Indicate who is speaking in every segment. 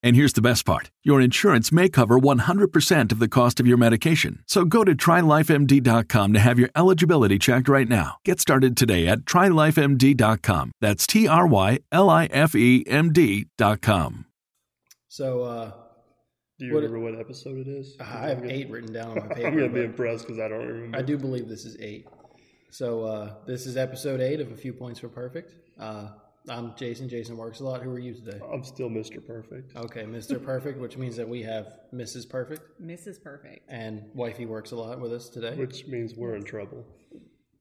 Speaker 1: And here's the best part your insurance may cover 100% of the cost of your medication. So go to trylifemd.com to have your eligibility checked right now. Get started today at trylifemd.com. That's T R Y L I F E M D.com.
Speaker 2: So uh,
Speaker 3: Do you
Speaker 2: What-
Speaker 3: remember what episode it is?
Speaker 2: I have eight written down on my
Speaker 3: I'm gonna
Speaker 2: paper.
Speaker 3: be
Speaker 2: but
Speaker 3: impressed because I don't remember.
Speaker 2: I do believe this is eight. So uh, this is episode eight of A Few Points for Perfect. Uh, I'm Jason. Jason works a lot. Who are you today?
Speaker 3: I'm still Mr. Perfect.
Speaker 2: Okay, Mr. Perfect, which means that we have Mrs. Perfect
Speaker 4: Mrs. Perfect.
Speaker 2: and wifey works a lot with us today.
Speaker 3: Which means we're in trouble.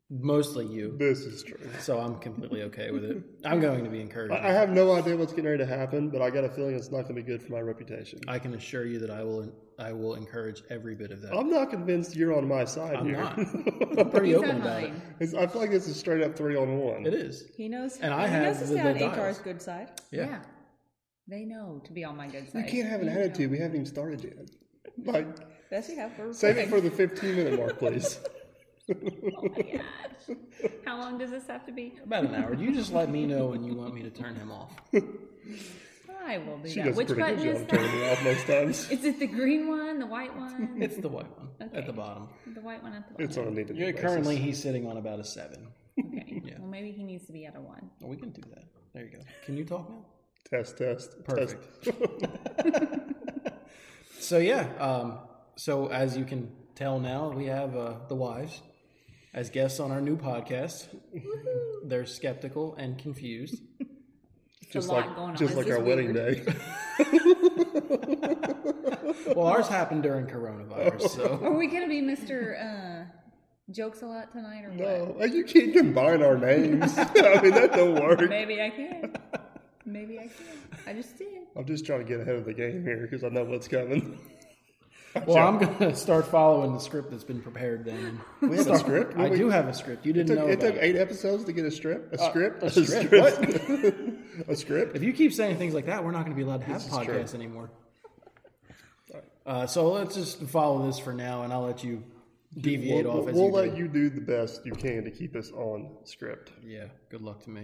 Speaker 2: Mostly you.
Speaker 3: This is true.
Speaker 2: So I'm completely okay with it. I'm going to be
Speaker 3: I
Speaker 2: encouraging.
Speaker 3: I have no idea what's getting ready to happen, but I got a feeling it's not going to be good for my reputation.
Speaker 2: I can assure you that I will. I will encourage every bit of that.
Speaker 3: I'm not convinced you're on my side
Speaker 2: I'm
Speaker 3: here.
Speaker 2: not. I'm pretty
Speaker 4: He's
Speaker 2: open
Speaker 4: on
Speaker 2: about it.
Speaker 4: mine.
Speaker 3: It's- I feel like this is straight up three on one.
Speaker 2: It is.
Speaker 4: He knows.
Speaker 2: And I
Speaker 4: he
Speaker 2: have
Speaker 4: knows to
Speaker 2: the-
Speaker 4: stay
Speaker 2: the
Speaker 4: on
Speaker 2: dials.
Speaker 4: HR's good side.
Speaker 2: Yeah.
Speaker 4: They know to be on my good
Speaker 3: We
Speaker 4: side.
Speaker 3: can't have an attitude. We haven't even started yet. Like,
Speaker 4: Yes, you have. We're
Speaker 3: save it for
Speaker 4: recording.
Speaker 3: the 15 minute mark, please.
Speaker 4: How long does this have to be?
Speaker 2: About an hour. You just let me know when you want me to turn him off.
Speaker 4: I will do
Speaker 3: She
Speaker 4: that.
Speaker 3: does a
Speaker 4: Which
Speaker 3: pretty
Speaker 4: button
Speaker 3: good
Speaker 4: is
Speaker 3: job turning
Speaker 4: that?
Speaker 3: it off most times.
Speaker 4: Is it the green one, the white one,
Speaker 2: It's the white one at the bottom.
Speaker 4: the white one at the
Speaker 3: It's
Speaker 4: bottom?
Speaker 3: on a need to
Speaker 2: Yeah, currently he's sitting on about a seven.
Speaker 4: Okay.
Speaker 2: Yeah.
Speaker 4: Well, maybe he needs to be at a one.
Speaker 2: We can do that. There you go. Can you talk now?
Speaker 3: Test, test.
Speaker 2: Perfect.
Speaker 3: Test.
Speaker 2: so yeah, um, so as you can tell now, we have uh, the wives as guests on our new podcast. They're skeptical and confused.
Speaker 4: It's
Speaker 3: Just
Speaker 4: a lot
Speaker 3: like,
Speaker 4: going on.
Speaker 3: just
Speaker 4: This
Speaker 3: like
Speaker 4: is
Speaker 3: our wedding
Speaker 4: weird.
Speaker 3: day.
Speaker 2: Well, ours happened during coronavirus, so
Speaker 4: Are we gonna be Mr. Uh, jokes a lot tonight, or
Speaker 3: No, like, you can't combine our names. I mean, that don't
Speaker 4: what?
Speaker 3: work.
Speaker 4: Maybe I can. Maybe I can. I just did.
Speaker 3: I'm just trying to get ahead of the game here because I know what's coming.
Speaker 2: well, I'm gonna start following the script that's been prepared. Then
Speaker 3: We have a script.
Speaker 2: I
Speaker 3: We-
Speaker 2: do have a script. You
Speaker 3: It
Speaker 2: didn't
Speaker 3: took,
Speaker 2: know.
Speaker 3: it took
Speaker 2: about it.
Speaker 3: eight episodes to get a strip. A script.
Speaker 2: a
Speaker 3: A
Speaker 2: script?
Speaker 3: script. a script.
Speaker 2: If you keep saying things like that, we're not going to be allowed to have
Speaker 3: is true.
Speaker 2: podcasts anymore. Uh, so let's just follow this for now, and I'll let you deviate
Speaker 3: We'll,
Speaker 2: off as
Speaker 3: we'll
Speaker 2: you
Speaker 3: let
Speaker 2: do.
Speaker 3: you do the best you can to keep us on script.
Speaker 2: Yeah, good luck to me.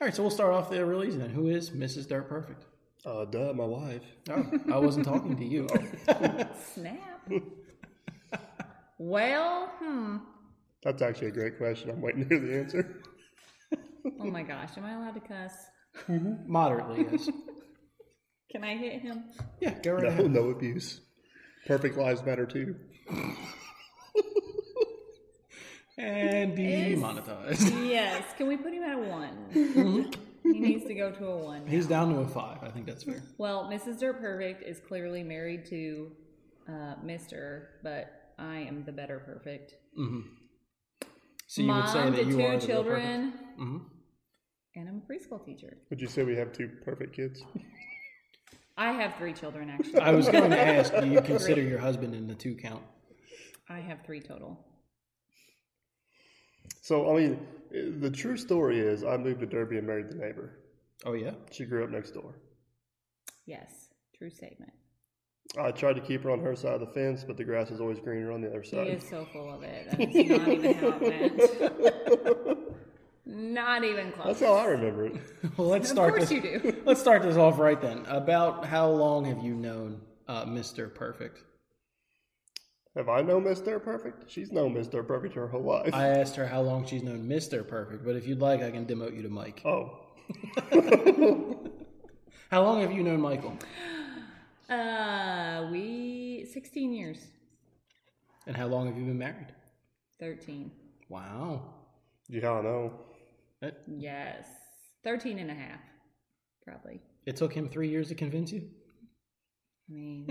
Speaker 2: All right, so we'll start off there real easy then. Who is Mrs. Dirt Perfect?
Speaker 3: Uh, duh, my wife.
Speaker 2: Oh, I wasn't talking to you.
Speaker 4: Snap. well, hmm.
Speaker 3: That's actually a great question. I'm waiting to hear the answer.
Speaker 4: Oh my gosh, am I allowed to cuss?
Speaker 2: Moderately, yes.
Speaker 4: Can I hit him?
Speaker 2: Yeah, go right
Speaker 3: No,
Speaker 2: ahead.
Speaker 3: no abuse. Perfect lives matter too.
Speaker 2: And demonetized.
Speaker 4: Yes. Can we put him at a one? he needs to go to a one. now.
Speaker 2: He's down to a five. I think that's fair.
Speaker 4: Well, Mrs. Dirt Perfect is clearly married to uh, Mr., but I am the better perfect.
Speaker 2: So you
Speaker 4: Mom
Speaker 2: would say
Speaker 4: to
Speaker 2: that you are the
Speaker 4: two
Speaker 2: real perfect.
Speaker 4: children,
Speaker 2: Mhm.
Speaker 4: and I'm a preschool teacher.
Speaker 3: Would you say we have two perfect kids?
Speaker 4: I have three children, actually.
Speaker 2: I was going to ask, do you consider your husband in the two count?
Speaker 4: I have three total.
Speaker 3: So, I mean, i- the true story is I moved to Derby and married the neighbor.
Speaker 2: Oh yeah.
Speaker 3: She grew up next door.
Speaker 4: Yes, true statement.
Speaker 3: I tried to keep her on her side of the fence, but the grass is always greener on the other
Speaker 4: He
Speaker 3: side.
Speaker 4: is so full of it. That is not even how it went. Not even close.
Speaker 3: That's how I remember it.
Speaker 2: Well, let's
Speaker 4: Of
Speaker 2: start.
Speaker 4: course
Speaker 2: this,
Speaker 4: you do.
Speaker 2: Let's start this off right then. About how long have you known uh, Mr. Perfect?
Speaker 3: Have I known Miss They're Perfect? She's known Miss They're Perfect her whole life.
Speaker 2: I asked her how long she's known Mr. Perfect, but if you'd like, I can demote you to Mike.
Speaker 3: oh,
Speaker 2: How long have you known Michael?
Speaker 4: Uh, we 16 years,
Speaker 2: And how long have you been married?
Speaker 4: 13.
Speaker 2: Wow.
Speaker 3: yeah, I know.
Speaker 2: That-
Speaker 4: Yes, 13 and a half, probably.
Speaker 2: it took him three years to convince you?
Speaker 4: I mean,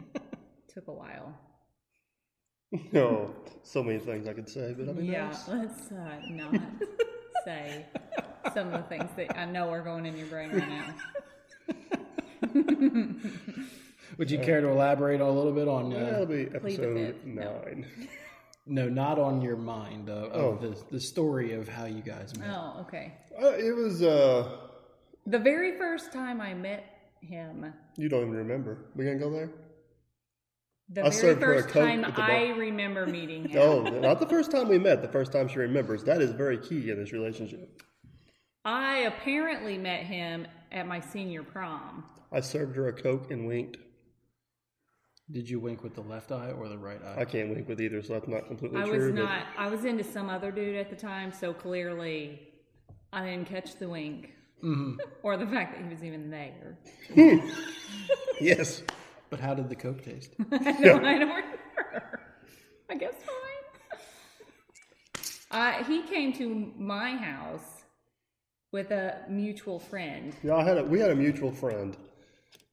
Speaker 4: took a while.
Speaker 3: No, Oh, so many things I could say, but I mean,
Speaker 4: Yeah, let's uh, not say some of the things that I know are going in your brain right now.
Speaker 2: Would you
Speaker 3: Uh,
Speaker 2: care to elaborate a little bit on, uh,
Speaker 3: that'll be episode
Speaker 4: fifth. No.
Speaker 3: nine.
Speaker 2: no, not on your mind, uh, of
Speaker 3: Oh.
Speaker 2: the, the story of how you guys met?
Speaker 4: Oh, okay.
Speaker 3: Uh, it was. uh
Speaker 4: The very first time I met him,
Speaker 3: You don't even remember. We gonna go there?
Speaker 4: the
Speaker 3: I
Speaker 4: very
Speaker 3: served her a
Speaker 4: first
Speaker 3: Coke
Speaker 4: time
Speaker 3: at the bar.
Speaker 4: I remember meeting him,
Speaker 3: No, Oh, not the first time we met. The first time she remembers. That is very key in this relationship.
Speaker 4: I apparently met him at my senior prom.
Speaker 3: I served her a coke and winked.
Speaker 2: Did you wink with the left eye or the right eye?
Speaker 3: I can't wink with either, so that's not completely
Speaker 4: I
Speaker 3: true.
Speaker 4: was
Speaker 3: but
Speaker 4: not. I was into some other dude at the time, so clearly I didn't catch the wink
Speaker 3: Mm-hmm.
Speaker 4: or the fact that he was even there.
Speaker 3: Hmm. Yes.
Speaker 2: But how did the Coke taste?
Speaker 4: I don't, I don't remember. I guess fine. Uh, he came to my house with a mutual friend.
Speaker 3: Yeah, I had a, we had a mutual friend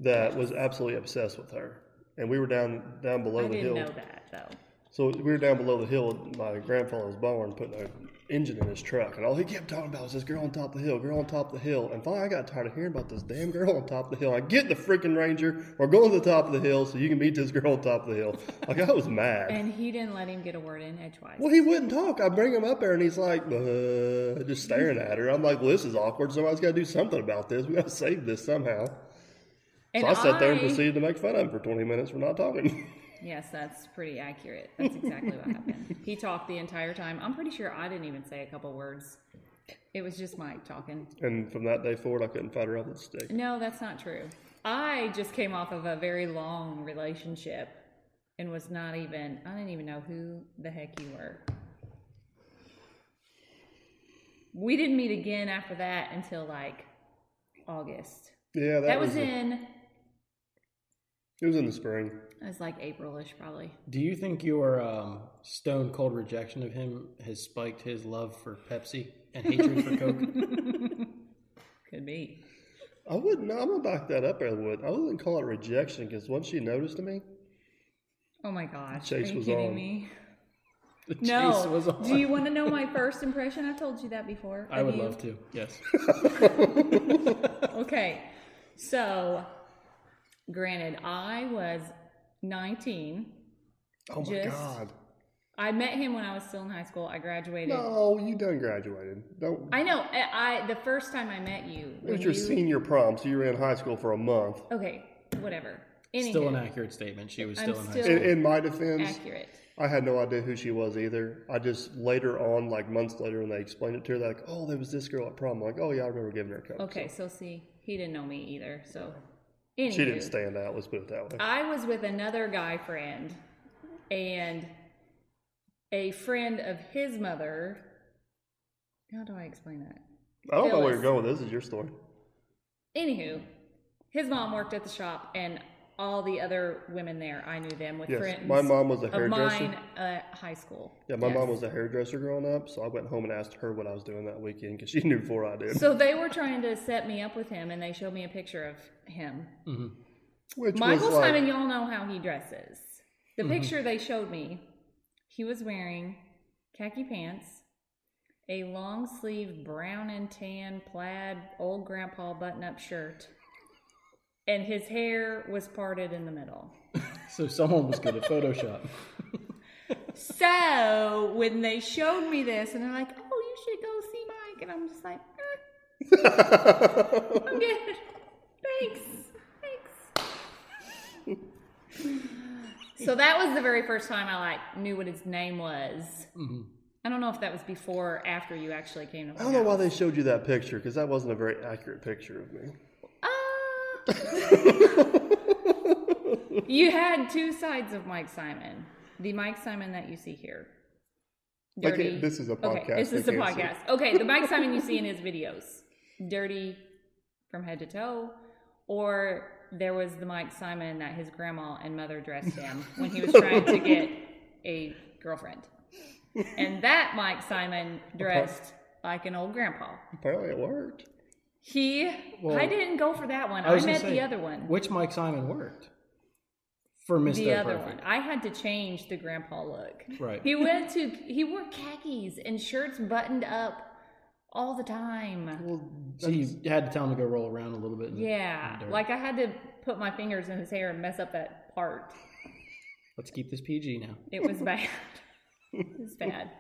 Speaker 3: that was absolutely obsessed with her, and we were down down below the
Speaker 4: I didn't
Speaker 3: hill.
Speaker 4: know that though.
Speaker 3: So we were down below the hill at my grandfather's barn putting an engine in his truck, and all he kept talking about was this girl on top of the hill, girl on top of the hill. And finally, I got tired of hearing about this damn girl on top of the hill. I get the freaking ranger, or go to the top of the hill so you can meet this girl on top of the hill. Like I was mad.
Speaker 4: And he didn't let him get a word in eh, edgewise.
Speaker 3: Well, he wouldn't talk. I bring him up there, and he's like, uh, just staring at her. I'm like, well, this is awkward. Somebody's got to do something about this. We got to save this somehow.
Speaker 4: And
Speaker 3: So I sat there and
Speaker 4: I-
Speaker 3: proceeded to make fun of him for 20 minutes for not talking.
Speaker 4: Yes, that's pretty accurate. That's exactly what happened. He talked the entire time. I'm pretty sure I didn't even say a couple words. It was just Mike talking.
Speaker 3: and from that day forward, I couldn't fight her off with a stick.
Speaker 4: No, that's not true. I just came off of a very long relationship and was not even, I didn't even know who the heck you were. We didn't meet again after that until like August.
Speaker 3: Yeah, that,
Speaker 4: That, was,
Speaker 3: the-
Speaker 4: in,
Speaker 3: It was in the spring.
Speaker 4: it was like Aprilish probably.
Speaker 2: Do you think your um, stone cold rejection of him has spiked his love for Pepsi and hatred for Coke?
Speaker 4: Could be.
Speaker 3: I wouldn't. I'm gonna back that up. I would. I wouldn't call it rejection because once she noticed me,
Speaker 4: Oh my gosh.
Speaker 3: Chase
Speaker 4: Are you
Speaker 3: was
Speaker 4: kidding
Speaker 3: on.
Speaker 4: me?
Speaker 2: The chase
Speaker 4: No.
Speaker 2: was on.
Speaker 4: Do you want to know my first impression? I've told you that before.
Speaker 2: I
Speaker 4: Have
Speaker 2: would
Speaker 4: you?
Speaker 2: love to. Yes.
Speaker 4: Okay. So, granted, I was 19.
Speaker 3: oh my
Speaker 4: Just-
Speaker 3: god!
Speaker 4: I met him when I was still in high school. I graduated.
Speaker 3: No, you done graduated. Don't.
Speaker 4: I know. I, I the first time I met you.
Speaker 3: it was
Speaker 4: when
Speaker 3: your
Speaker 4: you-
Speaker 3: senior prom, so you were in high school for a month.
Speaker 4: Okay, whatever. Anywho,
Speaker 2: Still an accurate statement. She was
Speaker 4: I'm
Speaker 2: still in high
Speaker 4: still-
Speaker 2: school.
Speaker 3: In, in my defense,
Speaker 4: accurate.
Speaker 3: I had no idea who she was either. I just later on, like months later, when they explained it to her, they're like, "Oh, there was this girl at prom." I'm like, "Oh yeah, I remember giving her a cup."
Speaker 4: Okay, so see, he didn't know me either. So, anywho,
Speaker 3: She didn't stand out. Let's put it that way.
Speaker 4: I was with another guy friend, and a friend of his mother. How do I explain that?
Speaker 3: I don't know where
Speaker 4: Phyllis.
Speaker 3: you're going. with This is your story.
Speaker 4: Anywho, his mom worked at the shop, and all the other women there, I knew them with
Speaker 3: Yes,
Speaker 4: friends.
Speaker 3: my mom was a
Speaker 4: Of
Speaker 3: hairdresser.
Speaker 4: mine at high school.
Speaker 3: Yeah, my
Speaker 4: Yes.
Speaker 3: mom was a hairdresser growing up, so I went home and asked her what I was doing that weekend because she knew before I did.
Speaker 4: So they were trying to set me up with him, and they showed me a picture of him.
Speaker 3: Which
Speaker 4: Michael
Speaker 3: was like, Mm-hmm.
Speaker 4: Simon, y'all know how he dresses. The picture they showed me, he was wearing khaki pants, a long sleeve brown and tan plaid old grandpa button up shirt, and his hair was parted in the middle.
Speaker 2: So someone was good at Photoshop.
Speaker 4: So when they showed me this, and they're like, "Oh, you should go see Mike," and I'm just like, eh, "I'm good, thanks, thanks." so that was the very first time I like knew what his name was, I don't know if that was before or after you actually came to
Speaker 3: I don't know why they showed you that picture because that wasn't a very accurate picture of me.
Speaker 4: Uh, you had two sides of Mike Simon. The Mike Simon that you see here.
Speaker 3: I can't- this is a
Speaker 4: Okay,
Speaker 3: podcast,
Speaker 4: this
Speaker 3: they
Speaker 4: is a
Speaker 3: can't see.
Speaker 4: podcast. Okay, the Mike Simon you see in his videos. Dirty from head to toe. Or there was the Mike Simon that his grandma and mother dressed him when he was trying to get a girlfriend. And that Mike Simon dressed like an old grandpa.
Speaker 3: Apparently it worked.
Speaker 4: He,
Speaker 2: Well,
Speaker 4: I didn't go for that one. I,
Speaker 2: was
Speaker 4: met
Speaker 2: gonna say,
Speaker 4: the other one.
Speaker 2: Which Mike Simon worked for Mr.
Speaker 4: the other
Speaker 2: Perfect.
Speaker 4: one. I had to change the grandpa look.
Speaker 2: Right.
Speaker 4: He went to he wore khakis and shirts buttoned up all the time.
Speaker 3: Well,
Speaker 2: So you had to tell him to go roll around a little bit. in the- in
Speaker 4: Yeah.
Speaker 2: the dirt.
Speaker 4: Like I had to put my fingers in his hair and mess up that part.
Speaker 2: let's keep this PG now.
Speaker 4: It was bad. it was bad.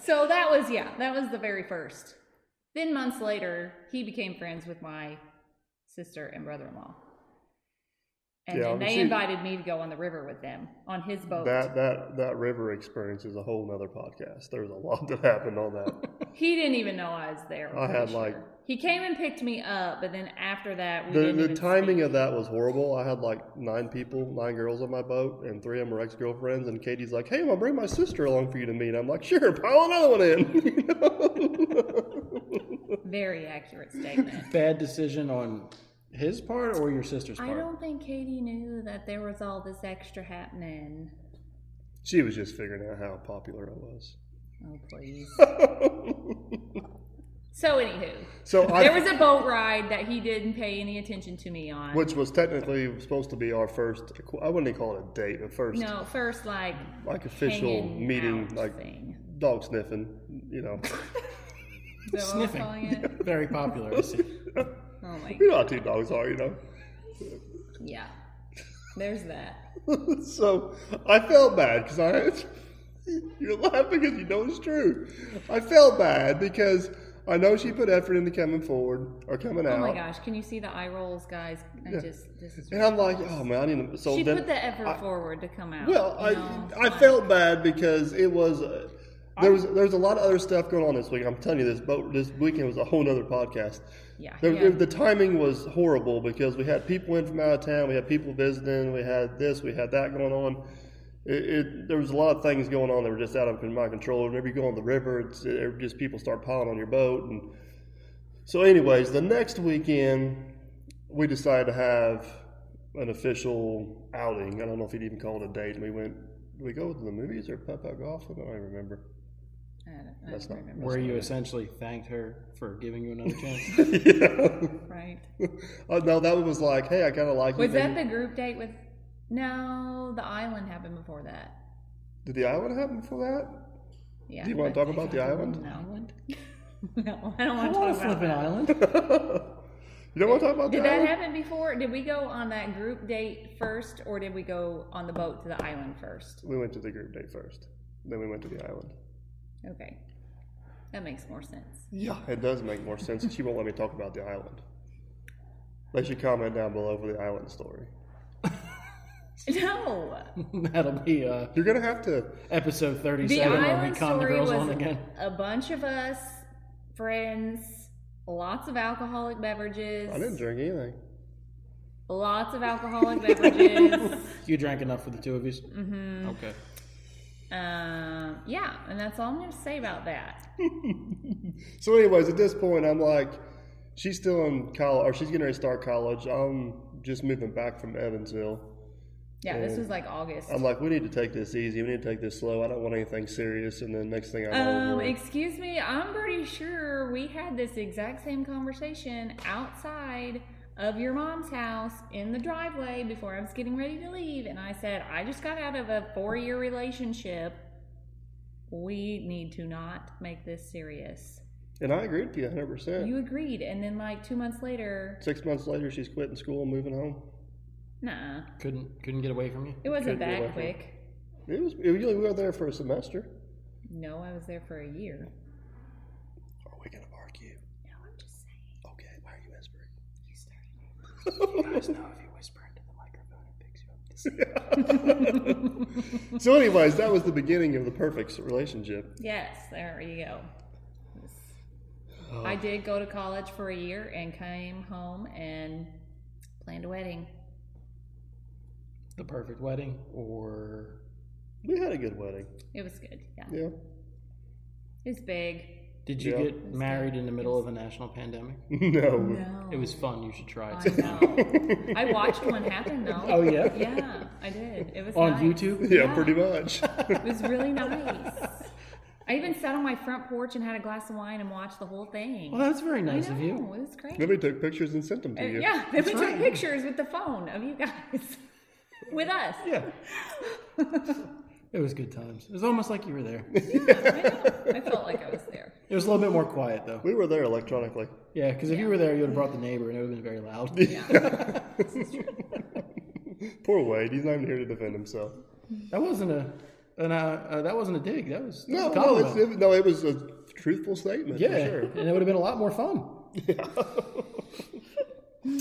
Speaker 4: So that was yeah, that was the very first. Then months later, he became friends with my sister and brother-in-law. And
Speaker 3: Yeah,
Speaker 4: then
Speaker 3: but
Speaker 4: they
Speaker 3: see-
Speaker 4: invited me to go on the river with them on his boat.
Speaker 3: that that that river experience is a whole nother podcast. There was a lot that happened on that.
Speaker 4: He didn't even know I was there. I'm
Speaker 3: I had,
Speaker 4: pretty sure.
Speaker 3: like-
Speaker 4: he came and picked me up, but then after that, we
Speaker 3: the
Speaker 4: didn't
Speaker 3: the
Speaker 4: even
Speaker 3: timing
Speaker 4: speak.
Speaker 3: of that was horrible. I had like nine people, nine girls on my boat, and three of them were ex girlfriends. And Katie's like, "Hey, I'm gonna bring my sister along for you to meet." I'm like, "Sure, pile another one in." You know?
Speaker 4: very accurate statement.
Speaker 2: Bad decision on his part or your sister's part?
Speaker 4: I don't think Katie knew that there was all this extra happening.
Speaker 3: she was just figuring out how popular I was.
Speaker 4: Oh please. so anywho,
Speaker 3: So I,
Speaker 4: there was a boat ride that he didn't pay any attention to me on.
Speaker 3: which was technically supposed to be our first. I wouldn't even call it a date, but first
Speaker 4: no, first like
Speaker 3: like official
Speaker 4: hanging
Speaker 3: meeting,
Speaker 4: out
Speaker 3: like
Speaker 4: thing.
Speaker 3: dog sniffing. You know,
Speaker 4: Is that what I was
Speaker 2: Sniffing.
Speaker 4: calling it?
Speaker 2: Very popular. I see.
Speaker 4: Oh my
Speaker 3: you know how two dogs are. You know.
Speaker 4: yeah. There's that.
Speaker 3: so I felt bad because I. You're laughing because you know it's true. I felt bad because I know she put effort into coming forward or coming
Speaker 4: Oh
Speaker 3: out.
Speaker 4: my gosh, can you see the eye rolls, guys? I just this is
Speaker 3: And I'm like, oh man, I need to. So
Speaker 4: she
Speaker 3: then,
Speaker 4: put the effort
Speaker 3: I-
Speaker 4: forward to come out.
Speaker 3: Well,
Speaker 4: you know?
Speaker 3: I I felt bad because it was. Uh, there was there was a lot of other stuff going on this week. I'm telling you, this boat this weekend was a whole nother podcast.
Speaker 4: yeah,
Speaker 3: The,
Speaker 4: yeah.
Speaker 3: the timing was horrible because we had people in from out of town, we had people visiting, we had this, we had that going on. It, it, there was a lot of things going on that were just out of my control. Whenever you go on the river, it's it, just people start piling on your boat. And so, anyways, the next weekend we decided to have an official outing. I don't know if you'd even call it a date. And we went. Did we go to the movies or pep out golf? I don't even remember.
Speaker 4: I don't, I
Speaker 3: That's
Speaker 4: don't
Speaker 3: not-
Speaker 4: remember.
Speaker 2: Where you essentially thanked her for giving you another chance.
Speaker 3: yeah.
Speaker 4: Right.
Speaker 3: oh, no, that one was like, hey, I kind of like you.
Speaker 4: Was that
Speaker 3: baby.
Speaker 4: the group date with? No, the island happened before that.
Speaker 3: Did the island happen for that?
Speaker 4: Yeah.
Speaker 3: Do you want to
Speaker 4: but-
Speaker 3: talk about the island?
Speaker 4: No. no, I don't
Speaker 2: I
Speaker 4: want to
Speaker 2: want
Speaker 4: talk
Speaker 2: to
Speaker 4: about
Speaker 2: flip an
Speaker 4: that.
Speaker 2: island.
Speaker 3: You don't want to talk about
Speaker 4: Did
Speaker 3: the
Speaker 4: that
Speaker 3: island?
Speaker 4: happen before? Did we go on that group date first, or did we go on the boat to the island first?
Speaker 3: We went to the group date first. Then we went to the island.
Speaker 4: Okay, that makes more sense.
Speaker 3: Yeah, it does make more sense. she won't let me talk about the island. They should comment down below for the island story.
Speaker 4: No,
Speaker 2: That'll be uh,
Speaker 3: You're gonna have to.
Speaker 2: episode
Speaker 4: the
Speaker 2: 37 when
Speaker 4: island
Speaker 2: we con the
Speaker 4: story
Speaker 2: girls
Speaker 4: was
Speaker 2: on again.
Speaker 4: a bunch of us, friends, lots of alcoholic beverages.
Speaker 3: I didn't drink anything.
Speaker 4: Lots of alcoholic beverages.
Speaker 2: You drank enough for the two of you? Mm-hmm. Okay.
Speaker 4: Um, yeah, and that's all I'm going to say about that.
Speaker 3: So, anyways, at this point, I'm like, she's still in college, or she's getting ready to start college. I'm just moving back from Evansville.
Speaker 4: Yeah, this was like August.
Speaker 3: I'm like, we need to take this easy. We need to take this slow. I don't want anything serious. And then next thing I know,
Speaker 4: Um,
Speaker 3: we're-
Speaker 4: excuse me, I'm pretty sure we had this exact same conversation outside of your mom's house in the driveway before I was getting ready to leave, and I said, I just got out of a four year relationship. We need to not make this serious.
Speaker 3: and I agreed with you 100. percent
Speaker 4: You agreed, and then like two months later,
Speaker 3: Six months later, she's quitting school and moving home.
Speaker 4: nah,
Speaker 2: Couldn't couldn't get away from you?
Speaker 4: it wasn't
Speaker 3: Couldn't get away
Speaker 4: that
Speaker 3: from it.
Speaker 4: quick.
Speaker 3: It was. It, was- we were there for a semester.
Speaker 4: No, I was there for a year.
Speaker 3: Are we gonna argue?
Speaker 4: No, I'm just saying.
Speaker 3: Okay. Why are you whispering?
Speaker 4: You started.
Speaker 2: You guys know if you whisper into the microphone, it picks you up.
Speaker 3: so, anyways, that was the beginning of the perfect relationship.
Speaker 4: Yes, there you go. Yes.
Speaker 3: Oh.
Speaker 4: I did go to college for a year and came home and planned a wedding.
Speaker 2: The perfect wedding, or
Speaker 3: We had a good wedding.
Speaker 4: It was good. Yeah.
Speaker 3: Yeah.
Speaker 4: It was big.
Speaker 2: did you
Speaker 3: Yeah.
Speaker 2: get married in the middle of a national pandemic?
Speaker 3: No.
Speaker 4: No.
Speaker 2: It was fun. You should try
Speaker 4: I
Speaker 2: it.
Speaker 4: know. I watched one happen though.
Speaker 2: Oh, yeah?
Speaker 4: Yeah, I did. It was
Speaker 2: On
Speaker 4: nice.
Speaker 2: YouTube?
Speaker 3: Yeah, pretty much.
Speaker 4: It was really nice. I even sat on my front porch and had a glass of wine and watched the whole thing.
Speaker 2: Well, that's very nice
Speaker 4: I
Speaker 2: of
Speaker 4: know,
Speaker 2: you.
Speaker 4: It was great.
Speaker 3: Nobody took pictures and sent them to
Speaker 2: Uh,
Speaker 4: And-
Speaker 3: you.
Speaker 4: yeah, then we took
Speaker 2: right.
Speaker 4: pictures with the phone of you guys, with us.
Speaker 2: Yeah. it was good times. It was almost like you were there. It
Speaker 4: I felt like I was there.
Speaker 2: was a little bit more quiet though.
Speaker 3: We were there electronically.
Speaker 2: Yeah, because if you were there, you would have brought the neighbor, and it would have been very loud.
Speaker 3: Poor Wade. He's not even here to defend himself.
Speaker 2: that wasn't a, an, uh, uh, that wasn't a dig. That was that
Speaker 3: No,
Speaker 2: was a
Speaker 3: no, it's,
Speaker 2: compliment.
Speaker 3: it, no, it was a truthful statement.
Speaker 2: yeah,
Speaker 3: For sure.
Speaker 2: and it would have been a lot more fun.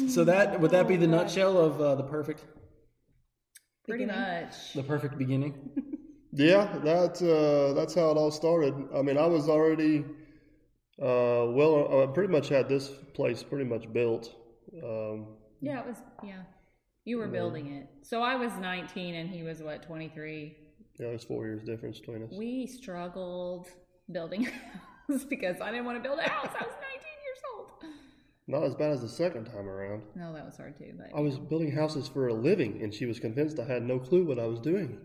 Speaker 2: so that would that be the nutshell of uh, the perfect
Speaker 4: Pretty much.
Speaker 2: the perfect beginning?
Speaker 3: Yeah, that's uh, that's how it all started. I mean, I was already uh, well. I pretty much had this place pretty much built. Um,
Speaker 4: Yeah, it was. Yeah, you were building it. So I was 19 and he was what 23.
Speaker 3: yeah, there's four years difference between us.
Speaker 4: We struggled building a house because I didn't want to build a house. I was 19 years old.
Speaker 3: Not as bad as the second time around.
Speaker 4: No, that was hard too. But
Speaker 3: I was building houses for a living, and she was convinced I had no clue what I was doing.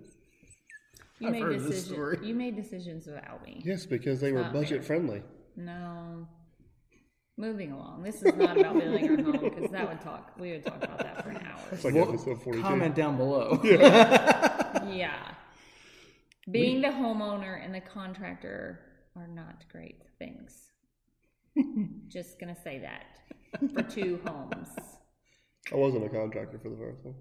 Speaker 4: you
Speaker 2: I've
Speaker 4: made
Speaker 2: heard this
Speaker 4: decisions.
Speaker 2: story.
Speaker 4: You made decisions without me.
Speaker 3: Yes, because they were
Speaker 4: Not fair.
Speaker 3: budget friendly.
Speaker 4: No. Moving along. This is not about building our home because that would talk. We would talk about that for an
Speaker 3: It's like
Speaker 4: hour.
Speaker 3: episode 42.
Speaker 2: Comment down below.
Speaker 4: Yeah. Being the homeowner and the contractor are not great things. Just gonna say that for two homes.
Speaker 3: I wasn't a contractor for the first one,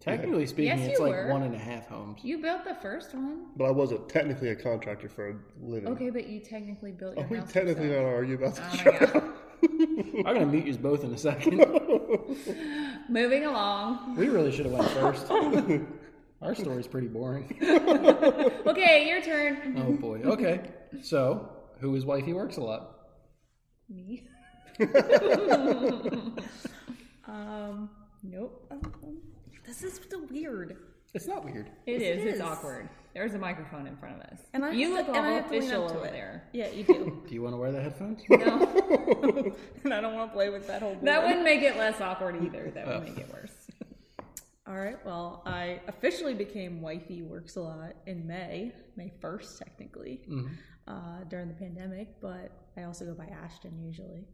Speaker 2: Technically speaking,
Speaker 4: Yes,
Speaker 2: it's
Speaker 4: you
Speaker 2: like
Speaker 4: were.
Speaker 2: one and a half homes.
Speaker 4: You built the first one.
Speaker 3: but I wasn't technically a contractor for a living.
Speaker 4: Okay, but you technically built
Speaker 3: Are
Speaker 5: Oh,
Speaker 4: your
Speaker 3: we
Speaker 4: house.
Speaker 3: technically going to
Speaker 4: yourself.
Speaker 3: argue about
Speaker 4: Oh
Speaker 3: this?
Speaker 4: my God.
Speaker 2: I'm gonna mute you both in a second.
Speaker 4: Moving along.
Speaker 2: we really should have went first. Our story's pretty boring.
Speaker 4: Okay, your turn.
Speaker 2: Oh boy. Okay. So, who is wifey works a lot?
Speaker 4: Me. um. Nope. This is the weird.
Speaker 2: It's not weird.
Speaker 4: It is.
Speaker 5: it
Speaker 4: It's
Speaker 5: is.
Speaker 4: awkward. There's a microphone in front of us.
Speaker 5: And I
Speaker 4: you
Speaker 5: have
Speaker 4: look
Speaker 5: to-
Speaker 4: all
Speaker 5: and I have to lean
Speaker 4: official
Speaker 5: up to
Speaker 4: over
Speaker 5: it.
Speaker 4: there.
Speaker 5: Yeah, you do.
Speaker 2: Do you want to wear the headphones?
Speaker 5: and I don't want to play with that whole board.
Speaker 4: That wouldn't make it less awkward either. That would make it worse.
Speaker 5: All right, well, I officially became Wifey Works a Lot in May, May 1st, technically, uh, during the pandemic, but I also go by Ashton usually.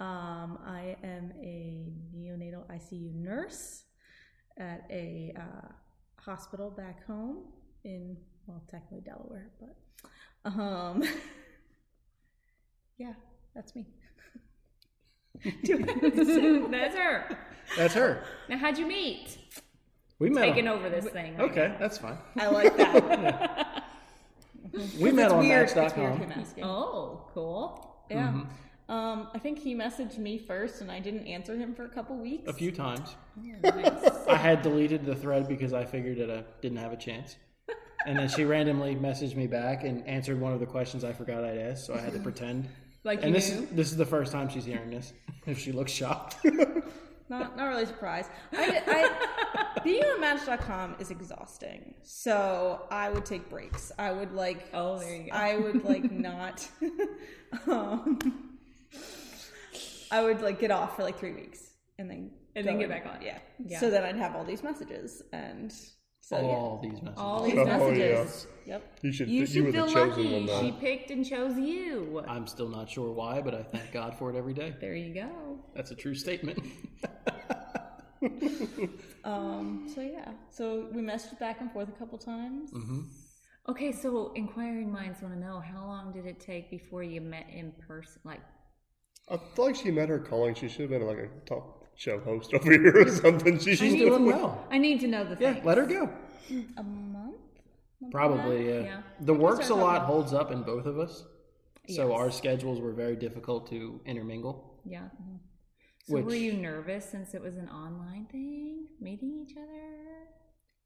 Speaker 5: Um, I am a neonatal ICU nurse at a uh, hospital back home in, well, technically Delaware, but um, yeah, that's me.
Speaker 4: That's her.
Speaker 2: That's her.
Speaker 4: Now, how'd you meet?
Speaker 2: We met.
Speaker 4: Taking
Speaker 2: on-
Speaker 4: over this thing. right
Speaker 2: Okay, that's fine.
Speaker 5: I like that.
Speaker 2: We met on
Speaker 5: Weird. It's weird
Speaker 2: Match.com.
Speaker 5: him asking.
Speaker 4: now. Oh, cool.
Speaker 5: Yeah. Um, I think he messaged me first, and I didn't answer him for a couple weeks.
Speaker 2: A few times.
Speaker 4: Nice.
Speaker 2: I had deleted the thread because I figured that I didn't have a chance. And then she randomly messaged me back and answered one of the questions I forgot I'd asked, so I had to pretend.
Speaker 4: Like
Speaker 2: And
Speaker 4: you
Speaker 2: this
Speaker 4: knew.
Speaker 2: is this is the first time she's hearing this. If she looks shocked.
Speaker 5: Not, not really surprised. I, did- I, being on Match.com is exhausting, so I would take breaks. I would like.
Speaker 4: Oh, there you go.
Speaker 5: I would like not. um, I would like get off for like three weeks and then
Speaker 4: And then
Speaker 5: go
Speaker 4: get
Speaker 5: in.
Speaker 4: back on.
Speaker 5: Yeah.
Speaker 4: Yeah.
Speaker 5: So then I'd have all these messages and so
Speaker 2: All these messages.
Speaker 4: All these
Speaker 3: Oh,
Speaker 4: messages.
Speaker 5: yeah. Yep.
Speaker 3: You should.
Speaker 4: You
Speaker 3: You,
Speaker 4: should
Speaker 3: were the
Speaker 4: feel
Speaker 3: chosen
Speaker 4: lucky.
Speaker 3: one. though.
Speaker 4: She picked and chose you.
Speaker 2: I'm still not sure why, but I thank God for it every day.
Speaker 4: There you go.
Speaker 2: That's a true statement.
Speaker 5: Um. So yeah. So we messaged back and forth a couple times.
Speaker 3: Mm-hmm.
Speaker 4: Okay, so inquiring minds want to know how long did it take before you met in person? Like,
Speaker 3: I feel like she met her calling. She should have been like a talk show host over here or something. She
Speaker 2: She's
Speaker 3: should.
Speaker 2: doing well.
Speaker 4: I need to know the
Speaker 2: Yeah,
Speaker 4: thing.
Speaker 2: let her go.
Speaker 5: A month.
Speaker 2: Probably, yeah.
Speaker 4: Yeah.
Speaker 2: The works a
Speaker 5: start
Speaker 2: lot
Speaker 5: talking.
Speaker 2: holds up in both of us. So
Speaker 4: Yes.
Speaker 2: our schedules were very difficult to intermingle.
Speaker 4: Yeah. So were
Speaker 2: Which-
Speaker 4: you nervous since it was an online thing, meeting each other?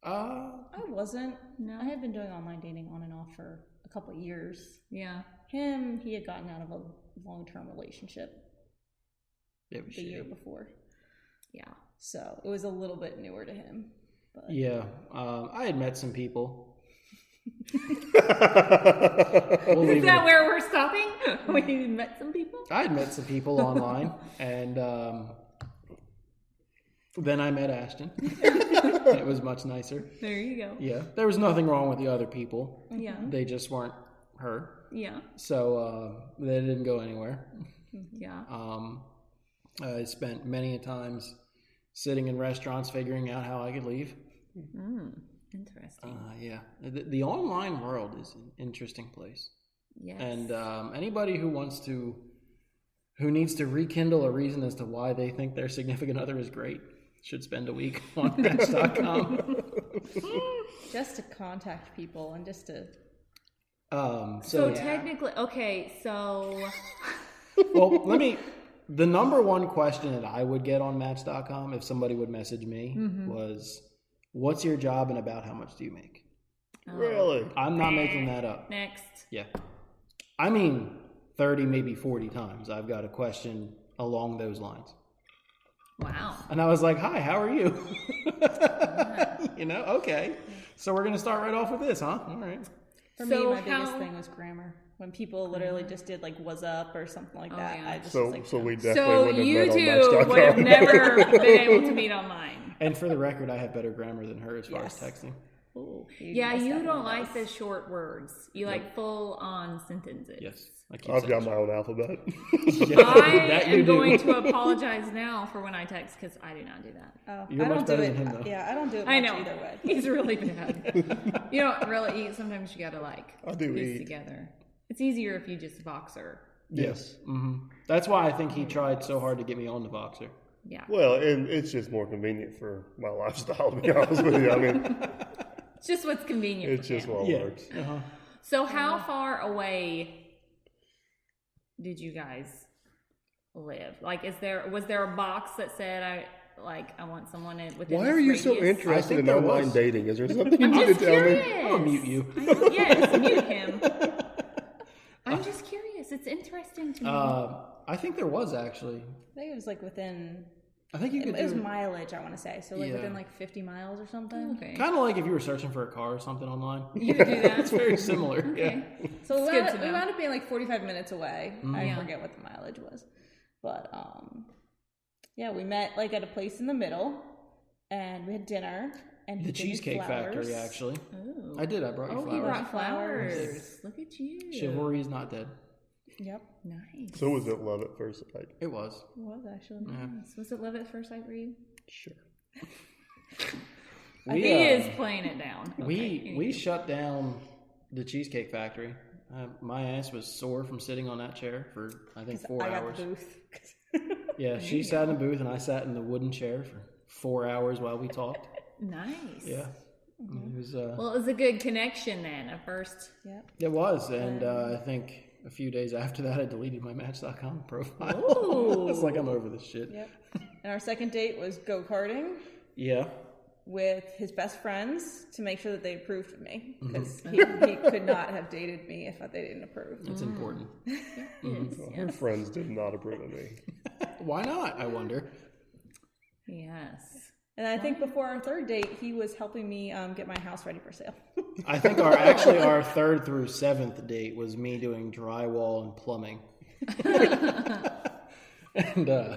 Speaker 2: Uh,
Speaker 5: I wasn't.
Speaker 4: No.
Speaker 5: I had been doing online dating on and off for a couple of years.
Speaker 4: Yeah.
Speaker 5: Him, he had gotten out of a long term relationship
Speaker 2: it
Speaker 5: the
Speaker 2: was
Speaker 5: year
Speaker 2: shitty.
Speaker 5: before.
Speaker 4: Yeah.
Speaker 5: So it was a little bit newer to him. But
Speaker 2: Yeah, um, I had met some people.
Speaker 3: That's
Speaker 2: We'll leave
Speaker 4: Is
Speaker 2: it
Speaker 4: that
Speaker 2: at-
Speaker 4: where we're stopping?
Speaker 5: we met some people.
Speaker 2: I had met some people online, and um, then I met Ashton. it was much nicer.
Speaker 5: There you go.
Speaker 2: Yeah, there was nothing wrong with the other people.
Speaker 5: Yeah.
Speaker 2: They just weren't her,
Speaker 5: Yeah.
Speaker 2: so uh, they didn't go anywhere.
Speaker 4: yeah.
Speaker 2: Um, I spent many a times sitting in restaurants figuring out how I could leave.
Speaker 4: Mm, interesting.
Speaker 2: Uh, yeah, the, the online world is an interesting place.
Speaker 4: yes.
Speaker 2: And um, anybody who wants to, who needs to rekindle a reason as to why they think their significant other is great, should spend a week on Match.com.
Speaker 5: Just to contact people and just to.
Speaker 2: um, so,
Speaker 4: so technically, okay, so
Speaker 2: well, let me. The number one question that I would get on Match.com if somebody would message me
Speaker 4: Mm-hmm.
Speaker 2: was, "What's your job and about how much do you make?"
Speaker 3: really?
Speaker 4: Oh.
Speaker 2: I'm not making that up.
Speaker 4: next.
Speaker 2: Yeah. I mean, 30, maybe 40 times I've got a question along those lines.
Speaker 4: Wow.
Speaker 2: And I was like, hi, how are you? you know, okay. So we're going to start right off with this, huh? All right.
Speaker 5: For
Speaker 4: So
Speaker 5: me, my biggest
Speaker 4: how-
Speaker 5: thing was grammar. When people literally just did like "was up" or something like that,
Speaker 4: Oh, yeah.
Speaker 5: I just
Speaker 3: So,
Speaker 5: was like,
Speaker 3: so
Speaker 5: no.
Speaker 3: we definitely
Speaker 4: so
Speaker 3: wouldn't
Speaker 4: you
Speaker 3: have met
Speaker 4: two
Speaker 3: on Match.com.
Speaker 4: would have never been able to meet online.
Speaker 2: And for the record, I have better grammar than her as far as
Speaker 5: Yes.
Speaker 2: texting.
Speaker 5: Ooh,
Speaker 4: Yeah,
Speaker 5: messed
Speaker 4: you
Speaker 5: up
Speaker 4: don't
Speaker 5: my
Speaker 4: like
Speaker 5: notes.
Speaker 4: the short words. You like full on sentences.
Speaker 2: Yes. I keep
Speaker 3: I've
Speaker 2: saying
Speaker 3: got
Speaker 2: it.
Speaker 3: my own alphabet.
Speaker 2: Yeah,
Speaker 4: I
Speaker 2: that you
Speaker 4: am
Speaker 2: do.
Speaker 4: going to apologize now for when I text because I do not do that.
Speaker 5: Oh,
Speaker 2: You're
Speaker 5: I
Speaker 2: much
Speaker 5: don't do
Speaker 2: better
Speaker 5: it.
Speaker 2: than him, though.
Speaker 5: Yeah, I don't do it.
Speaker 4: I
Speaker 5: much
Speaker 4: know.
Speaker 5: Either way.
Speaker 4: He's really bad. you don't really eat. Sometimes you gotta like
Speaker 3: I do
Speaker 4: piece
Speaker 3: eat.
Speaker 4: together. It's easier if you just boxer.
Speaker 3: yes.
Speaker 2: hmm That's why I think he tried so hard to get me on the Voxer.
Speaker 4: Yeah.
Speaker 3: Well, and it's just more convenient for my lifestyle, to be honest with you. I mean,
Speaker 4: It's just what's convenient.
Speaker 3: it's
Speaker 4: for
Speaker 3: just
Speaker 4: him.
Speaker 3: what
Speaker 2: Yeah.
Speaker 3: works.
Speaker 2: Uh-huh.
Speaker 4: So how far away did you guys live? Like, is there was there a box that said I like I want someone in within?
Speaker 3: Why
Speaker 4: this
Speaker 3: are you so
Speaker 4: radius?
Speaker 3: interested
Speaker 2: think
Speaker 3: in
Speaker 2: there
Speaker 3: online
Speaker 2: was.
Speaker 3: dating? Is there something you
Speaker 4: I'm
Speaker 3: need to
Speaker 4: just
Speaker 3: tell
Speaker 4: curious.
Speaker 3: me?
Speaker 2: I'll mute you.
Speaker 4: I know- yes, mute him. I'm just curious. It's interesting to me.
Speaker 2: Uh, I think there was actually.
Speaker 5: I think it was like within.
Speaker 2: I think you
Speaker 5: It,
Speaker 2: could
Speaker 5: it was
Speaker 2: do
Speaker 5: mileage, I want to say. So like
Speaker 2: Yeah.
Speaker 5: within like 50 miles or something.
Speaker 4: Oh, okay.
Speaker 2: kind of like if you were searching for a car or something online.
Speaker 4: You would do that.
Speaker 2: it's very similar. Yeah.
Speaker 4: Okay.
Speaker 5: So we
Speaker 4: It's
Speaker 5: wound,
Speaker 4: good
Speaker 5: up,
Speaker 4: to
Speaker 5: we
Speaker 4: know.
Speaker 5: wound up being like 45 minutes away.
Speaker 2: Mm.
Speaker 5: I
Speaker 4: Yeah.
Speaker 5: forget what the mileage was. But um, yeah, we met like at a place in the middle and we had dinner. And he
Speaker 2: The
Speaker 5: gave me
Speaker 2: Cheesecake
Speaker 5: flowers.
Speaker 2: Factory, actually.
Speaker 4: Oh.
Speaker 2: I did. I brought you
Speaker 4: Oh,
Speaker 2: flowers.
Speaker 4: he brought
Speaker 5: Flowers.
Speaker 4: flowers. Look at you.
Speaker 2: Chivalry is not dead.
Speaker 5: Yep.
Speaker 4: Nice.
Speaker 3: So was it love at first sight?
Speaker 2: It was.
Speaker 5: It was actually.
Speaker 4: Nice. Was it love at first sight for you?
Speaker 3: Sure.
Speaker 2: We,
Speaker 4: he
Speaker 2: uh,
Speaker 4: is playing it down.
Speaker 2: We we shut down the Cheesecake Factory. Uh, my ass was sore from sitting on that chair for I think four
Speaker 5: I got
Speaker 2: hours.
Speaker 5: the booth.
Speaker 2: Yeah, she sat in a booth and I sat in the wooden chair for four hours while we talked.
Speaker 4: Nice.
Speaker 2: Yeah, it
Speaker 5: Mm-hmm.
Speaker 2: was. Uh,
Speaker 4: Well, it was a good connection then. At first,
Speaker 5: yep.
Speaker 2: it was, and
Speaker 5: um,
Speaker 2: uh, I think a few days after that, I deleted my Match.com profile. it's like I'm over this shit.
Speaker 5: Oh. Yep. and our second date was go karting.
Speaker 2: Yeah,
Speaker 5: with his best friends to make sure that they approved of me
Speaker 2: Mm-hmm.
Speaker 5: because he, he could not have dated me if they didn't approve.
Speaker 2: it's important.
Speaker 4: Yes,
Speaker 3: Her friends did not approve of me.
Speaker 2: Why not? I wonder.
Speaker 4: yes.
Speaker 5: And I think before our third date, he was helping me um, get my house ready for sale.
Speaker 2: I think our actually our third through seventh date was me doing drywall and plumbing. and uh,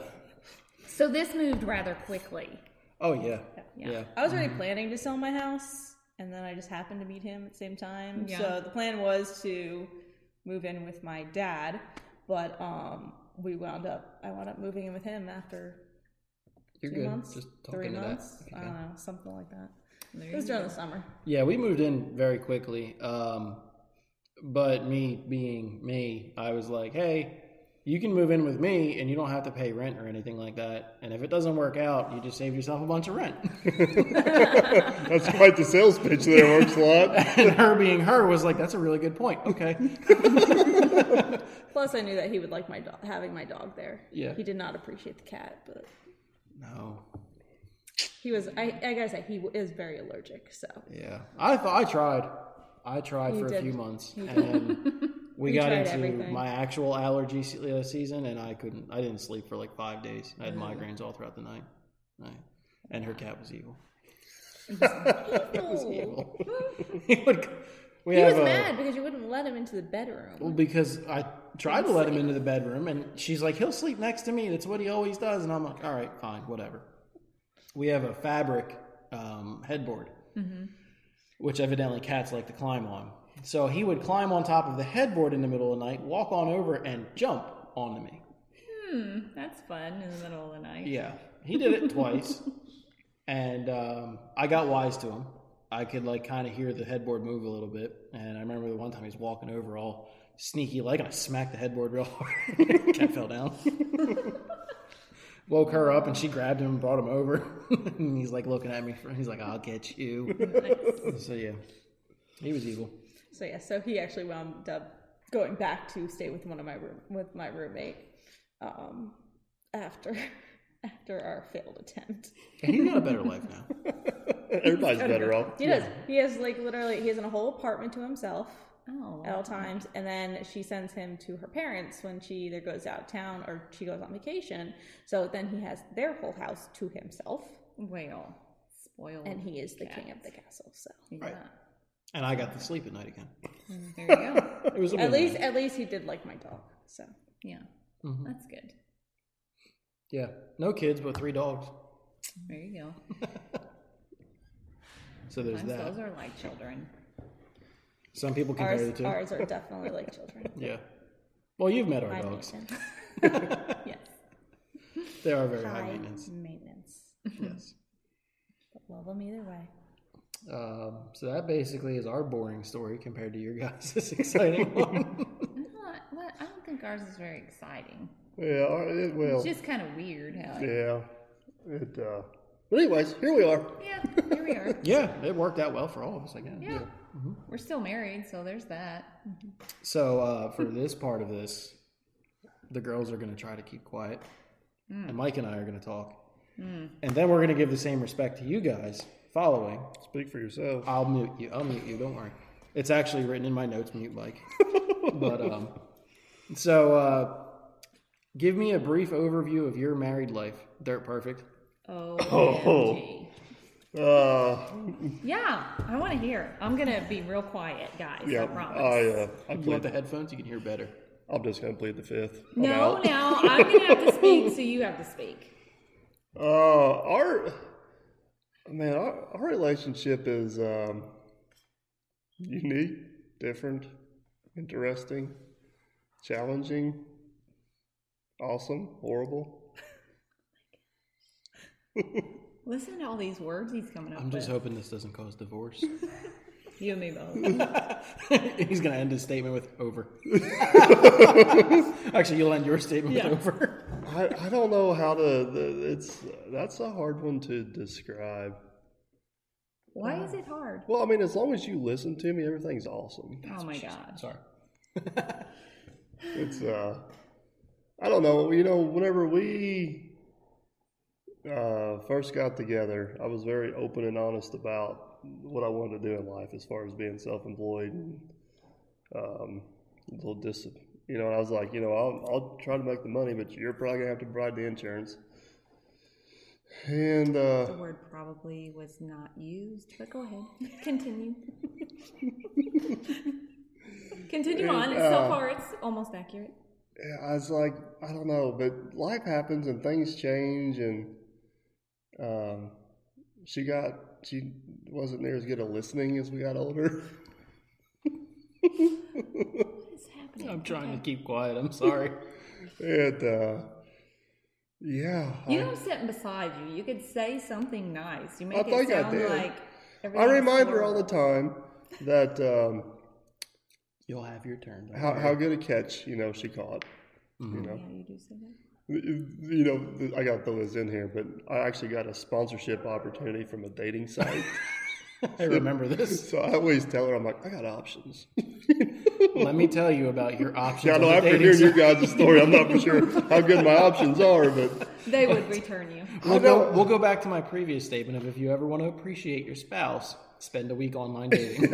Speaker 4: So this moved rather quickly.
Speaker 2: oh yeah, yeah.
Speaker 4: Yeah.
Speaker 5: I was
Speaker 2: Mm.
Speaker 5: already planning to sell my house, and then I just happened to meet him at the same time.
Speaker 4: Yeah.
Speaker 5: So the plan was to move in with my dad, but um, we wound up. I wound up moving in with him after
Speaker 2: You're
Speaker 5: two
Speaker 2: good.
Speaker 5: months,
Speaker 2: Just talking
Speaker 5: three
Speaker 2: to
Speaker 5: months.
Speaker 2: that.
Speaker 5: I
Speaker 2: Okay.
Speaker 5: don't know, something like that. It was during the summer.
Speaker 2: Yeah, we moved in very quickly. Um, but me being me, I was like, hey, you can move in with me, and you don't have to pay rent or anything like that. And if it doesn't work out, you just save yourself a bunch of rent.
Speaker 3: That's quite the sales pitch there, works a lot.
Speaker 2: and her being her was like, that's a really good point. Okay.
Speaker 5: Plus, I knew that he would like my dog, having my dog there.
Speaker 2: Yeah.
Speaker 5: He did not appreciate the cat, but
Speaker 2: No.
Speaker 5: He was. I, I gotta say, he is very allergic. So
Speaker 2: Yeah, I thought I tried. I tried
Speaker 5: You
Speaker 2: for a
Speaker 5: did.
Speaker 2: few months,
Speaker 5: You did.
Speaker 2: and we
Speaker 5: You
Speaker 2: got
Speaker 5: tried
Speaker 2: into
Speaker 5: everything.
Speaker 2: my actual allergy se- uh, season, and I couldn't. I didn't sleep for like five days. I had
Speaker 5: Mm-hmm.
Speaker 2: migraines all throughout the night. night. And her cat was evil. It was evil. He would- we
Speaker 5: he was
Speaker 2: have a-
Speaker 5: mad because you wouldn't let him into the bedroom.
Speaker 2: Well, because I tried to let him into the bedroom, and she's like, "He'll sleep next to me. That's what he always does." And I'm like, "All right, fine, whatever." We have a fabric um, headboard,
Speaker 4: Mm-hmm.
Speaker 2: which evidently cats like to climb on. So he would climb on top of the headboard in the middle of the night, walk on over, and jump onto me.
Speaker 4: Hmm, That's fun in the middle of the night.
Speaker 2: Yeah, he did it twice, and um, I got wise to him. I could like kind of hear the headboard move a little bit, and I remember the one time he was walking over all sneaky like, and I smacked the headboard real hard. Cat fell down. Woke her up, and she grabbed him and brought him over. and he's like looking at me. for- He's like, "I'll get you." so yeah, he was evil.
Speaker 5: So yeah, so he actually wound up going back to stay with one of my room with my roommate um, after after our failed attempt.
Speaker 2: And he's got a better life now.
Speaker 3: Everybody's better off.
Speaker 5: He does. He has like literally he has a whole apartment to himself
Speaker 4: Oh,
Speaker 5: at all times, and then she sends him to her parents when she either goes out of town or she goes on vacation. So then he has their whole house to himself,
Speaker 4: well, spoiled.
Speaker 5: and he is the king
Speaker 4: cat.
Speaker 5: of the castle. So
Speaker 2: Right. And I got to sleep at night again.
Speaker 4: There you go.
Speaker 2: It was a
Speaker 5: at
Speaker 2: win-win.
Speaker 5: least at least he did like my dog. So
Speaker 4: Yeah,
Speaker 2: Mhm.
Speaker 4: that's good.
Speaker 2: yeah, no kids, but three dogs.
Speaker 4: There you go.
Speaker 2: So there's
Speaker 4: Sometimes
Speaker 2: that.
Speaker 4: those are like children.
Speaker 2: Some people compare the
Speaker 5: ours
Speaker 2: two.
Speaker 5: ours are definitely like children.
Speaker 2: Yeah. Well, you've met our
Speaker 5: High
Speaker 2: dogs.
Speaker 5: maintenance.
Speaker 4: Yes.
Speaker 2: They are very high maintenance.
Speaker 5: maintenance.
Speaker 2: yes.
Speaker 5: But love them either way.
Speaker 2: Um, so that basically is our boring story compared to your guys' exciting one.
Speaker 4: Not, what, I don't think ours is very exciting.
Speaker 3: Yeah, all right, it will.
Speaker 4: It's just kind of weird how. It,
Speaker 3: Yeah. It, uh, but anyways, here we are.
Speaker 4: yeah, here we are.
Speaker 2: yeah, it worked out well for all of us, I guess.
Speaker 4: Yeah. We're still married, so there's that.
Speaker 2: So uh, for this part of this, the girls are going to try to keep quiet, and Mike and I are going to talk, and then we're going to give the same respect to you guys. Following,
Speaker 3: Speak for
Speaker 4: Uh,
Speaker 3: yourself.
Speaker 2: I'll mute you. I'll mute you. Don't worry. It's actually written in my notes, mute Mike. but um, so uh, give me a brief overview of your married life. Dirt perfect.
Speaker 4: Oh,
Speaker 3: Uh,
Speaker 4: yeah, I want to hear. I'm gonna be real quiet, guys.
Speaker 3: yeah,
Speaker 4: I
Speaker 3: I,
Speaker 4: promise.
Speaker 3: uh, I
Speaker 2: You want
Speaker 3: plead,
Speaker 2: the headphones? You can hear better.
Speaker 3: I'm just going to plead the fifth. I'm
Speaker 4: no,
Speaker 3: out.
Speaker 4: no, I'm gonna have to speak, so you have to speak.
Speaker 3: Uh, our man, our, our relationship is um, unique, different, interesting, challenging, awesome, horrible.
Speaker 4: Listen to all these words he's coming up
Speaker 2: I'm just
Speaker 4: with.
Speaker 2: hoping this doesn't cause divorce.
Speaker 4: You and me both. Oh
Speaker 2: He's gonna end his statement with over. Actually, you'll end your statement with over.
Speaker 3: I, I don't know how to. The, it's that's a hard one to describe.
Speaker 5: Uh,
Speaker 4: Why is it hard?
Speaker 3: Well, I mean, as long as you listen to me, everything's awesome.
Speaker 4: Oh my god.
Speaker 2: Sorry.
Speaker 3: it's uh i don't know you know whenever we uh first got together i was very open and honest about what i wanted to do in life as far as being self-employed and um a little dis you know and i was like you know i'll, I'll try to make the money but you're probably gonna have to provide the insurance and uh
Speaker 4: The word probably was not used, but go ahead. Continue. Continue on.
Speaker 3: uh,
Speaker 4: so far, it's almost accurate.
Speaker 3: I was like, I don't know, but life happens and things change, and um, she got she wasn't near as good at listening as we got older.
Speaker 4: It's happening.
Speaker 2: I'm trying to keep quiet. I'm sorry.
Speaker 3: and uh, yeah,
Speaker 4: You
Speaker 3: I-
Speaker 4: don't sit beside you. You could say something nice. You make
Speaker 3: I
Speaker 4: it
Speaker 3: think I
Speaker 4: sound
Speaker 3: did.
Speaker 4: like.
Speaker 3: I
Speaker 4: everything's
Speaker 3: remind her all the
Speaker 4: horrible.
Speaker 3: time that um,
Speaker 2: You'll have your turn.
Speaker 3: how how good a catch you know she caught. You know,
Speaker 4: Yeah, you do say that.
Speaker 3: you know, I got to throw this in here, but I actually got a sponsorship opportunity from a dating site.
Speaker 2: I remember this.
Speaker 3: So I always tell her, I'm like, I got options.
Speaker 2: Let me tell you about your options.
Speaker 3: Yeah, I know
Speaker 2: on the
Speaker 3: after
Speaker 2: dating
Speaker 3: hearing your
Speaker 2: site.
Speaker 3: guys' story, I'm not for sure how good my options are, but
Speaker 4: They would return you.
Speaker 2: We'll go, we'll go back to my previous statement of if you ever want to appreciate your spouse, spend a week online dating.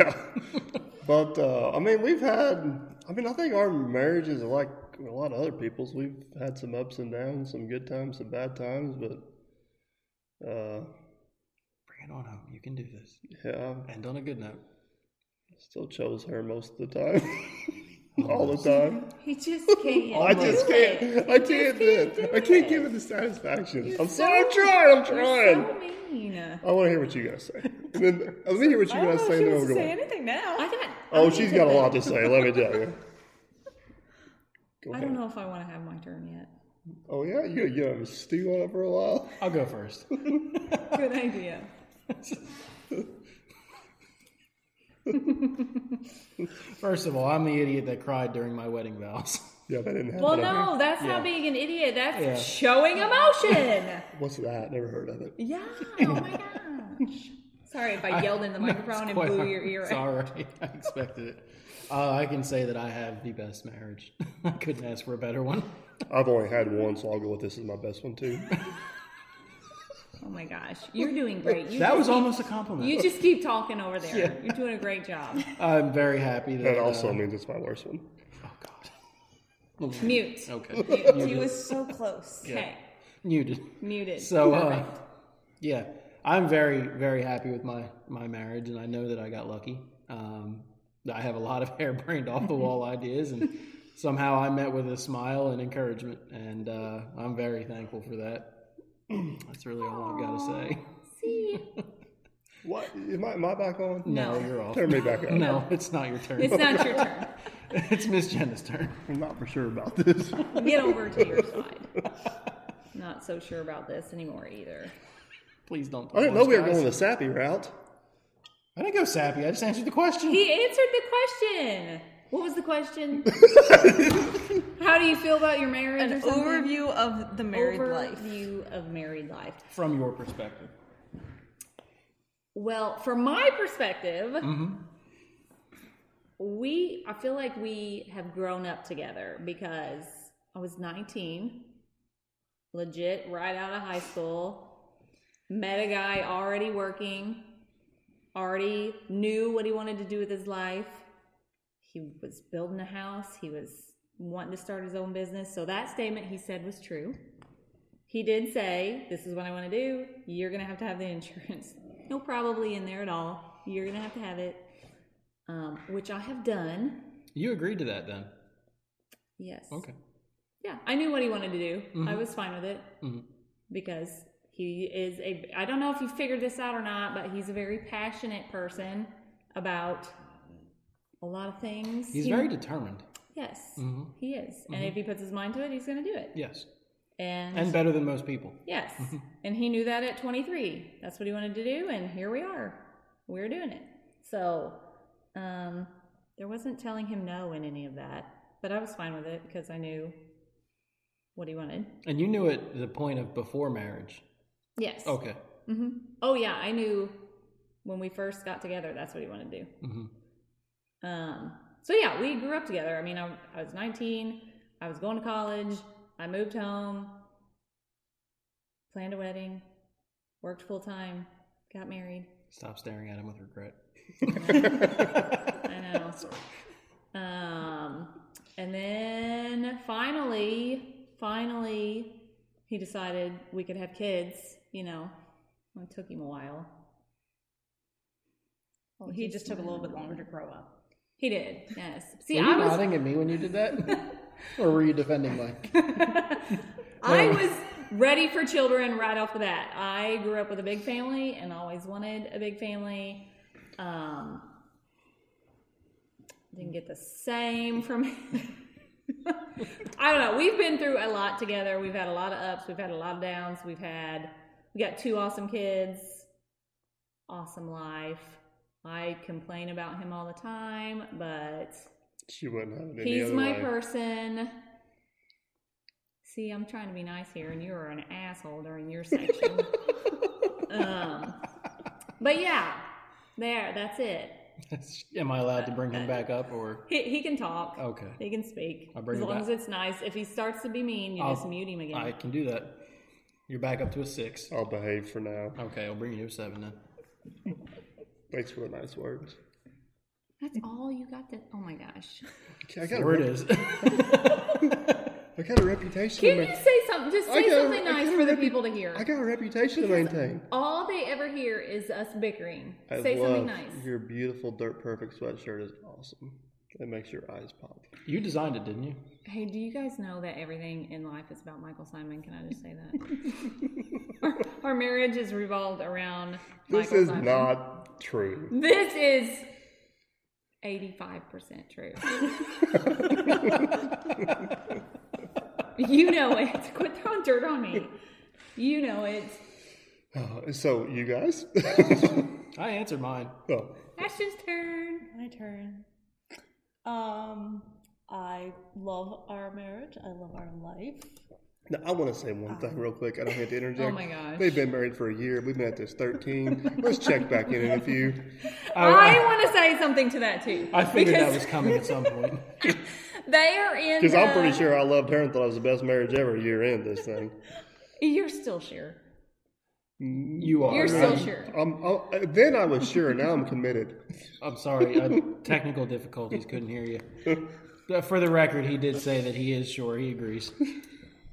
Speaker 3: but uh, I mean, we've had. I mean, I think our marriages are like a lot of other people's. We've had some ups and downs, some good times, some bad times, but uh,
Speaker 2: Bring it on home. You can do this.
Speaker 3: yeah,
Speaker 2: End on a good note.
Speaker 3: I still chose her most of the time, all the time.
Speaker 4: He just can't.
Speaker 3: Oh, I just can't. I can't do it. I can't give it the satisfaction. I'm sorry. I'm trying. I'm trying.
Speaker 4: So mean.
Speaker 3: I want to hear what you guys say. And then let me hear what you guys say. and then we're going.
Speaker 5: anything now.
Speaker 4: I got.
Speaker 3: Oh, she's got a lot to say. Let me tell you. Go
Speaker 4: I
Speaker 3: ahead.
Speaker 4: don't know if I want to have my turn yet.
Speaker 3: Oh yeah, you you have a stew on it for a while.
Speaker 2: I'll go first.
Speaker 4: Good idea.
Speaker 2: First of all, I'm the idiot that cried during my wedding vows.
Speaker 3: Yeah, that didn't happen.
Speaker 4: Well,
Speaker 3: up
Speaker 4: no, Oh, that's
Speaker 2: Yeah.
Speaker 4: not being an idiot. That's
Speaker 2: Yeah.
Speaker 4: showing emotion.
Speaker 3: here. What's that? Never heard of it.
Speaker 4: yeah. Oh my gosh. Sorry if I yelled in the microphone and
Speaker 2: Quite
Speaker 4: blew
Speaker 2: all-
Speaker 4: your ear out.
Speaker 2: Sorry, I expected it. Uh, I can say that I have the best marriage. I couldn't ask for a better one.
Speaker 3: I've only had one, so I'll go with this is my best one too.
Speaker 4: Oh my gosh, you're doing great. You
Speaker 2: That
Speaker 4: just
Speaker 2: was
Speaker 4: keep-
Speaker 2: almost a compliment.
Speaker 4: You just keep talking over there. You're doing a great job.
Speaker 2: I'm very happy that.
Speaker 3: That also
Speaker 2: uh,
Speaker 3: means it's my worst one.
Speaker 2: oh God.
Speaker 4: Mute.
Speaker 2: Okay.
Speaker 4: Mute. He was so close. Okay.
Speaker 2: Muted.
Speaker 4: Muted.
Speaker 2: So, uh, yeah, I'm very, very happy with my my marriage, and I know that I got lucky. Um, I have a lot of harebrained, off the wall ideas, and somehow I met with a smile and encouragement, and uh, I'm very thankful for that. That's really all I've got to say.
Speaker 4: See,
Speaker 3: What? Am I, am I back on?
Speaker 2: No,
Speaker 4: No.
Speaker 2: you're off.
Speaker 3: Turn me back on.
Speaker 2: No, it's not your turn.
Speaker 4: it's not your turn.
Speaker 2: it's Miss Jenna's turn.
Speaker 3: I'm not for sure about this.
Speaker 4: Get over to your side. Not so sure about this anymore either.
Speaker 2: Please don't.
Speaker 3: I didn't know
Speaker 2: divorce,
Speaker 3: we were
Speaker 2: guys.
Speaker 3: going the sappy route.
Speaker 2: I didn't go sappy. I just answered the question.
Speaker 4: He answered the question. What was the question? How do you feel about your marriage?
Speaker 5: An
Speaker 4: or something?
Speaker 5: overview of the married life.
Speaker 4: Overview of married life.
Speaker 2: From your perspective,
Speaker 4: Well, from my perspective,
Speaker 5: Mm-hmm.
Speaker 4: we I feel like we have grown up together because I was 19, legit right out of high school, met a guy already working, already knew what he wanted to do with his life. He was building a house, he was wanting to start his own business. So that statement he said was true. He did say, This is what I want to do. You're going to have to have the insurance. No probably in there at all. You're going to have to have it, um, which I have done.
Speaker 2: you agreed to that then.
Speaker 4: Yes.
Speaker 2: Okay.
Speaker 4: Yeah. I knew what he wanted to do. I was fine with it because he is a, I don't know if you figured this out or not, but he's a very passionate person about a lot of things.
Speaker 2: He's
Speaker 4: He-
Speaker 2: very determined.
Speaker 4: Yes. He is.
Speaker 5: Mm-hmm.
Speaker 4: And if he puts his mind to it, he's going to do it.
Speaker 2: Yes.
Speaker 4: And,
Speaker 2: And better than most people.
Speaker 4: Yes. and he knew that at 23. That's what he wanted to do. And here we are. We're doing it. So um, there wasn't telling him no in any of that. But I was fine with it because I knew what he wanted.
Speaker 2: And you knew it the point of before marriage.
Speaker 4: Yes.
Speaker 2: Okay.
Speaker 4: hmm Oh, yeah. I knew when we first got together, that's what he wanted to do.
Speaker 2: hmm
Speaker 4: Um, so yeah, we grew up together. I mean, I, I was 19. I was going to college. I moved home. Planned a wedding. Worked full time. Got married.
Speaker 2: Stop staring at him with regret.
Speaker 4: I know. um, and then finally, finally, he decided we could have kids. You know, it took him a while.
Speaker 5: Well, he just took a little bit longer to grow up.
Speaker 4: He did. Yes. See,
Speaker 2: Were you
Speaker 4: I was
Speaker 2: nodding at me when you did that? or were you defending Mike?
Speaker 4: I was ready for children right off the bat. I grew up with a big family and always wanted a big family. Um, didn't get the same from. I don't know. We've been through a lot together. We've had a lot of ups. We've had a lot of downs. We've had we got two awesome kids. Awesome life. I complain about him all the time, but
Speaker 3: She wouldn't have it any
Speaker 4: He's
Speaker 3: other
Speaker 4: my
Speaker 3: way.
Speaker 4: person. See, I'm trying to be nice here, and you are an asshole during your section. um, but yeah, there, that's it.
Speaker 2: Am I allowed to bring him back up or?
Speaker 4: He, he can talk.
Speaker 2: Okay.
Speaker 4: He can speak.
Speaker 2: I'll bring
Speaker 4: as
Speaker 2: him
Speaker 4: long
Speaker 2: back.
Speaker 4: as it's nice. If he starts to be mean, you
Speaker 2: I'll-
Speaker 4: just mute him again.
Speaker 2: I can do that. You're back up to a six.
Speaker 3: I'll behave for now.
Speaker 2: Okay, I'll bring you to a seven then.
Speaker 3: Thanks for the nice words.
Speaker 4: That's all you got to. Oh my gosh.
Speaker 3: Okay, I got a
Speaker 2: There it
Speaker 3: rep-
Speaker 2: is.
Speaker 3: I got a reputation.
Speaker 4: Can
Speaker 3: to
Speaker 4: you
Speaker 3: ma-
Speaker 4: say something? Just
Speaker 3: I
Speaker 4: say
Speaker 3: got a-
Speaker 4: something
Speaker 3: I
Speaker 4: nice
Speaker 3: got a
Speaker 4: for the
Speaker 3: repu-
Speaker 4: people to hear.
Speaker 3: I got a reputation to maintain.
Speaker 4: all they ever hear is us bickering. say something nice.
Speaker 3: Your beautiful dirt perfect sweatshirt is awesome. It makes your eyes pop.
Speaker 2: you designed it, didn't you?
Speaker 4: Hey, do you guys know that everything in life is about Michael Simon? Can I just say that? our, our marriage is revolved around
Speaker 3: This
Speaker 4: Michael
Speaker 3: is
Speaker 4: Simon.
Speaker 3: not true.
Speaker 4: This is 85% true. you know it. Quit throwing dirt on me. You know it.
Speaker 3: Uh, so you guys,
Speaker 2: I answered mine.
Speaker 3: Oh,
Speaker 4: Ashton's turn.
Speaker 5: My turn. Um, I love our marriage. I love our life.
Speaker 3: now I want to say one thing real quick. I don't have to interject.
Speaker 4: Um, oh my gosh.
Speaker 3: They've been married for a year. We've been at this thirteen. Let's check back in in a few.
Speaker 4: I
Speaker 3: Ah.
Speaker 4: want to say something to that too.
Speaker 2: I figured
Speaker 4: because
Speaker 2: that was coming at some point.
Speaker 4: They are in.
Speaker 3: Because I'm
Speaker 4: the-
Speaker 3: pretty sure I loved her and thought it was the best marriage ever. Year end this thing.
Speaker 4: You're still sure.
Speaker 2: You are.
Speaker 4: You're still
Speaker 2: I'm,
Speaker 4: sure.
Speaker 3: Um, oh, uh, then I was sure. Now I'm committed.
Speaker 2: I'm sorry. I, technical difficulties. Couldn't hear you. But For the record, he did say that he is sure. He agrees.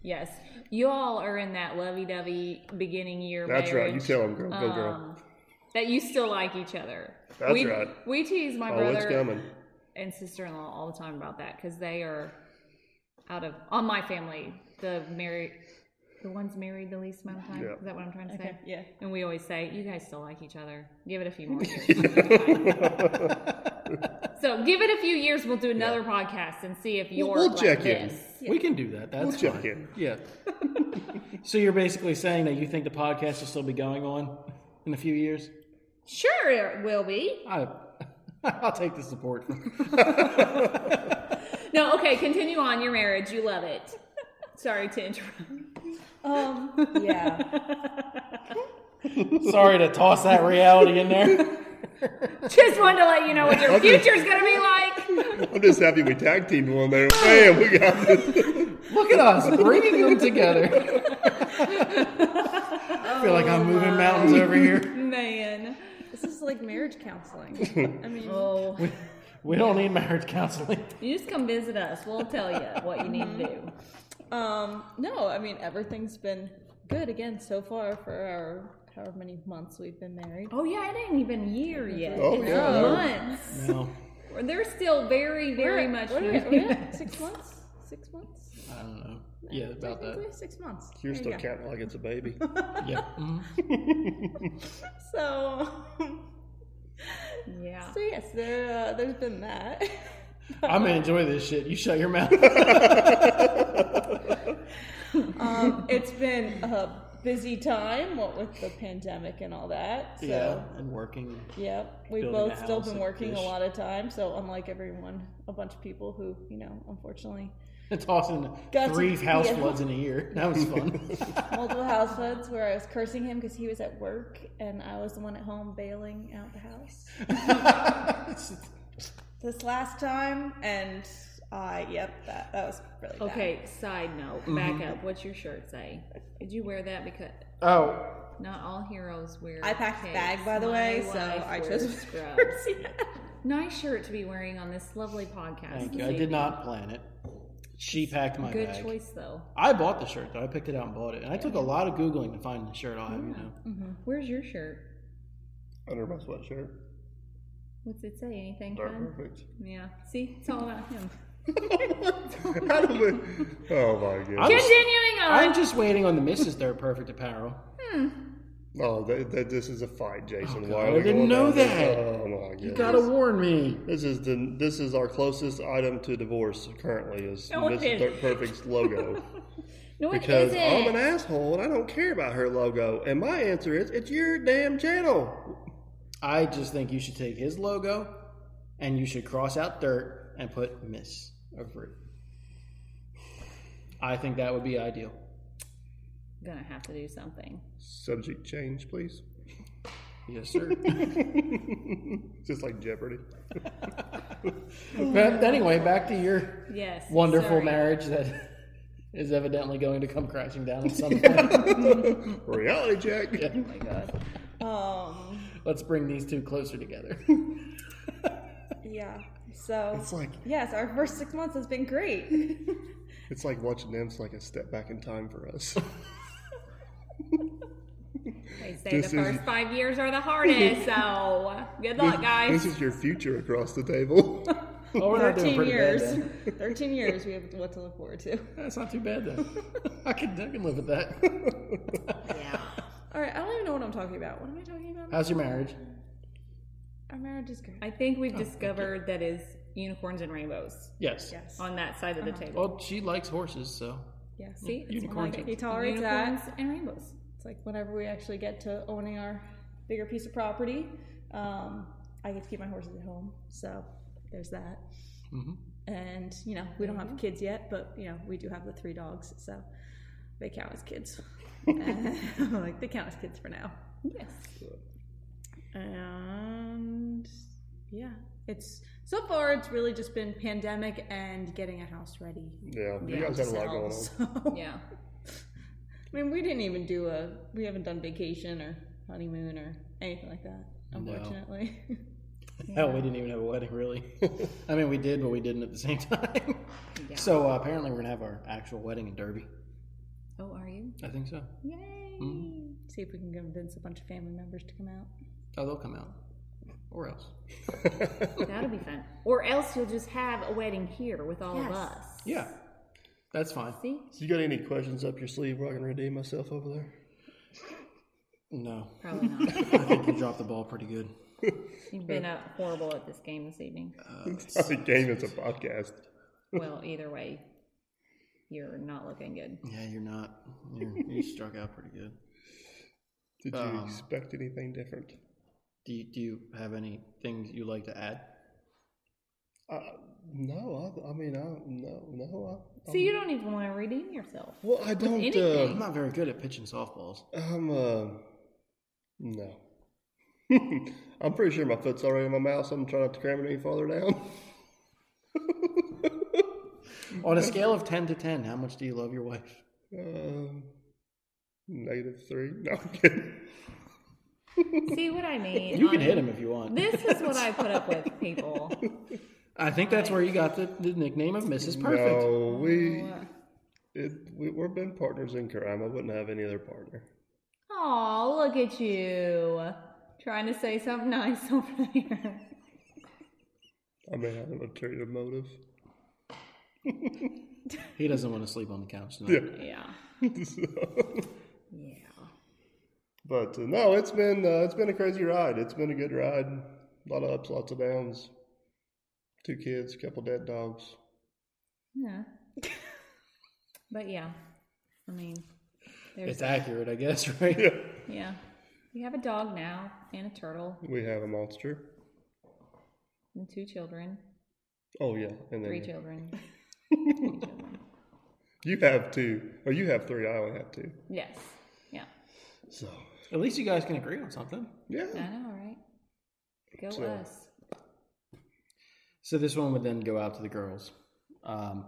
Speaker 4: Yes. You all are in that lovey dovey beginning year
Speaker 3: That's right.
Speaker 4: marriage.
Speaker 3: You tell him, girl. Go, girl.
Speaker 4: Um, that you still like each other.
Speaker 3: That's
Speaker 4: we,
Speaker 3: right.
Speaker 4: We tease my
Speaker 3: Oh, it's
Speaker 4: brother
Speaker 3: coming.
Speaker 4: and sister in law all the time about that because they are out of on my family the married the ones married the least amount of time.
Speaker 3: Yeah.
Speaker 4: Is that what I'm trying to say?
Speaker 5: yeah.
Speaker 4: And we always say, you guys still like each other. Give it a few more years. so give it a few years. We'll do another podcast and see if you're
Speaker 3: we'll
Speaker 4: like
Speaker 3: check in.
Speaker 4: this.
Speaker 2: We can do that. That's
Speaker 3: We'll check
Speaker 2: fine.
Speaker 3: in.
Speaker 2: Yeah. so you're basically saying that you think the podcast will still be going on in a few years?
Speaker 4: Sure, it will be.
Speaker 2: I, I'll take the support.
Speaker 4: No, okay. Continue on your marriage. You love it. Sorry to interrupt.
Speaker 5: Um, yeah.
Speaker 2: sorry to toss that reality in there.
Speaker 4: Just wanted to let you know what your future's gonna be like.
Speaker 3: I'm just happy we tag teamed one there. Bam, we got this.
Speaker 2: Look at us bringing them together. I feel like I'm moving mountains over here.
Speaker 4: Man.
Speaker 5: This is like marriage counseling. I mean,
Speaker 4: Oh,
Speaker 2: We don't need marriage counseling.
Speaker 4: you just come visit us. We'll tell you what you need to do. Mm-hmm.
Speaker 5: um, no, I mean everything's been good again so far for our however many months we've been married.
Speaker 4: Oh yeah, it ain't even a year yet.
Speaker 3: Oh,
Speaker 4: it's
Speaker 3: yeah.
Speaker 4: months.
Speaker 2: No,
Speaker 4: They're still very, very
Speaker 5: We're-
Speaker 4: much.
Speaker 5: we're-
Speaker 4: married.
Speaker 5: we're at six months. Six months.
Speaker 2: I don't know. Yeah, about that.
Speaker 5: Technically six months.
Speaker 3: You're
Speaker 5: There
Speaker 3: still
Speaker 5: you go.
Speaker 3: counting like it's a baby.
Speaker 2: Yeah. Mhm.
Speaker 5: So.
Speaker 4: Yeah.
Speaker 5: So yes, there, uh, there's been that.
Speaker 2: I'm gonna enjoy this shit. You shut your mouth.
Speaker 5: Um, it's been a busy time, what with the pandemic and all that. So,
Speaker 2: Yeah, and working.
Speaker 5: Yep, we've
Speaker 2: Building a
Speaker 5: both still
Speaker 2: house
Speaker 5: been
Speaker 2: and
Speaker 5: working a
Speaker 2: fish.
Speaker 5: lot of time. So unlike everyone, a bunch of people who you know, unfortunately,
Speaker 2: Tossing
Speaker 5: Got to-
Speaker 2: three house
Speaker 5: yeah.
Speaker 2: floods in a year. That was fun.
Speaker 5: multiple house floods where I was cursing him because he was at work and I was the one at home bailing out the house this last time. And uh, yep, that that was really bad.
Speaker 4: Okay. Side note. Back
Speaker 2: Mm-hmm.
Speaker 4: up. What's your shirt say? Did you wear that because
Speaker 2: oh,
Speaker 4: not all heroes wear?
Speaker 5: I packed a
Speaker 4: capes.
Speaker 5: bag by the
Speaker 4: My
Speaker 5: way, so
Speaker 4: wife
Speaker 5: I
Speaker 4: wears
Speaker 5: chose
Speaker 4: scrubs. nice shirt to be wearing on this lovely podcast.
Speaker 2: Thank
Speaker 4: this
Speaker 2: you. I did
Speaker 4: evening.
Speaker 2: not plan it. She packed my
Speaker 4: Good
Speaker 2: bag.
Speaker 4: choice though.
Speaker 2: I bought the shirt though. I picked it out and bought it, and I took a lot of googling to find the shirt. I'll have you know.
Speaker 4: Mm-hmm. Where's your shirt?
Speaker 3: Under my sweatshirt.
Speaker 4: What's it say? Anything
Speaker 3: Dark
Speaker 4: fun?
Speaker 3: perfect.
Speaker 4: Yeah. See, it's all about him.
Speaker 3: How do we- oh my god.
Speaker 2: I'm-
Speaker 4: Continuing
Speaker 2: I'm
Speaker 4: on.
Speaker 2: just waiting on the missus. Their perfect apparel.
Speaker 3: Oh, that, that, this is a fight, Jason.
Speaker 2: Oh, God,
Speaker 3: Why
Speaker 2: I
Speaker 3: are we
Speaker 2: didn't
Speaker 3: going
Speaker 2: know
Speaker 3: down this-
Speaker 2: that.
Speaker 3: Oh my god.
Speaker 2: You gotta warn me.
Speaker 3: This is the this is our closest item to divorce currently is
Speaker 4: No, it
Speaker 3: Mrs.
Speaker 4: is.
Speaker 3: Dirt Perfect's logo
Speaker 4: no, it
Speaker 3: because
Speaker 4: isn't.
Speaker 2: oh.
Speaker 3: I'm an asshole and I don't care about her logo and my answer is it's your damn channel.
Speaker 2: I just think you should take his logo, and you should cross out dirt and put Miss over it. I think that would be ideal.
Speaker 4: Gonna have to do something.
Speaker 3: Subject change, please.
Speaker 2: Yes, sir.
Speaker 3: Just like Jeopardy.
Speaker 2: But anyway, back to your
Speaker 4: Yes.
Speaker 2: wonderful
Speaker 4: sorry.
Speaker 2: marriage that is evidently going to come crashing down at some point.
Speaker 3: Reality check.
Speaker 5: Um,
Speaker 2: Let's bring these two closer together.
Speaker 5: yeah. So,
Speaker 3: It's like
Speaker 5: yes, our first six months has been great.
Speaker 3: it's like watching them's like a step back in time for us.
Speaker 4: They say
Speaker 3: This
Speaker 4: the
Speaker 3: is-
Speaker 4: first five years are the hardest, so good luck,
Speaker 3: this
Speaker 4: guys.
Speaker 3: is your future across the table.
Speaker 2: Oh, we're not doing
Speaker 5: 13
Speaker 2: pretty bad.
Speaker 5: years.
Speaker 2: Then.
Speaker 5: 13 years we have what to look forward to.
Speaker 2: That's not too bad then. I can I can live with that.
Speaker 5: All right, I don't even know what I'm talking about. What am I talking about?
Speaker 2: How's your marriage?
Speaker 5: Our marriage is great.
Speaker 4: I think
Speaker 2: Oh,
Speaker 4: we've discovered that is unicorns and rainbows
Speaker 2: Yes.
Speaker 5: Yes.
Speaker 4: on that side of the table.
Speaker 2: Well, she likes horses, so
Speaker 5: Yes.
Speaker 4: See, it's
Speaker 2: Unicorns.
Speaker 4: like
Speaker 5: He tolerates
Speaker 4: unicorns
Speaker 5: that.
Speaker 4: and rainbows.
Speaker 5: It's like whenever we actually get to owning our bigger piece of property, um, I get to keep my horses at home. So there's that.
Speaker 2: Mm-hmm.
Speaker 5: And, you know, we don't
Speaker 4: Mm-hmm.
Speaker 5: have kids yet, but, you know, we do have the three dogs. So they count as kids. like, they count as kids for now.
Speaker 4: Yes.
Speaker 5: And yeah, it's so far, it's really just been pandemic and getting a house ready.
Speaker 3: yeah, you guys had a lot going on.
Speaker 5: So-
Speaker 4: Yeah.
Speaker 5: I mean, we didn't even do a. We haven't done vacation or honeymoon or anything like that. Unfortunately,
Speaker 2: hell, Oh, we didn't even have a wedding really. I mean, we did, but we didn't at the same time. So uh, apparently, we're gonna have our actual wedding in Derby.
Speaker 4: Oh, are you?
Speaker 2: I think so.
Speaker 4: Yay.
Speaker 5: see if we can convince a bunch of family members to come out.
Speaker 2: Oh, they'll come out, or else.
Speaker 4: That'll be fun. Or else you'll just have a wedding here with all of us.
Speaker 2: Yeah, that's fine.
Speaker 4: See?
Speaker 3: So you got any questions up your sleeve where I can redeem myself over there?
Speaker 2: No,
Speaker 4: Probably not.
Speaker 2: I think you dropped the ball pretty good.
Speaker 4: You've been uh, horrible at this game this evening.
Speaker 2: Uh,
Speaker 3: It's not a game, it's a podcast.
Speaker 4: Well, either way, you're not looking good.
Speaker 2: Yeah, you're not. You're, you struck out pretty good.
Speaker 3: Did you
Speaker 2: Um,
Speaker 3: expect anything different?
Speaker 2: Do you, do you have any things you like to add?
Speaker 3: Uh, no, I, I mean, I no, no. I,
Speaker 4: See, you don't even want to redeem yourself.
Speaker 3: well, I don't.
Speaker 4: anything.
Speaker 2: I'm
Speaker 3: Uh,
Speaker 2: not very good at pitching softballs.
Speaker 3: I'm uh, no. I'm pretty sure my foot's already in my mouth, so I'm trying not to cram it any farther down.
Speaker 2: On a scale of ten to ten, how much do you love your wife?
Speaker 3: Um, negative three. No, I'm kidding.
Speaker 4: See what I mean?
Speaker 2: You can
Speaker 4: I-
Speaker 2: hit him if you want.
Speaker 4: This is what I put up with, people.
Speaker 2: I think that's where you got the, the nickname of Mrs. Perfect.
Speaker 3: No, we, it, we we've been partners in crime. I wouldn't have any other partner.
Speaker 4: Oh, look at you. Trying to say something nice over there.
Speaker 3: I may have an ulterior motive.
Speaker 2: He doesn't want to sleep on the couch tonight.
Speaker 4: Yeah.
Speaker 3: But uh, no, it's been uh, it's been a crazy ride. It's been a good ride. A lot of ups, lots of downs. Two kids, couple dead dogs.
Speaker 4: Yeah. But yeah. I mean, there's
Speaker 2: It's accurate, I guess, right?
Speaker 4: Yeah. We have a dog now and a turtle
Speaker 3: We have a monster.
Speaker 4: and two children.
Speaker 3: Oh yeah, and then
Speaker 4: Three children. Three children.
Speaker 3: you have two, or you have three. I only have two.
Speaker 4: Yes. Yeah.
Speaker 3: So
Speaker 2: At least you guys can agree on something.
Speaker 3: yeah,
Speaker 4: I know, right? Go
Speaker 3: So-
Speaker 4: us.
Speaker 2: So this one would then go out to the girls. Um,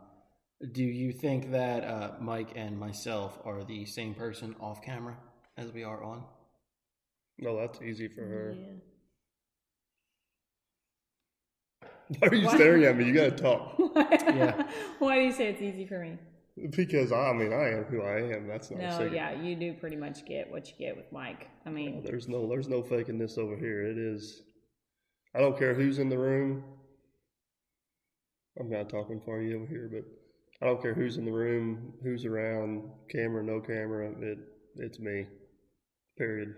Speaker 2: do you think that uh, Mike and myself are the same person off camera as we are on?
Speaker 3: no, that's easy for her.
Speaker 5: Yeah.
Speaker 3: Why are you staring at me? You gotta talk
Speaker 2: Yeah.
Speaker 4: Why do you say it's easy for me?
Speaker 3: because I mean I am who I am. That's not a
Speaker 4: No,
Speaker 3: secret.
Speaker 4: yeah, you do pretty much get what you get with Mike. I mean,
Speaker 3: There's no there's no faking this over here. It is. I don't care who's in the room. I'm not talking for you over here, but I don't care who's in the room, who's around, camera, no camera. It it's me. Period.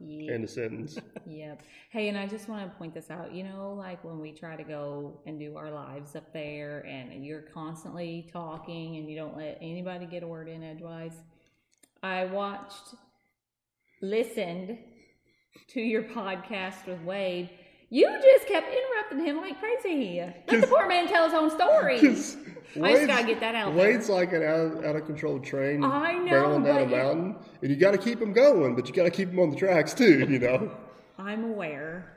Speaker 4: yeah.
Speaker 3: End of sentence.
Speaker 4: Yep. Hey, and I just want to point this out. You know, like when we try to go and do our lives up there and you're constantly talking and you don't let anybody get a word in edgewise. I watched, listened to your podcast with Wade. You just kept interrupting him like crazy. Let the poor man tell his own story. I just gotta get that out there.
Speaker 3: Wade's like an out, out of control train
Speaker 4: I know,
Speaker 3: barreling down a
Speaker 4: but it-
Speaker 3: mountain, and you got to keep him going, but you got to keep him on the tracks too. You know,
Speaker 5: I'm aware,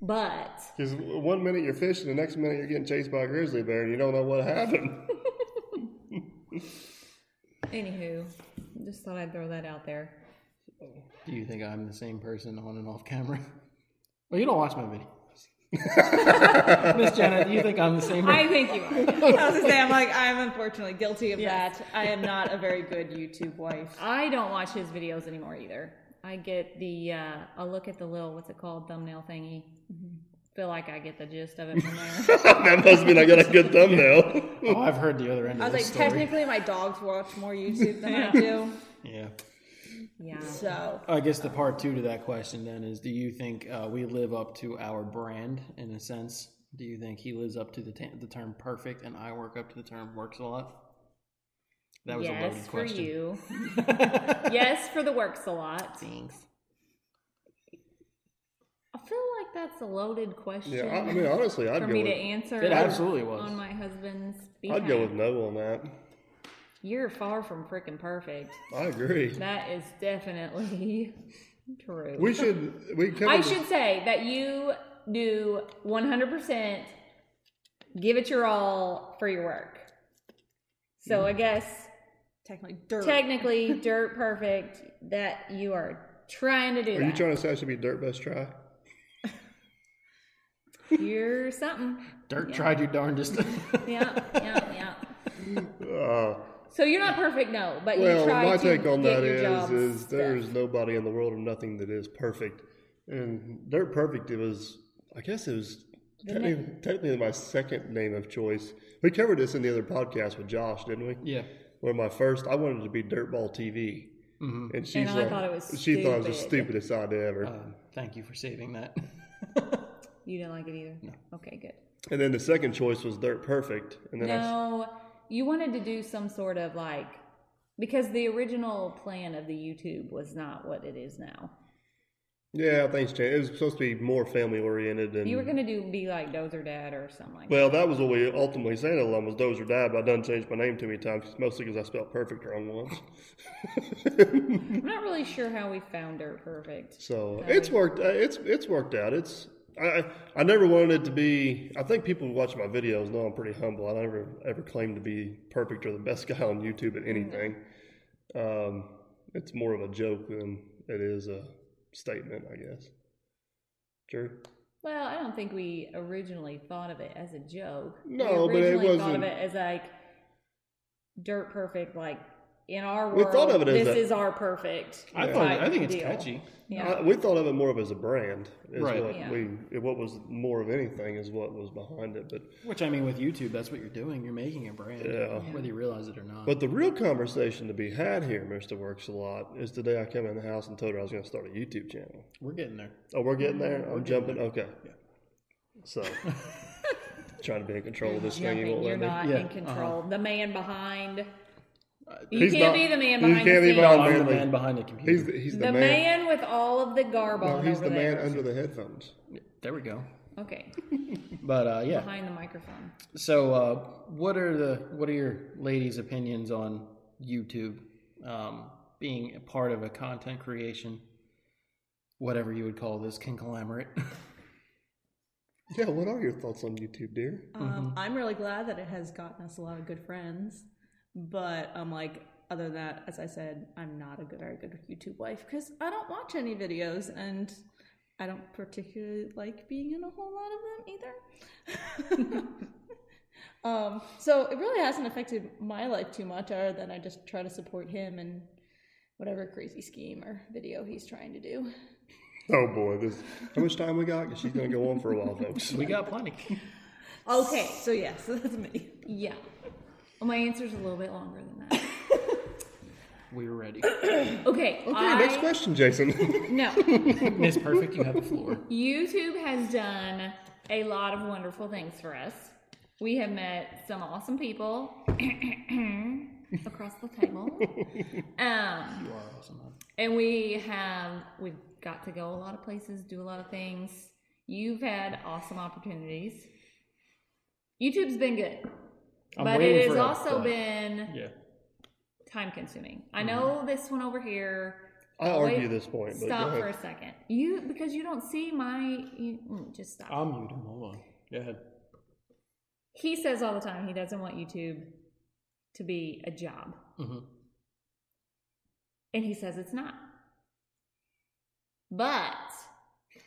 Speaker 5: but
Speaker 3: Because one minute you're fishing, the next minute you're getting chased by a grizzly bear, and you don't know what happened.
Speaker 5: anywho, just thought I'd throw that out there.
Speaker 2: Do you think I'm the same person on and off camera? Well, you don't watch my videos. Miss Jenna, do you think I'm the same
Speaker 5: I think you are. I was gonna say, I'm like, I'm unfortunately guilty of that. I am not a very good YouTube wife.
Speaker 4: I don't watch his videos anymore either. I get the uh, I'll look at the little what's it called thumbnail thingy.
Speaker 2: Mm-hmm.
Speaker 4: Feel like I get the gist of it from there.
Speaker 3: that must mean I got a good thumbnail.
Speaker 2: Oh, I've heard the other end
Speaker 5: I
Speaker 2: of
Speaker 5: was
Speaker 2: this
Speaker 5: like,
Speaker 2: story.
Speaker 5: technically, my dogs watch more YouTube than I do.
Speaker 2: yeah.
Speaker 4: yeah.
Speaker 5: So,
Speaker 2: I guess the part two to that question then is: Do you think uh, we live up to our brand in a sense? Do you think he lives up to the, ta the term perfect, and I work up to the term works a lot? That was a
Speaker 4: yes
Speaker 2: loaded
Speaker 4: for
Speaker 2: question.
Speaker 4: you. yes for the works a lot. Thanks. I feel like that's a loaded question.
Speaker 3: yeah, I, I mean, honestly, I'd
Speaker 4: for
Speaker 3: go.
Speaker 4: me to
Speaker 3: With,
Speaker 4: answer
Speaker 2: It absolutely was.
Speaker 4: on my husband's behalf.
Speaker 3: I'd go with no on that.
Speaker 4: You're far from freaking perfect.
Speaker 3: I agree.
Speaker 4: That is definitely true.
Speaker 3: We should. We covered
Speaker 4: I
Speaker 3: this-
Speaker 4: should say that you do 100% give it your all for your work.
Speaker 3: Mm.
Speaker 4: So I guess
Speaker 5: technically, dirt.
Speaker 4: technically dirt perfect that you are trying to do
Speaker 3: Are
Speaker 4: that.
Speaker 3: you trying to say I should be dirt best try?
Speaker 4: You're something.
Speaker 2: Dirt tried your darndest.
Speaker 4: Yeah, yeah, yeah.
Speaker 3: Uh,
Speaker 4: So you're not perfect, no, but you
Speaker 3: well,
Speaker 4: try
Speaker 3: my
Speaker 4: to
Speaker 3: take on
Speaker 4: get
Speaker 3: that
Speaker 4: your
Speaker 3: is,
Speaker 4: jobs
Speaker 3: is
Speaker 4: done.
Speaker 3: there's nobody in the world or nothing that is perfect, and dirt perfect. It was, I guess, it was technically, technically my second name of choice. We covered this in the other podcast with Josh, didn't we?
Speaker 2: yeah.
Speaker 3: Where my first, I wanted to be Dirtball TV,
Speaker 2: Mm-hmm.
Speaker 3: and she
Speaker 4: And I thought it was
Speaker 3: she thought it was the
Speaker 4: stupid.
Speaker 3: stupidest idea ever.
Speaker 2: Um, thank you for saving that.
Speaker 4: You didn't like it either. No. Okay, good.
Speaker 3: and then the second choice was Dirt Perfect, and then I s-
Speaker 4: No, you wanted to do some sort of like because the original plan of the YouTube was not what it is now.
Speaker 3: yeah, things changed. It was supposed to be more family oriented, and
Speaker 4: You were gonna do be like Dozer Dad or something like
Speaker 3: Well, that was what we ultimately said to them was those or die, but I done changed my name too many times, mostly because I spelled perfect wrong once.
Speaker 4: that. I'm not really sure how we found Dirt Perfect.
Speaker 3: so it's worked. uh, It's it's worked out. It's I I never wanted it to be. I think people who watch my videos know I'm pretty humble. I never ever claimed to be perfect or the best guy on YouTube at anything. Um, it's more of a joke than it is a statement, I guess. True.
Speaker 4: Well, I don't think we originally thought of it as a joke.
Speaker 3: No, but
Speaker 4: we
Speaker 3: it
Speaker 4: originally thought of
Speaker 3: wasn't-
Speaker 4: it as like Dirt Perfect, like in our world.
Speaker 3: We thought of it as
Speaker 4: this
Speaker 3: a-
Speaker 4: is our perfect.
Speaker 2: I thought
Speaker 4: type
Speaker 2: I think it's
Speaker 4: deal.
Speaker 2: catchy.
Speaker 4: Yeah.
Speaker 3: I, we thought of it more of as a brand, is
Speaker 2: Right.
Speaker 3: what
Speaker 4: Yeah.
Speaker 3: we what was more of anything is what was behind it. But
Speaker 2: Which I mean, with YouTube, that's what you're doing. You're making a brand,
Speaker 3: Yeah.
Speaker 2: whether you realize it or not.
Speaker 3: but the real conversation to be had here, Mister Works a lot, is the day I came in the house and told her I was going to start a YouTube channel.
Speaker 2: we're getting there.
Speaker 3: Oh, we're getting
Speaker 2: Mm,
Speaker 3: there. I'm jumping. Okay. So trying to be in control of this thing. You won't
Speaker 4: You're
Speaker 3: let me.
Speaker 4: not
Speaker 2: Yeah,
Speaker 4: in control. The man behind. You
Speaker 3: He's
Speaker 4: can't
Speaker 3: not-
Speaker 4: be the man
Speaker 3: you
Speaker 4: behind
Speaker 3: can't
Speaker 4: the
Speaker 3: be
Speaker 4: scenes.
Speaker 3: behind- Oh,
Speaker 2: I'm the
Speaker 3: manly.
Speaker 2: man behind the computer.
Speaker 3: He's the, he's the,
Speaker 4: The
Speaker 3: man.
Speaker 4: man with all of the garb
Speaker 3: No,
Speaker 4: on
Speaker 3: he's
Speaker 4: over
Speaker 3: the man
Speaker 4: there.
Speaker 3: under the headphones.
Speaker 2: there we go.
Speaker 4: Okay,
Speaker 2: But uh, yeah,
Speaker 4: behind the microphone.
Speaker 2: So, uh, what are the what are your ladies' opinions on YouTube um, being a part of a content creation, whatever you would call this conglomerate?
Speaker 3: Yeah. What are your thoughts on YouTube, dear?
Speaker 4: Uh.
Speaker 5: Um, I'm really glad that it has gotten us a lot of good friends, but I'm like, other than that, as I said, I'm not a good, very good YouTube wife because I don't watch any videos and I don't particularly like being in a whole lot of them either. um, so it really hasn't affected my life too much, other than I just try to support him and whatever crazy scheme or video he's trying to do.
Speaker 3: Oh boy, this. How much time we got? 'Cause she's going to go on for a while, folks.
Speaker 2: we got plenty.
Speaker 4: Okay,
Speaker 5: So yeah, so that's me.
Speaker 4: yeah. Well, my answer's a little bit longer than that.
Speaker 2: We are ready.
Speaker 4: Okay,
Speaker 3: Okay,
Speaker 4: I,
Speaker 3: next question, Jason.
Speaker 4: No,
Speaker 2: Miss Perfect, you have the floor.
Speaker 4: YouTube has done a lot of wonderful things for us. We have met some awesome people across the table. Um,
Speaker 2: You are awesome. huh?
Speaker 4: And we have we've got to go a lot of places, do a lot of things. You've had awesome opportunities. YouTube's been good.
Speaker 2: I'm
Speaker 4: but
Speaker 2: waiting
Speaker 4: it has
Speaker 2: for a-
Speaker 4: also
Speaker 2: but-
Speaker 4: been
Speaker 2: Yeah. Mm-hmm.
Speaker 4: time consuming. I know this one over here
Speaker 3: I
Speaker 4: Wait,
Speaker 3: argue this point, but
Speaker 4: stop
Speaker 3: go
Speaker 4: for a
Speaker 3: ahead.
Speaker 4: second. You because you don't see my. You, mm, just stop.
Speaker 2: I'll mute him. Hold on. Go ahead.
Speaker 4: he says all the time he doesn't want YouTube to be a job,
Speaker 2: Mhm.
Speaker 4: and he says it's not. But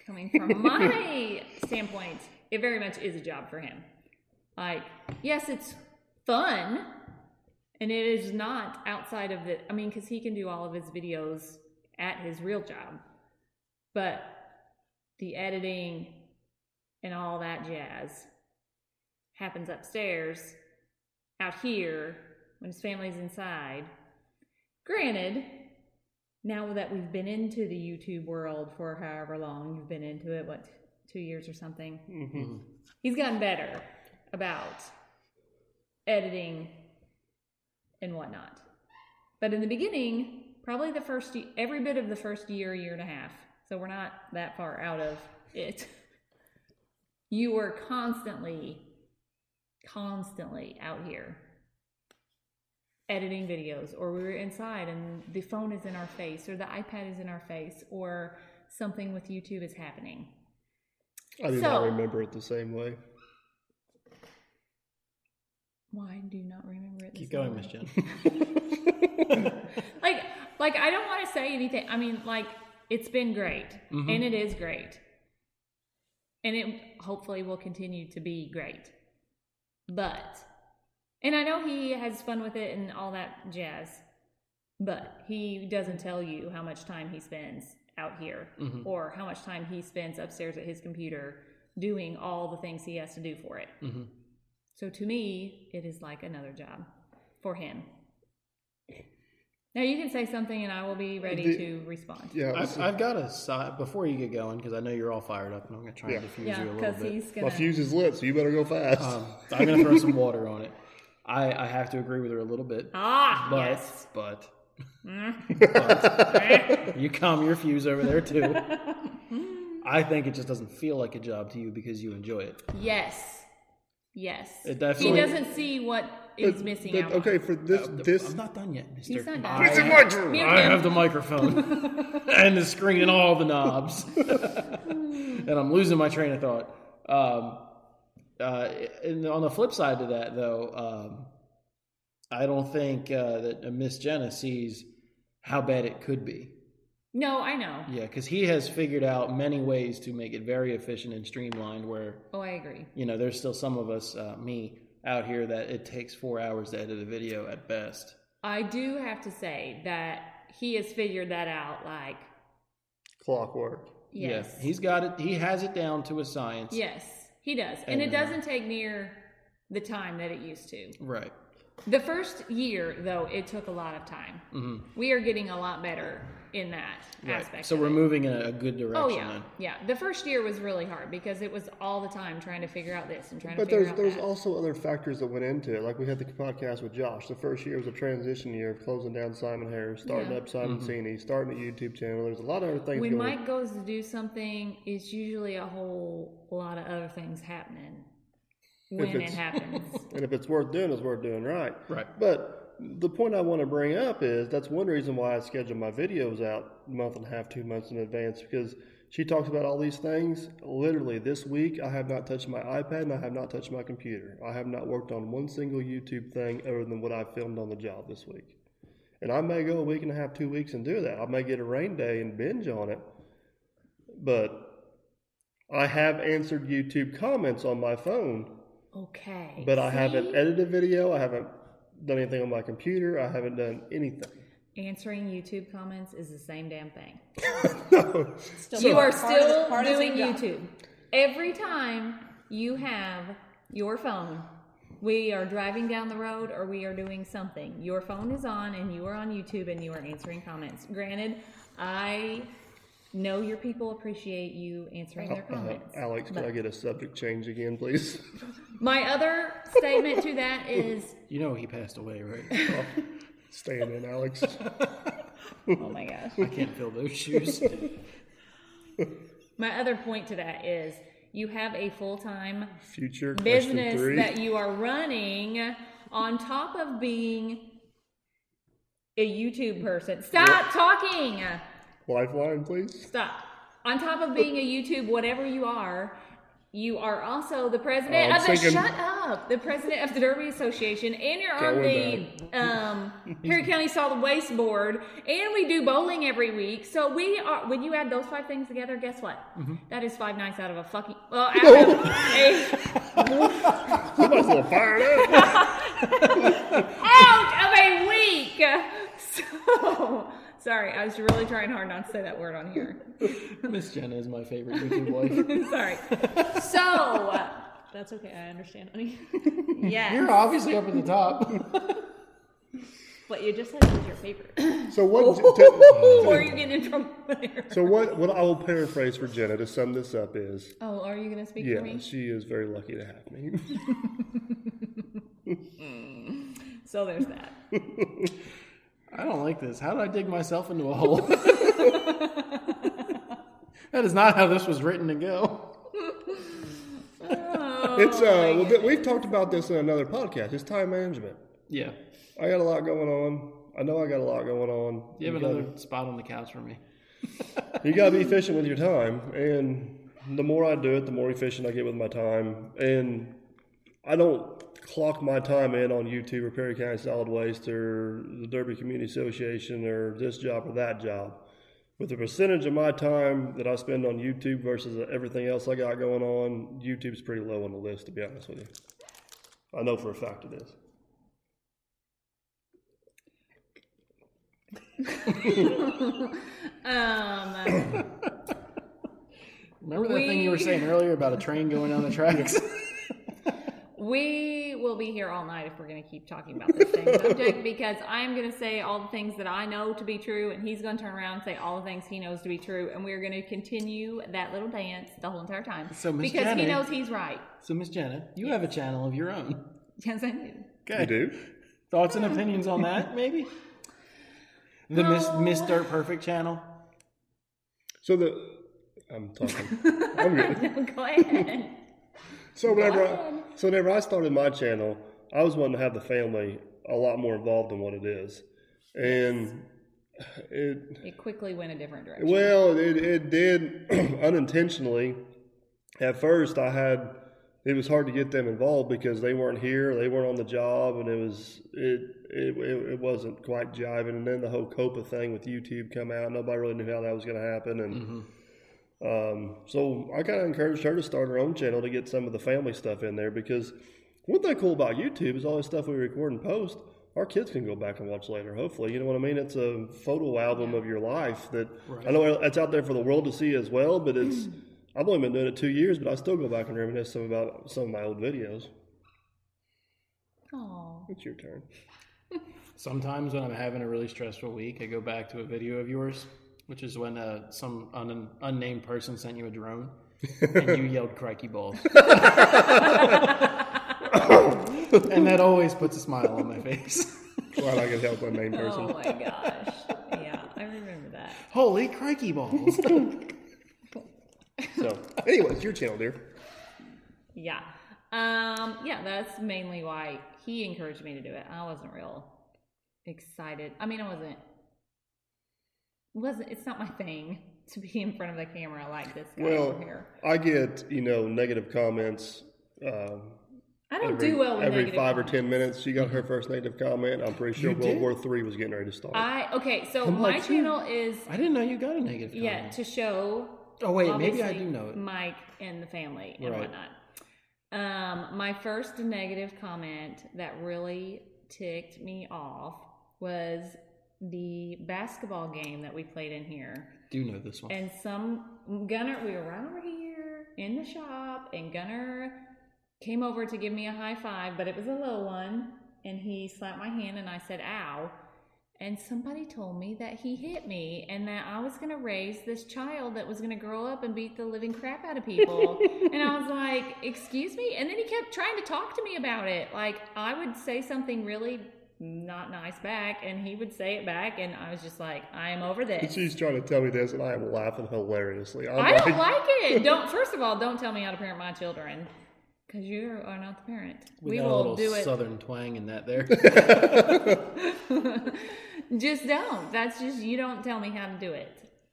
Speaker 4: coming from my standpoint, it very much is a job for him. Like, yes, it's fun, and it is not outside of the. I mean, because he can do all of his videos at his real job, but the editing and all that jazz happens upstairs out here when his family's inside. Granted, now that we've been into the YouTube world for however long you've been into it, what, two years or something,
Speaker 3: Mhm.
Speaker 4: he's gotten better about editing and whatnot. But in the beginning, probably the first, y- every bit of the first year, year and a half, so we're not that far out of it, you were constantly, constantly out here editing videos or we were inside and the phone is in our face or the iPad is in our face or something with YouTube is happening.
Speaker 3: I do not
Speaker 4: So-
Speaker 3: remember it the same way.
Speaker 4: Why do you not remember it? the
Speaker 2: Keep
Speaker 4: same
Speaker 2: going,
Speaker 4: way?
Speaker 2: Miss Jen.
Speaker 4: Like like I don't want to say anything. I mean like it's been great
Speaker 2: Mm-hmm.
Speaker 4: and it is great. And it hopefully will continue to be great. But and I know he has fun with it and all that jazz. But he doesn't tell you how much time he spends out here
Speaker 3: Mm-hmm.
Speaker 2: Mhm.
Speaker 4: or how much time he spends upstairs at his computer doing all the things he has to do for it.
Speaker 3: Mm-hmm.
Speaker 2: hmm
Speaker 4: So to me, it is like another job for him. Now you can say something and I will be ready
Speaker 3: The-
Speaker 4: to respond.
Speaker 3: Yeah, this
Speaker 2: I've,
Speaker 3: is-
Speaker 2: I've got a side before you get going because I know you're all fired up, and I'm gonna try and
Speaker 3: Yeah.
Speaker 2: diffuse
Speaker 4: Yeah,
Speaker 2: you a little
Speaker 4: because
Speaker 2: bit.
Speaker 4: he's
Speaker 3: my
Speaker 4: gonna.
Speaker 3: fuse is lit, so you better go fast.
Speaker 2: Um, I'm gonna throw some water on it. I, I have to agree with her a little bit,
Speaker 4: ah,
Speaker 2: but
Speaker 4: yes.
Speaker 2: but
Speaker 4: Mm.
Speaker 2: you calm your fuse over there too. I think it just doesn't feel like a job to you because you enjoy it.
Speaker 4: yes, yes.
Speaker 2: It
Speaker 4: he
Speaker 2: definitely.
Speaker 4: doesn't see what is missing
Speaker 3: But,
Speaker 4: out. on.
Speaker 3: okay, for this, this,
Speaker 2: Uh, I'm not done yet, Mister.
Speaker 4: He's not done.
Speaker 2: I,
Speaker 4: It's in
Speaker 2: my
Speaker 4: Mute
Speaker 2: I
Speaker 4: him.
Speaker 2: have the microphone and the screen and all the knobs, and I'm losing my train of thought. Um, uh, and on the flip side to that, though, um, I don't think uh, that Miss Jenna sees how bad it could be.
Speaker 4: No, I know.
Speaker 2: Yeah, because he has figured out many ways to make it very efficient and streamlined. Where
Speaker 4: Oh, I agree.
Speaker 2: you know, there's still some of us, uh, me, out here that it takes four hours to edit a video at best.
Speaker 4: I do have to say that he has figured that out. Like,
Speaker 3: clockwork.
Speaker 4: yes,
Speaker 2: Yeah, he's got it. He has it down to a science.
Speaker 4: yes, he does, and it
Speaker 2: And, uh,
Speaker 4: doesn't take near the time that it used to.
Speaker 2: Right.
Speaker 4: The first year, though, it took a lot of time.
Speaker 2: hmm
Speaker 4: We are getting a lot better in that
Speaker 2: Right.
Speaker 4: aspect.
Speaker 2: So
Speaker 4: of
Speaker 2: we're
Speaker 4: it.
Speaker 2: moving in a, a good direction.
Speaker 4: Oh yeah,
Speaker 2: Then.
Speaker 4: yeah. The first year was really hard because it was all the time trying to figure out this and trying
Speaker 3: But
Speaker 4: to figure
Speaker 3: there's
Speaker 4: out
Speaker 3: there's
Speaker 4: that.
Speaker 3: also other factors that went into it. Like we had the podcast with Josh. The first year was a transition year of closing down Simon Harris, starting
Speaker 4: Yeah.
Speaker 3: up Simon
Speaker 2: Mm-hmm.
Speaker 3: Cini, starting a YouTube channel. There's a lot of other things
Speaker 4: when
Speaker 3: going.
Speaker 4: Mike goes to do something, it's usually a whole lot of other things happening when it
Speaker 3: it's-
Speaker 4: happens.
Speaker 3: And if it's worth doing, it's worth doing right.
Speaker 2: Right.
Speaker 3: But the point I want to bring up is that's one reason why I schedule my videos out a month and a half, two months in advance because she talks about all these things. Literally, this week I have not touched my iPad and I have not touched my computer. I have not worked on one single YouTube thing other than what I filmed on the job this week. And I may go a week and a half, two weeks and do that. I may get a rain day and binge on it. But I have answered YouTube comments on my phone
Speaker 4: okay,
Speaker 3: but I
Speaker 4: See?
Speaker 3: haven't edited a video. I haven't done anything on my computer. I haven't done anything.
Speaker 4: Answering YouTube comments is the same damn thing.
Speaker 6: Still
Speaker 4: you are
Speaker 6: part of the-
Speaker 4: still
Speaker 6: part of the
Speaker 4: doing
Speaker 6: job.
Speaker 4: YouTube. Every time you have your phone, we are driving down the road or we are doing something. Your phone is on and you are on YouTube and you are answering comments. Granted, I know your people appreciate you answering their
Speaker 3: Uh,
Speaker 4: comments.
Speaker 3: Alex, can I get a subject change again, please?
Speaker 4: My other statement to that is
Speaker 2: You know he passed away, right?
Speaker 3: Staying in, Alex.
Speaker 4: oh my gosh.
Speaker 2: I can't fill those shoes.
Speaker 4: My other point to that is you have a full time
Speaker 3: Future question
Speaker 4: business
Speaker 3: three.
Speaker 4: that you are running on top of being a YouTube person. Stop talking.
Speaker 3: Lifeline, please.
Speaker 4: Stop. On top of being a YouTube, whatever you are, you are also the president
Speaker 3: Oh, I'm
Speaker 4: of the
Speaker 3: thinking-
Speaker 4: shut up, the president of the Derby Association, and you're
Speaker 3: Going
Speaker 4: on the um, Perry County Solid Waste Board, and we do bowling every week. So we are. When you add those five things together, guess what?
Speaker 3: Mm-hmm.
Speaker 4: That is five nights out of a fucking. Well, out of a,
Speaker 3: Somebody's a little fired up.
Speaker 4: out of a week. So sorry, I was really trying hard not to say that word on here.
Speaker 2: Miss Jenna is my favorite YouTube wife.
Speaker 4: sorry. So
Speaker 5: That's okay. I understand, honey.
Speaker 4: yes.
Speaker 2: You're obviously up at the top.
Speaker 5: but you just said it was your favorite.
Speaker 3: So what?
Speaker 4: Ooh, are
Speaker 3: to-
Speaker 4: you getting in trouble there?
Speaker 3: so what? What I will paraphrase for Jenna to sum this up is,
Speaker 4: Oh, are you gonna speak for
Speaker 3: yeah,
Speaker 4: me?
Speaker 3: she is very lucky to have me.
Speaker 4: So there's that.
Speaker 2: I don't like this. How did I dig myself into a hole? that is not how this was written to go.
Speaker 4: Oh
Speaker 3: it's uh, well, th- we've talked about this in another podcast. It's time management.
Speaker 2: Yeah.
Speaker 3: I got a lot going on. I know I got a lot going on.
Speaker 2: You have
Speaker 3: gotta-
Speaker 2: another spot on the couch for me.
Speaker 3: you got to be efficient with your time, and the more I do it, the more efficient I get with my time. And I don't clock my time in on YouTube or Perry County Solid Waste or the Derby Community Association or this job or that job. With the percentage of my time that I spend on YouTube versus everything else I got going on, YouTube's pretty low on the list, to be honest with you. I know for a fact it is.
Speaker 4: Um,
Speaker 2: Remember that thing you were saying earlier about a train going down the tracks?
Speaker 4: we will be here all night if we're gonna keep talking about this same subject because I'm gonna say all the things that I know to be true, and he's gonna turn around and say all the things he knows to be true, and we're gonna continue that little dance the whole entire time
Speaker 2: So, Miss
Speaker 4: because he
Speaker 2: Janet-
Speaker 4: knows he's right.
Speaker 2: so, Miss Jenna, you have a channel of your own.
Speaker 4: Yes, I do.
Speaker 2: Okay.
Speaker 3: You do?
Speaker 2: Thoughts and opinions on that, maybe? The Miss Miss Dirt Perfect channel.
Speaker 3: So the I'm talking. I'm good.
Speaker 4: Go ahead.
Speaker 3: So whenever I, so whenever I started my channel, I was wanting to have the family a lot more involved in what it is, and it
Speaker 4: It quickly went a different direction.
Speaker 3: well it it did unintentionally. At first, I had it was hard to get them involved because they weren't here, they weren't on the job, and it was it it it, it wasn't quite jiving. And then the whole Copa thing with YouTube come out, nobody really knew how that was going to happen, and. Um, so I kind of encouraged her to start her own channel to get some of the family stuff in there because one thing cool about YouTube is all the stuff we record and post, our kids can go back and watch later. Hopefully, you know what I mean. It's a photo album of your life that I know it's out there for the world to see as well. But it's I've only been doing it two years, but I still go back and reminisce some about some of my old videos.
Speaker 4: Aw.
Speaker 3: It's your turn.
Speaker 2: Sometimes when I'm having a really stressful week, I go back to a video of yours, which is when uh, some un- unnamed person sent you a drone and you yelled "crikey balls," and that always puts a smile on my face.
Speaker 3: Glad I could help one main person.
Speaker 4: Oh my gosh. Yeah, I remember that.
Speaker 2: Holy crikey balls!
Speaker 3: So, anyway, it's your channel, dear.
Speaker 4: Yeah. Um, yeah, that's mainly why he encouraged me to do it. I wasn't real excited. I mean, I wasn't wasn't it's not my thing to be in front of the camera like this guy
Speaker 3: Well,
Speaker 4: over here.
Speaker 3: I get you know negative comments. Um,
Speaker 4: I don't do well with
Speaker 3: every
Speaker 4: negative
Speaker 3: five
Speaker 4: comments. Mm-hmm.
Speaker 3: or ten minutes. She got her first negative comment. I'm pretty sure
Speaker 2: You
Speaker 3: World
Speaker 2: did?
Speaker 3: War Three was getting ready to start.
Speaker 4: I okay, so
Speaker 2: I'm
Speaker 4: my
Speaker 2: like, "Phew."
Speaker 4: channel is
Speaker 2: I didn't know you got a negative.
Speaker 4: yeah,
Speaker 2: comment.
Speaker 4: to show
Speaker 2: Oh wait, maybe I
Speaker 4: obviously,
Speaker 2: do know it.
Speaker 4: Mike and the family and
Speaker 2: Right.
Speaker 4: whatnot. Um, my first negative comment that really ticked me off was the basketball game that we played in here.
Speaker 2: Do know this one?
Speaker 4: And some Gunner, we were right over here in the shop, and Gunner came over to give me a high five, but it was a low one. And he slapped my hand, and I said, ow. And somebody told me that he hit me and that I was going to raise this child that was going to grow up and beat the living crap out of people. and I was like, excuse me? And then he kept trying to talk to me about it. Like, I would say something really not nice back, and he would say it back. And I was just like, I am over this.
Speaker 3: She's trying to tell me this, and I am laughing hilariously.
Speaker 2: Oh,
Speaker 3: I'm
Speaker 4: I don't like it. Don't first of all, don't tell me how to parent my children because you are not the parent.
Speaker 2: We,
Speaker 4: we
Speaker 2: got a
Speaker 4: will
Speaker 2: little
Speaker 4: do it.
Speaker 2: southern twang in that there.
Speaker 4: just don't. That's just you don't tell me how to do it.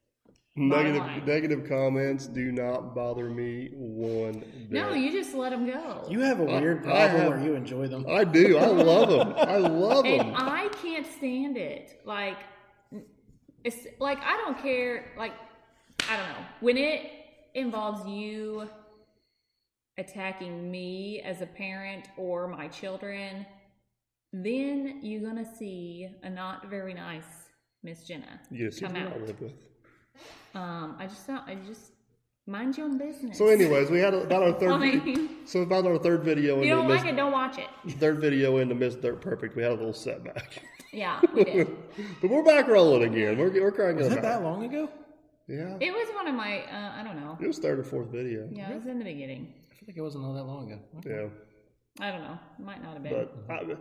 Speaker 3: Negative, negative comments do not bother me one bit.
Speaker 4: No, you just let them go.
Speaker 2: You have a
Speaker 3: I-
Speaker 2: weird
Speaker 3: I
Speaker 2: problem
Speaker 3: have-
Speaker 2: where you enjoy them.
Speaker 3: I do. I love them. I love
Speaker 4: and
Speaker 3: them.
Speaker 4: I can't stand it. Like, it's like I don't care. Like, I don't know when it involves you attacking me as a parent or my children. Then you're gonna see a not very nice Miss Jenna
Speaker 3: Yes,
Speaker 4: come
Speaker 3: I
Speaker 4: out.
Speaker 3: live with.
Speaker 4: Um, I just don't. I just mind your own business.
Speaker 3: So, anyways, we had about our third.
Speaker 4: I mean-
Speaker 3: so about our third video
Speaker 4: you
Speaker 3: into
Speaker 4: don't
Speaker 3: Miss,
Speaker 4: like it, don't watch it.
Speaker 3: third video into Miss Dirt Perfect, we had a little setback,
Speaker 4: Yeah, we did.
Speaker 3: but we're back rolling again. We're we're cranking
Speaker 2: Was
Speaker 3: them
Speaker 2: that
Speaker 3: out.
Speaker 2: that long ago?
Speaker 3: Yeah,
Speaker 4: it was one of my. Uh, I don't know.
Speaker 3: it was third or fourth video.
Speaker 4: Yeah, it was in the beginning.
Speaker 2: I feel like it wasn't all that long ago. Okay.
Speaker 3: Yeah,
Speaker 4: I don't know. It might not have been.
Speaker 3: but I,
Speaker 2: Mm-hmm.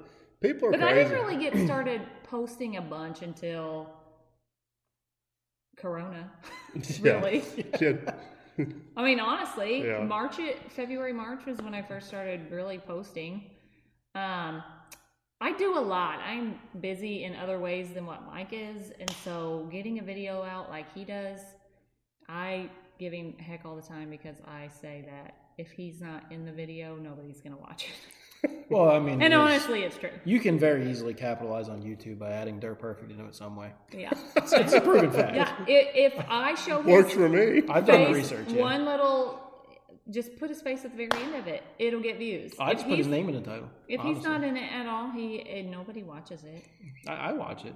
Speaker 3: people are
Speaker 4: But I
Speaker 3: crazy.
Speaker 4: didn't really get started posting a bunch until Corona.
Speaker 3: Yeah.
Speaker 4: really.
Speaker 3: Kid.
Speaker 4: I mean, honestly,
Speaker 3: Yeah.
Speaker 4: March it February March was when I first started really posting. Um, I do a lot. I'm busy in other ways than what Mike is, and so getting a video out like he does, I give him heck all the time because I say that if he's not in the video, nobody's gonna watch it.
Speaker 2: Well, I mean,
Speaker 4: and
Speaker 2: it is-
Speaker 4: honestly, it's true.
Speaker 2: you can very easily capitalize on YouTube by adding Dirt Perfect into it some way.
Speaker 4: Yeah,
Speaker 2: It's a proven fact.
Speaker 4: yeah. If, if I show his
Speaker 3: Works for me.
Speaker 2: I've done the
Speaker 4: face
Speaker 2: research. Yeah.
Speaker 4: one little, just put his face at the very end of it. It'll get views.
Speaker 2: I
Speaker 4: If
Speaker 2: just put his
Speaker 4: he's-
Speaker 2: name in the title.
Speaker 4: If he's
Speaker 2: honestly.
Speaker 4: not in it at all, he and nobody watches it.
Speaker 2: I, I watch it.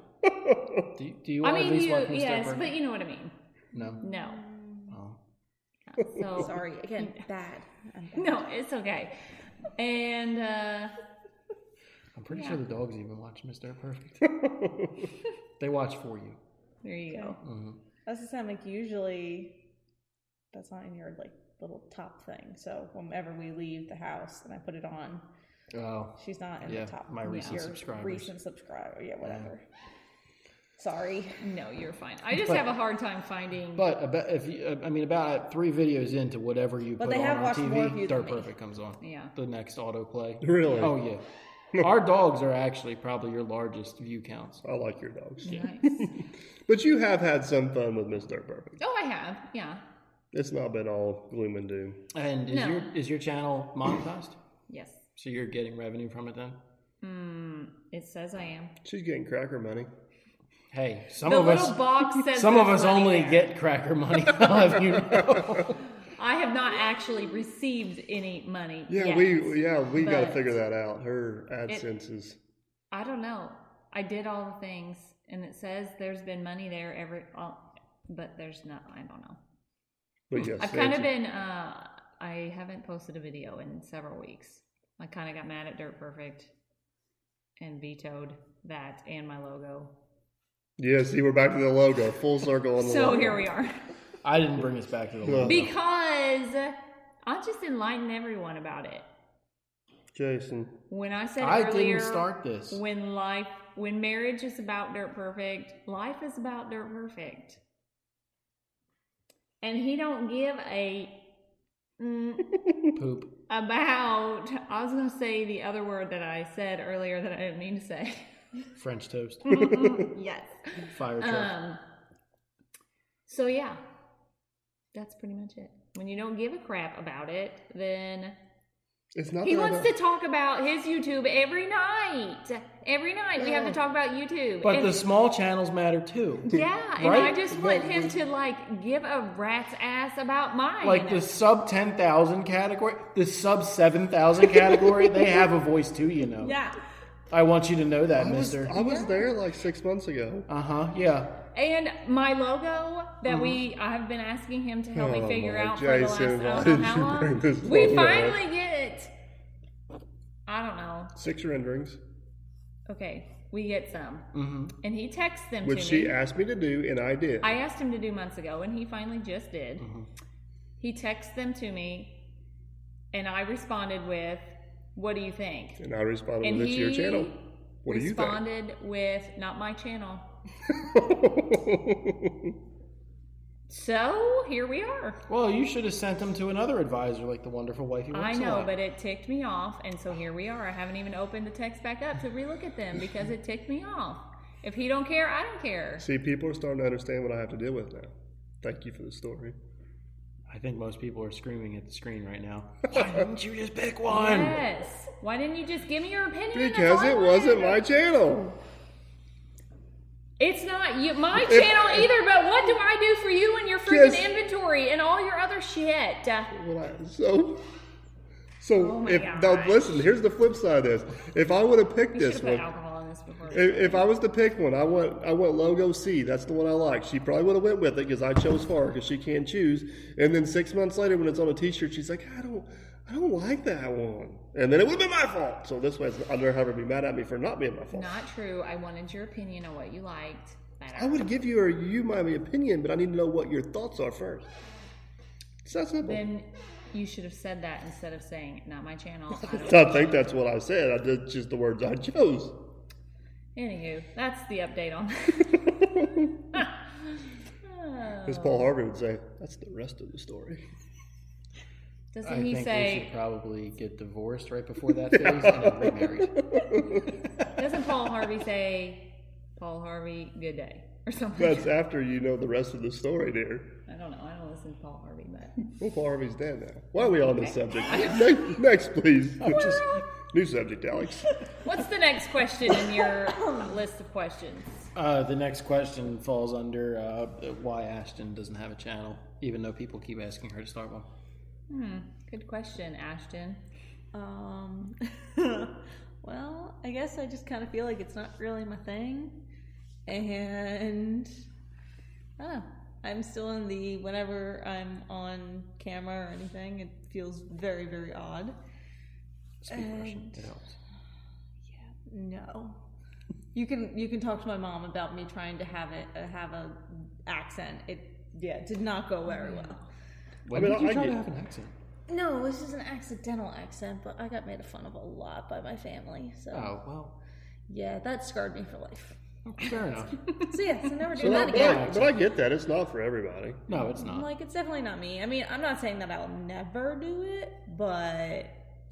Speaker 2: Do you, do you
Speaker 4: I
Speaker 2: want at
Speaker 4: mean,
Speaker 2: least
Speaker 4: you,
Speaker 2: watch Miss Dirt
Speaker 4: yes,
Speaker 2: Perfect?
Speaker 4: but you know what I mean.
Speaker 2: no.
Speaker 4: No,
Speaker 2: Oh.
Speaker 4: so
Speaker 5: Sorry, again, bad. I'm bad.
Speaker 4: no, it's okay. And uh,
Speaker 2: I'm pretty
Speaker 4: Yeah.
Speaker 2: sure the dogs even watch Miss Dirt Perfect. they watch for you. Mm-hmm.
Speaker 4: there you go.
Speaker 5: That's the time, like, usually that's not in your, like, little top thing. So whenever we leave the house and I put it on,
Speaker 2: Oh,
Speaker 5: she's not in
Speaker 2: Yeah,
Speaker 5: the top.
Speaker 2: my
Speaker 5: of
Speaker 2: recent
Speaker 5: your
Speaker 2: subscribers.
Speaker 5: Recent subscriber, yeah, whatever. Sorry.
Speaker 4: No, you're fine. I just
Speaker 2: But-
Speaker 4: have a hard time finding.
Speaker 2: but about if you, I mean about three videos into whatever you
Speaker 5: But
Speaker 2: put
Speaker 5: they have
Speaker 2: on,
Speaker 5: watched
Speaker 2: on
Speaker 5: more of
Speaker 2: TV,
Speaker 5: you
Speaker 2: Dirt
Speaker 5: than me.
Speaker 2: Perfect comes on.
Speaker 4: Yeah.
Speaker 2: the next autoplay.
Speaker 3: Really?
Speaker 2: Oh yeah. Our dogs are actually probably your largest view counts.
Speaker 3: I like your dogs,
Speaker 4: nice.
Speaker 3: but you have had some fun with Miss Dirt Perfect.
Speaker 4: oh, I have. Yeah.
Speaker 3: It's not been all gloom and doom.
Speaker 2: And is
Speaker 4: No.
Speaker 2: your is your channel monetized?
Speaker 4: Yes.
Speaker 2: so you're getting revenue from it then?
Speaker 4: Mm, it says I am.
Speaker 3: She's getting cracker money.
Speaker 2: Hey, some
Speaker 4: the
Speaker 2: of
Speaker 4: little
Speaker 2: us
Speaker 4: box says
Speaker 2: some of
Speaker 4: there's
Speaker 2: us
Speaker 4: money
Speaker 2: only
Speaker 4: there.
Speaker 2: get cracker money. I'll have you know.
Speaker 4: I have not actually received any money.
Speaker 3: Yeah,
Speaker 4: yet.
Speaker 3: we yeah we got to
Speaker 4: But-
Speaker 3: figure that out. Her AdSense is
Speaker 4: I don't know. I did all the things, and it says there's been money there every, all, but there's not. I don't know.
Speaker 3: but yes,
Speaker 4: I've kind
Speaker 3: Angie-
Speaker 4: of been. Uh, I haven't posted a video in several weeks. I kind of got mad at Dirt Perfect, and vetoed that and my logo.
Speaker 3: Yeah, see, we're back to the logo, full circle on the
Speaker 4: So
Speaker 3: logo.
Speaker 4: here we are.
Speaker 2: I didn't bring us back to the logo.
Speaker 4: Because I'll just enlighten everyone about it.
Speaker 3: Jason.
Speaker 4: When I said
Speaker 2: I
Speaker 4: earlier,
Speaker 2: didn't start this.
Speaker 4: when life, when marriage is about Dirt Perfect, life is about Dirt Perfect. And he don't give a mm,
Speaker 2: Poop.
Speaker 4: about. I was gonna say the other word that I said earlier that I didn't mean to say.
Speaker 2: French toast.
Speaker 4: yes.
Speaker 2: Fire truck.
Speaker 4: Hmm. Um. So yeah, that's pretty much it. When you don't give a crap about it, then
Speaker 3: It's not
Speaker 4: he
Speaker 3: that
Speaker 4: wants
Speaker 3: I-
Speaker 4: to talk about his YouTube every night. Every night we have to talk about YouTube.
Speaker 2: but
Speaker 4: And-
Speaker 2: the small channels matter too.
Speaker 4: yeah, and I
Speaker 2: Right?
Speaker 4: just want him to like give a rat's ass about mine.
Speaker 2: Like the sub 10,000 category, the sub 7,000 category, they have a voice too, you know.
Speaker 5: Yeah.
Speaker 2: I want you to know that,
Speaker 3: I was,
Speaker 2: mister.
Speaker 3: I was there like six months ago.
Speaker 2: Uh huh, yeah.
Speaker 4: and my logo that
Speaker 3: Mm-hmm.
Speaker 4: we I've been asking him to help
Speaker 3: Oh,
Speaker 4: me figure
Speaker 3: my
Speaker 4: out for
Speaker 3: Jason,
Speaker 4: the
Speaker 3: why
Speaker 4: last I
Speaker 3: did
Speaker 4: don't know how
Speaker 3: you bring
Speaker 4: long.
Speaker 3: this
Speaker 4: We
Speaker 3: logo up?
Speaker 4: finally get it. I don't know.
Speaker 3: Six renderings,
Speaker 4: Okay, we get some,
Speaker 3: Mm-hmm.
Speaker 4: and he texts them
Speaker 3: which
Speaker 4: to
Speaker 3: she
Speaker 4: me.
Speaker 3: asked me to do, and I did.
Speaker 4: I asked him to do months ago, and he finally just did.
Speaker 3: Mm-hmm.
Speaker 4: He texted them to me, and I responded with, "What do you think?"
Speaker 3: and I responded
Speaker 4: And
Speaker 3: with, it's your
Speaker 4: he
Speaker 3: channel. What do you think?
Speaker 4: responded with, "Not my channel." So here we are.
Speaker 2: Well, you should have sent them to another advisor, like the wonderful wife.
Speaker 4: I know, but it ticked me off, and so here we are. I haven't even opened the text back up to relook at them because it ticked me off. If he don't care, I don't care.
Speaker 3: See, people are starting to understand what I have to deal with now. Thank you for the story.
Speaker 2: I think most people are screaming at the screen right now. Why didn't you just pick one?
Speaker 4: Yes. Why didn't you just give me your opinion? That's
Speaker 3: Because
Speaker 4: all I
Speaker 3: it
Speaker 4: wanted.
Speaker 3: wasn't my channel.
Speaker 4: It's not you, my
Speaker 3: If-
Speaker 4: channel either. But what do I do for you and your freaking
Speaker 3: Yes.
Speaker 4: inventory and all your other shit?
Speaker 3: Well, I- So, so
Speaker 4: Oh my
Speaker 3: if now
Speaker 4: gosh.
Speaker 3: listen, here's the flip side of this. If I would have picked
Speaker 4: We
Speaker 3: this
Speaker 4: should have put
Speaker 3: one,
Speaker 4: alcohol in this before.
Speaker 3: if, if I was to pick one, I went I went logo C. That's the one I like. She probably would have went with it because I chose for her because she can choose. And then six months later, when it's on a T-shirt, she's like, I don't. I don't like that one, and then it would have been my fault. So this way, it's- I'll never have her be mad at me for not being my fault.
Speaker 4: Not true. I wanted your opinion on what you liked. But
Speaker 3: I would give you or you my opinion, but I need to know what your thoughts are first. It's that simple.
Speaker 4: Then you should have said that instead of saying not my channel. I don't
Speaker 3: I think that's what I said. I did just the words I chose.
Speaker 4: Anywho, that's the update on.
Speaker 3: As Paul Harvey would say, that's the rest of the story.
Speaker 4: Doesn't
Speaker 2: I
Speaker 4: he
Speaker 2: think we
Speaker 4: say?
Speaker 2: should probably get divorced right before that phase and then remarried.
Speaker 4: Doesn't Paul Harvey say, "Paul Harvey, good day" or something?
Speaker 3: That's after you know the rest of the story, dear.
Speaker 4: I don't know. I don't listen to Paul Harvey, but
Speaker 3: Well, Paul Harvey's dead now. Why are we on this subject? next, next, please. Just- new subject, Alex.
Speaker 4: what's the next question in your list of questions?
Speaker 2: Uh, the next question falls under uh, why Ashton doesn't have a channel, even though people keep asking her to start one.
Speaker 4: Hmm, good question, Ashton.
Speaker 5: Um, well, I guess I just kind of feel like it's not really my thing, and I don't know. I'm still in the whenever I'm on camera or anything, it feels very, very odd.
Speaker 2: Speak Russian. It helps.
Speaker 5: No, you can you can talk to my mom about me trying to have it uh, have a accent. It yeah it did not go very well.
Speaker 2: When
Speaker 3: mean,
Speaker 2: did you
Speaker 3: I
Speaker 2: try to
Speaker 3: get-
Speaker 2: have an accent?
Speaker 5: No, this is an accidental accent, but I got made fun of a lot by my family. So
Speaker 2: Oh, well,
Speaker 5: yeah, that scarred me for life.
Speaker 2: Oh, fair enough.
Speaker 5: So yes, I never do
Speaker 3: So,
Speaker 5: that
Speaker 3: but,
Speaker 5: again.
Speaker 3: I, but I get that. It's not for everybody.
Speaker 2: No, it's not.
Speaker 5: Like it's definitely not me. I mean, I'm not saying that I'll never do it, but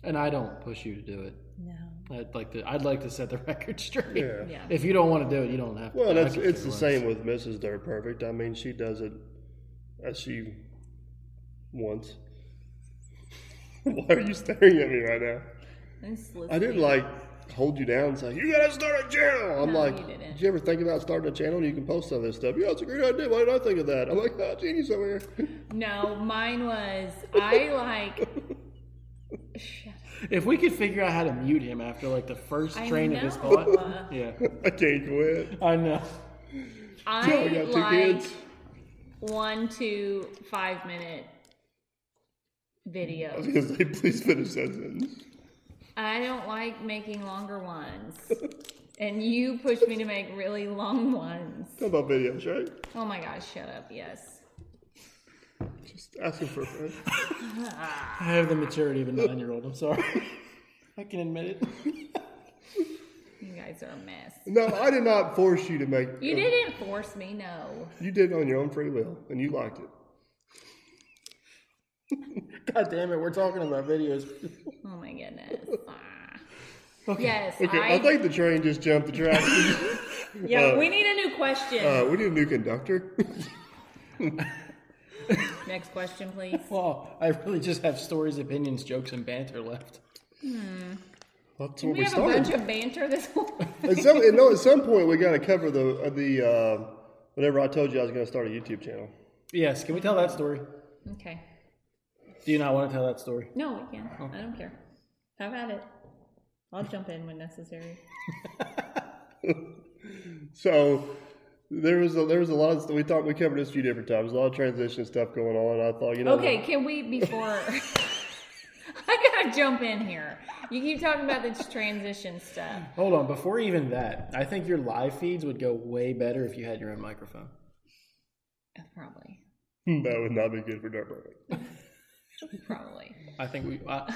Speaker 2: And I don't push you to do it.
Speaker 5: no.
Speaker 2: I'd like to. I'd like to set the record straight.
Speaker 3: Yeah.
Speaker 4: Yeah.
Speaker 2: If you don't want to do it, you don't have to.
Speaker 3: Well,
Speaker 2: I
Speaker 3: that's
Speaker 2: can
Speaker 3: it's
Speaker 2: do
Speaker 3: the
Speaker 2: it.
Speaker 3: same with Mrs. Dirt Perfect. I mean, she does it as she wants. Why are you staring at me right now?
Speaker 4: I'm just
Speaker 3: I didn't
Speaker 4: listening.
Speaker 3: like hold you down and say, You gotta start a channel. I'm
Speaker 4: No,
Speaker 3: like,
Speaker 4: you didn't.
Speaker 3: Did you ever think about starting a channel? You can post some of this stuff. Yeah, it's a great idea. Why did I think of that? I'm like, Oh, genius over here.
Speaker 4: No, mine was I like. Shut up.
Speaker 2: If we could figure out how to mute him after like the first
Speaker 4: I
Speaker 2: train of his
Speaker 4: know.
Speaker 2: thought. yeah,
Speaker 3: I can't quit.
Speaker 2: I know.
Speaker 4: I
Speaker 3: I got two
Speaker 4: like
Speaker 3: kids.
Speaker 4: one to five minute
Speaker 3: I was
Speaker 4: videos.
Speaker 3: gonna say, Please finish that sentence.
Speaker 4: I don't like making longer ones. And you push me to make really long ones.
Speaker 3: Talk about videos, right?
Speaker 4: Oh my gosh, shut up. Yes.
Speaker 3: Just asking for a friend.
Speaker 2: I have the maturity of a nine-year-old. I'm sorry. I can admit it.
Speaker 4: You guys are a mess.
Speaker 3: No, I did not force you to make
Speaker 4: You didn't force me, no.
Speaker 3: You did it on your own free will and you liked it.
Speaker 2: God damn it, we're talking about videos.
Speaker 4: Oh my goodness. Ah. Yes.
Speaker 3: Okay, I,
Speaker 4: I,
Speaker 3: think the train just jumped the track.
Speaker 4: yeah, we need a new question.
Speaker 3: uh, we need a new conductor.
Speaker 4: Next question, please.
Speaker 2: Well, I really just have stories, opinions, jokes, and banter left.
Speaker 3: That's
Speaker 4: we,
Speaker 3: what we
Speaker 4: have a bunch
Speaker 3: started.
Speaker 4: of banter this whole
Speaker 3: At some, you know, at some point, we got to cover the uh, the uh, whenever I told you I was going to start a YouTube channel.
Speaker 2: Yes, can we tell that story?
Speaker 4: Okay.
Speaker 2: Do you not want to tell that story?
Speaker 4: No, we can.
Speaker 3: Oh.
Speaker 4: I don't care. Have at it. I'll jump in when necessary.
Speaker 3: So there was a, there was a lot of we talked we covered this a few different times. A lot of transition stuff going on. I thought you know
Speaker 4: Okay, can we before I gotta jump in here. You keep talking about this transition stuff.
Speaker 2: Hold on, before even that, I think your live feeds would go way better if you had your own microphone.
Speaker 4: Probably.
Speaker 3: that would not be good for dirt Perfect.
Speaker 4: Probably.
Speaker 2: I think we. I,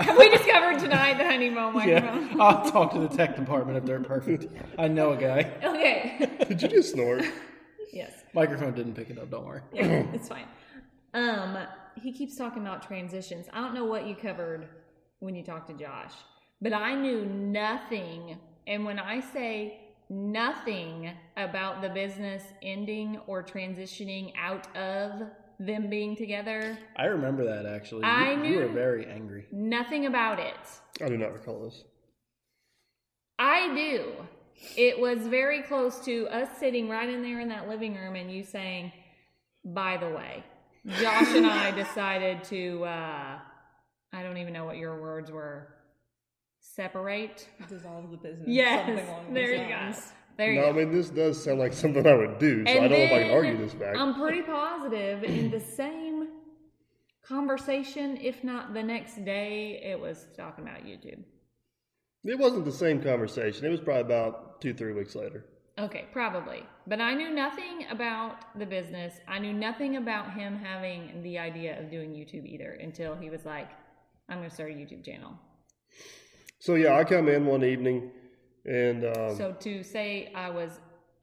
Speaker 4: Have we discovered tonight the honey mo microphone?
Speaker 2: yeah, I'll talk to the tech department of Dirt Perfect. I know a guy.
Speaker 4: Okay.
Speaker 3: Did you just snort?
Speaker 4: yes.
Speaker 2: Microphone didn't pick it up. Don't worry.
Speaker 4: Yeah, it's fine. Um, he keeps talking about transitions. I don't know what you covered when you talked to Josh, but I knew nothing. And when I say nothing about the business ending or transitioning out of them being together.
Speaker 2: I remember that actually.
Speaker 4: I
Speaker 2: you,
Speaker 4: knew-
Speaker 2: you were very angry.
Speaker 4: Nothing about it.
Speaker 3: I do not recall this.
Speaker 4: I do. It was very close to us sitting right in there in that living room and you saying, by the way, Josh and I decided to, uh, I don't even know what your words were, separate.
Speaker 5: Dissolve the business. something
Speaker 4: Yes.
Speaker 5: along
Speaker 4: There
Speaker 5: those
Speaker 4: you go.
Speaker 5: lines.
Speaker 4: There you
Speaker 3: no,
Speaker 4: go.
Speaker 3: I mean this does sound like something I would do, so I don't know if I can
Speaker 4: then, um,
Speaker 3: argue this back.
Speaker 4: I'm pretty positive in the same conversation, if not the next day, it was talking about YouTube.
Speaker 3: it wasn't the same conversation. It was probably about two, three weeks later.
Speaker 4: Okay, probably. But I knew nothing about the business. I knew nothing about him having the idea of doing YouTube either until he was like, I'm going to start a YouTube channel.
Speaker 3: So yeah, I come in one evening, and um,
Speaker 4: so to say I was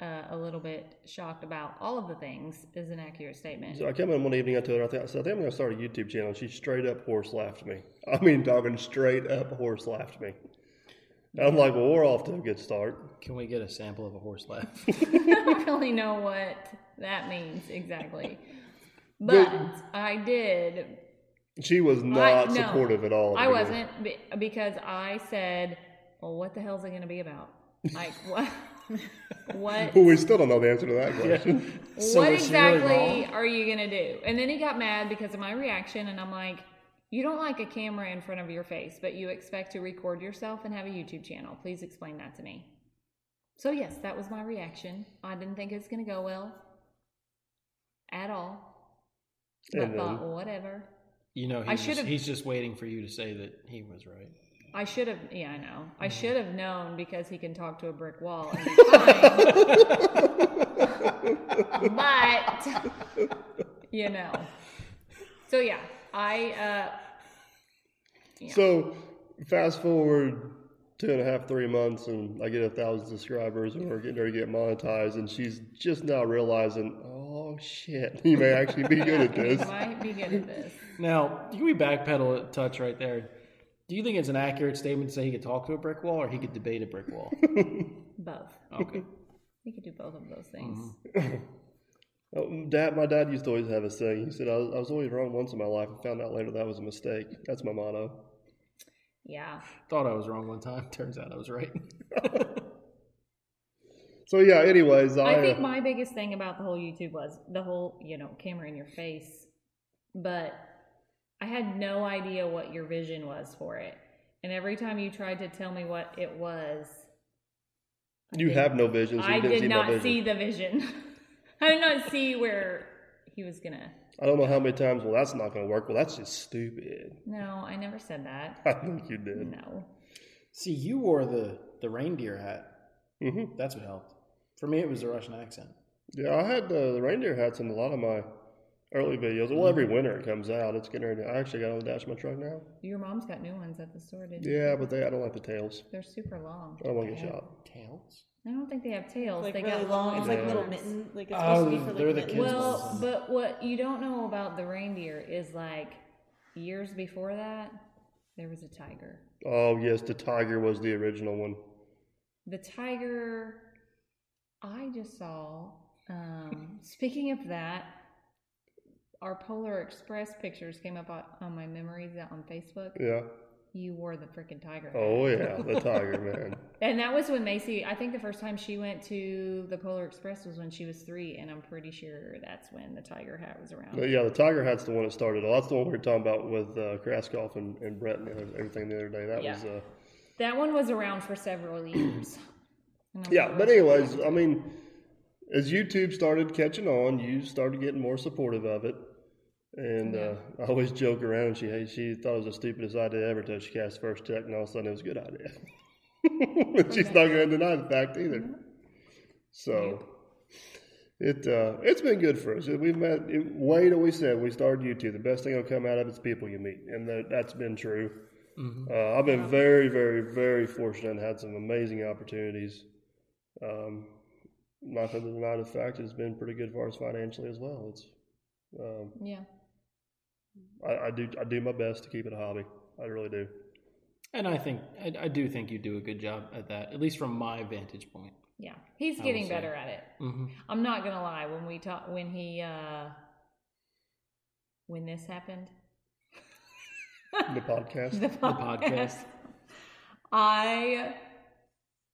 Speaker 4: uh, a little bit shocked about all of the things is an accurate statement.
Speaker 3: So I came in one evening. I told her, I, think, I said, I think I'm going to start a YouTube channel. She straight up horse laughed me. I mean, talking straight up horse laughed me. And I'm like, well, we're off to a good start.
Speaker 2: Can we get a sample of a horse laugh?
Speaker 4: I don't really know what that means exactly. But I did.
Speaker 3: She was
Speaker 4: I-
Speaker 3: not
Speaker 4: no,
Speaker 3: supportive at all. at the
Speaker 4: I
Speaker 3: beginning.
Speaker 4: wasn't be- because I said, "Well, what the hell's it going to be about? Like what? what?
Speaker 3: Well, we still don't know the answer to that question.
Speaker 4: what
Speaker 2: was she really
Speaker 4: exactly
Speaker 2: wrong?
Speaker 4: are you going to do?" And then he got mad because of my reaction, and I'm like. You don't like a camera in front of your face, but you expect to record yourself and have a YouTube channel. Please explain that to me. So, yes, that was my reaction. I didn't think it was going to go well at all. I
Speaker 3: And then,
Speaker 4: thought, well, whatever.
Speaker 2: You know, he's,
Speaker 4: I
Speaker 2: just,
Speaker 4: should've-
Speaker 2: he's just waiting for you to say that he was right.
Speaker 4: I should have, yeah, I know. I should have known because he can talk to a brick wall. And be fine. but, you know. So, yeah, I, uh, yeah.
Speaker 3: so fast forward two and a half, three months, and I get a thousand subscribers, and we're getting ready to get monetized, and she's just now realizing, oh shit, you may actually be good at this.
Speaker 4: might be good at this.
Speaker 2: Now, can we backpedal a touch right there? Do you think it's an accurate statement to say he could talk to a brick wall or he could debate a brick wall?
Speaker 4: Both.
Speaker 2: Okay.
Speaker 4: We could do both of those things.
Speaker 3: Oh, Dad, my dad used to always have a saying. He said, I was, "I was always wrong once in my life, and found out later that was a mistake." That's my motto.
Speaker 4: Yeah.
Speaker 2: Thought I was wrong one time. Turns out I was right.
Speaker 3: So yeah. Anyways, I,
Speaker 4: I think
Speaker 3: uh,
Speaker 4: my biggest thing about the whole YouTube was the whole, you know, camera in your face. But I had no idea what your vision was for it. And every time you tried to tell me what it was,
Speaker 3: you have no vision. So you
Speaker 4: I
Speaker 3: didn't
Speaker 4: did
Speaker 3: see my
Speaker 4: not
Speaker 3: vision.
Speaker 4: see the vision. I did not see where he was going to.
Speaker 3: I don't know how many times. Well, that's not going to work. Well, that's just stupid.
Speaker 4: No, I never said that.
Speaker 3: I think you did.
Speaker 4: No.
Speaker 2: See, you wore the, the reindeer hat.
Speaker 3: hmm
Speaker 2: That's what helped. For me, it was the Russian accent.
Speaker 3: Yeah, I had uh, the reindeer hats in a lot of my early videos. Well, every winter it comes out. It's getting ready. I actually got on the dash of my truck now.
Speaker 4: Your mom's got new ones at the store, didn't you?
Speaker 3: Yeah, but Oh, they I don't like the tails.
Speaker 4: They're super long.
Speaker 3: I don't want to get shot.
Speaker 2: Tails?
Speaker 4: I don't think they have tails.
Speaker 5: Like
Speaker 4: they
Speaker 5: really
Speaker 4: got
Speaker 5: long. It's like
Speaker 3: Yeah.
Speaker 5: little mitten. Like it's
Speaker 2: Oh,
Speaker 5: supposed to be for like
Speaker 2: they're the
Speaker 5: mittens.
Speaker 2: kids'
Speaker 4: Well,
Speaker 2: ones.
Speaker 4: but what you don't know about the reindeer is like years before that, there was a tiger.
Speaker 3: Oh yes, the tiger was the original one.
Speaker 4: The tiger, I just saw. Um, speaking of that, our Polar Express pictures came up on, on my memories out on Facebook.
Speaker 3: Yeah.
Speaker 4: You wore the freaking tiger. hat.
Speaker 3: Oh yeah, the tiger man.
Speaker 4: And that was when Macy, I think the first time she went to the Polar Express was when she was three, and I'm pretty sure that's when the tiger hat was around.
Speaker 3: But yeah, the Tiger Hat's the one that started. it all. That's the one we were talking about with uh, Kraskoff and, and Brett and everyth- everything the other day. That
Speaker 4: Yeah.
Speaker 3: was, uh,
Speaker 4: That one was around for several years. And I'm
Speaker 3: yeah.
Speaker 4: like,
Speaker 3: But anyways, I mean, as YouTube started catching on, you started getting more supportive of it. And uh, I always joke around. And she hey, she thought it was the stupidest idea ever until she cast first check, and all of a sudden it was a good idea. but she's not going to deny the fact either. So. It uh, it's been good for us. We've met it, Wade always said we started YouTube. The best thing that'll come out of it's people you meet, and that, that's been true.
Speaker 2: Mm-hmm.
Speaker 3: Uh, I've been very, very, very fortunate and had some amazing opportunities. Um, not going to deny the fact it's been pretty good for us financially as well. It's um,
Speaker 4: yeah.
Speaker 3: I, I do I do my best to keep it a hobby. I really do.
Speaker 2: And I think, I, I do think you do a good job at that, at least from my vantage point.
Speaker 4: Yeah, he's
Speaker 2: I would
Speaker 4: getting
Speaker 2: say.
Speaker 4: better at it.
Speaker 3: Mm-hmm.
Speaker 2: hmm
Speaker 4: I'm not gonna lie. When we talk, when he, uh when this happened,
Speaker 3: The podcast.
Speaker 4: the
Speaker 2: podcast.
Speaker 4: podcast, I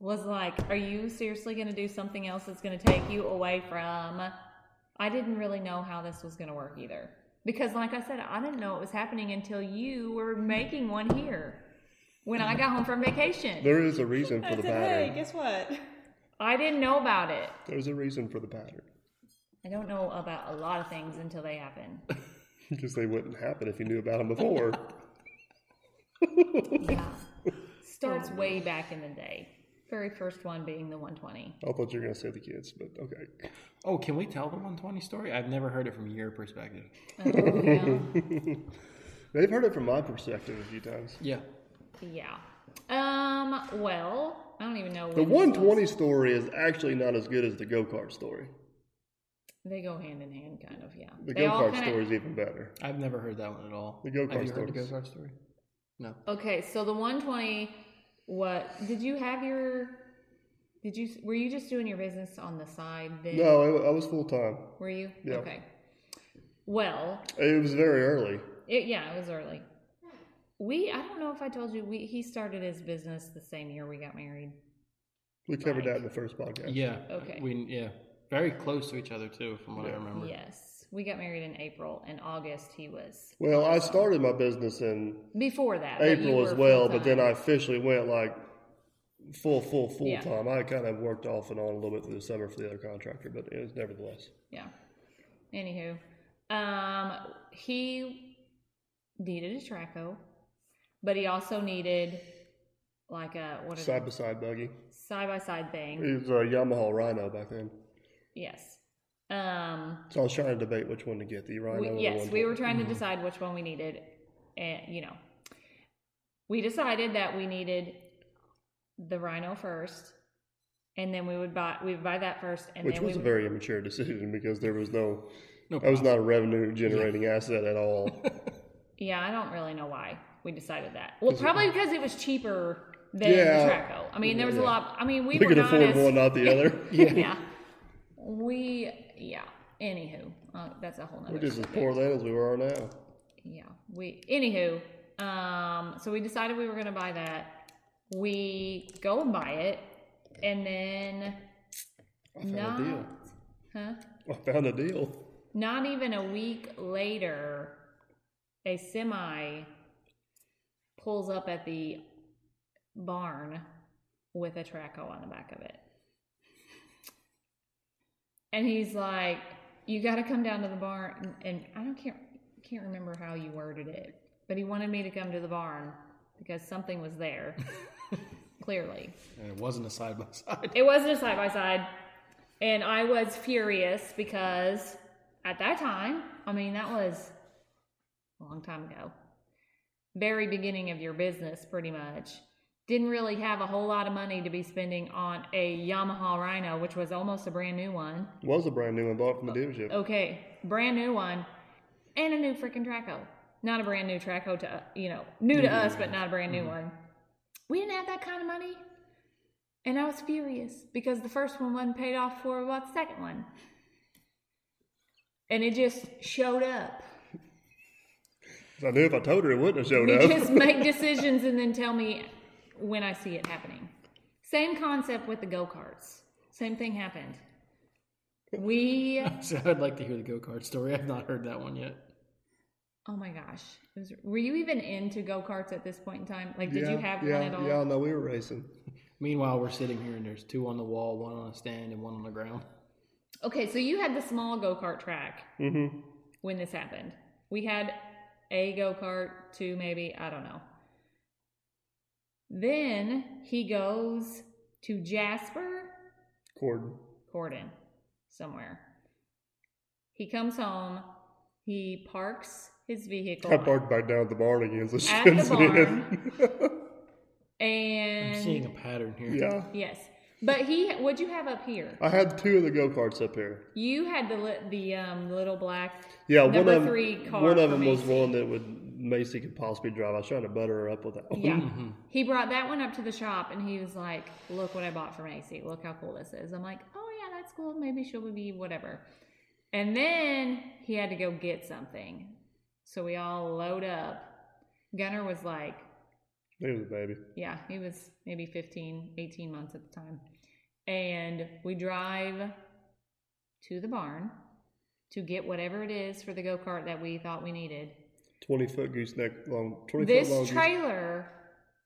Speaker 4: was like, "Are you seriously gonna do something else that's gonna take you away from?" I didn't really know how this was gonna work either, because, like I said, I didn't know it was happening until you were making one here when I got home from vacation.
Speaker 3: There is a reason for
Speaker 5: I
Speaker 3: the
Speaker 5: said, hey,
Speaker 3: pattern.
Speaker 5: guess what?
Speaker 4: I didn't know about it.
Speaker 3: There's a reason for the pattern.
Speaker 4: I don't know about a lot of things until they happen.
Speaker 3: Because they wouldn't happen if you knew about them before.
Speaker 4: Yeah. Starts way back in the day. Very first one being the 120.
Speaker 3: I thought you were going to say the kids, but okay.
Speaker 2: Oh, can we tell the 120 story? I've never heard it from your perspective.
Speaker 3: They've heard it from my perspective a few times.
Speaker 2: Yeah.
Speaker 4: Yeah. Um, well, I don't even know.
Speaker 3: The
Speaker 4: when this
Speaker 3: 120
Speaker 4: was.
Speaker 3: story is actually not as good as the go kart story.
Speaker 4: They go hand in hand, kind of, yeah.
Speaker 3: The
Speaker 4: They
Speaker 3: go
Speaker 4: all
Speaker 3: kart
Speaker 4: kinda-
Speaker 3: story is even better.
Speaker 2: I've never heard that one at all.
Speaker 3: The go-kart
Speaker 2: Have you heard the
Speaker 3: stories.
Speaker 2: go-kart story? No.
Speaker 4: Okay, so the 120, what, did you have your, did you, were you just doing your business on the side then?
Speaker 3: No, I, I was full time.
Speaker 4: Were you?
Speaker 3: Yeah.
Speaker 4: Okay. Well,
Speaker 3: It was very early.
Speaker 4: It, yeah, it was early. We, I don't know if I told you, we he started his business the same year we got married.
Speaker 3: We covered
Speaker 4: Right.
Speaker 3: that in the first podcast.
Speaker 2: Yeah.
Speaker 4: Okay.
Speaker 2: We yeah. Very close to each other too, from what I remember.
Speaker 4: Yes, we got married in April. In August, he was
Speaker 3: Well, I started my business in
Speaker 4: before that. but you
Speaker 3: April as
Speaker 4: were
Speaker 3: well,
Speaker 4: full-time.
Speaker 3: but then I officially went like full, full, full
Speaker 4: Yeah.
Speaker 3: time. I kind of worked off and on a little bit through the summer for the other contractor, but it was nevertheless.
Speaker 4: yeah. Anywho, um, he needed a traco, but he also needed like a what is
Speaker 3: Side
Speaker 4: it
Speaker 3: by side buggy.
Speaker 4: side by side thing.
Speaker 3: It was a Yamaha Rhino back then.
Speaker 4: Yes. Um,
Speaker 3: So I was trying to debate which one to get the Rhino.
Speaker 4: We-
Speaker 3: or the
Speaker 4: yes,
Speaker 3: one
Speaker 4: we
Speaker 3: that-
Speaker 4: were trying to decide which one we needed, and you know, we decided that we needed the Rhino first, and then we would buy we would buy that first, and
Speaker 3: Which
Speaker 4: then
Speaker 3: was
Speaker 4: we
Speaker 3: a very immature decision because there was no,
Speaker 2: No
Speaker 3: that was not a revenue generating asset at all.
Speaker 4: yeah, I don't really know why we decided that. Well, probably because it was cheaper than
Speaker 3: Yeah.
Speaker 4: the Traco. I mean, there was a
Speaker 3: Yeah.
Speaker 4: lot. I mean, we,
Speaker 3: we
Speaker 4: were
Speaker 3: could
Speaker 4: not
Speaker 3: afford
Speaker 4: as-
Speaker 3: one, not the other.
Speaker 4: yeah, we yeah. Anywho, uh, that's a whole nother.
Speaker 3: We're just as
Speaker 4: topic.
Speaker 3: poor then as we are now.
Speaker 4: yeah we anywho um so we decided we were gonna buy that we go and buy it and then
Speaker 3: I found
Speaker 4: not
Speaker 3: a deal.
Speaker 4: huh
Speaker 3: I found a deal.
Speaker 4: not even a week later a semi pulls up at the barn with a traco on the back of it and he's like you got to come down to the barn and, and i don't can't can't remember how you worded it but he wanted me to come to the barn because something was there clearly
Speaker 2: And it wasn't a side by side.
Speaker 4: it wasn't a side by side. And I was furious because at that time, I mean, that was a long time ago. Very beginning of your business, pretty much. Didn't really have a whole lot of money to be spending on a Yamaha Rhino, which was almost a brand new one.
Speaker 3: Was a brand new one bought
Speaker 4: Oh,
Speaker 3: from the dealership.
Speaker 4: Okay, brand new one and a new freaking Traco. Not a brand new Traco to, you know, new to us, but not a brand new
Speaker 3: Mm-hmm.
Speaker 4: one. We didn't have that kind of money. And I was furious because the first one wasn't paid off for about the second one. And it just showed up.
Speaker 3: I knew if I told her it wouldn't have showed
Speaker 4: You
Speaker 3: up.
Speaker 4: just make decisions and then tell me when I see it happening. Same concept with the go karts. Same thing happened. We
Speaker 2: So I'd like to hear the go-kart story. I've not heard that one yet.
Speaker 4: Oh my gosh. It was, were you even into go karts at this point in time? Like, did you have
Speaker 3: yeah,
Speaker 4: one at all?
Speaker 3: Yeah, no, we were racing.
Speaker 2: Meanwhile, we're sitting here and there's two on the wall, one on a stand, and one on the ground.
Speaker 4: Okay, so you had the small go kart track
Speaker 3: Mm-hmm.
Speaker 4: when this happened. We had a go kart, two maybe, I don't know. Then he goes to Jasper
Speaker 3: Cord.
Speaker 4: Gordon somewhere. He comes home, he parks his vehicle
Speaker 3: I parked back down at the barn again. So she
Speaker 4: At
Speaker 3: couldn't
Speaker 4: the
Speaker 3: see it.
Speaker 4: and
Speaker 2: I'm seeing a pattern here.
Speaker 3: yeah.
Speaker 4: yes. But he what'd you have up here?
Speaker 3: I had two of the go karts up here.
Speaker 4: You had the li- the um, little black.
Speaker 3: Yeah,
Speaker 4: Number
Speaker 3: one of
Speaker 4: three car
Speaker 3: one of
Speaker 4: for
Speaker 3: them
Speaker 4: me.
Speaker 3: was one that would Macy could possibly drive. I was trying to butter her up with that. one.
Speaker 4: Yeah.
Speaker 2: Mm-hmm.
Speaker 4: He brought that one up to the shop and he was like, Look what I bought from AC. Look how cool this is. I'm like, Oh, yeah, that's cool. Maybe she'll be whatever. And then he had to go get something. So we all load up. Gunner was like,
Speaker 3: It was a baby.
Speaker 4: yeah, he was maybe 15, 18 months at the time. And we drive to the barn to get whatever it is for the go kart that we thought we needed.
Speaker 3: Twenty foot gooseneck long. Twenty foot long.
Speaker 4: This
Speaker 3: goose-
Speaker 4: trailer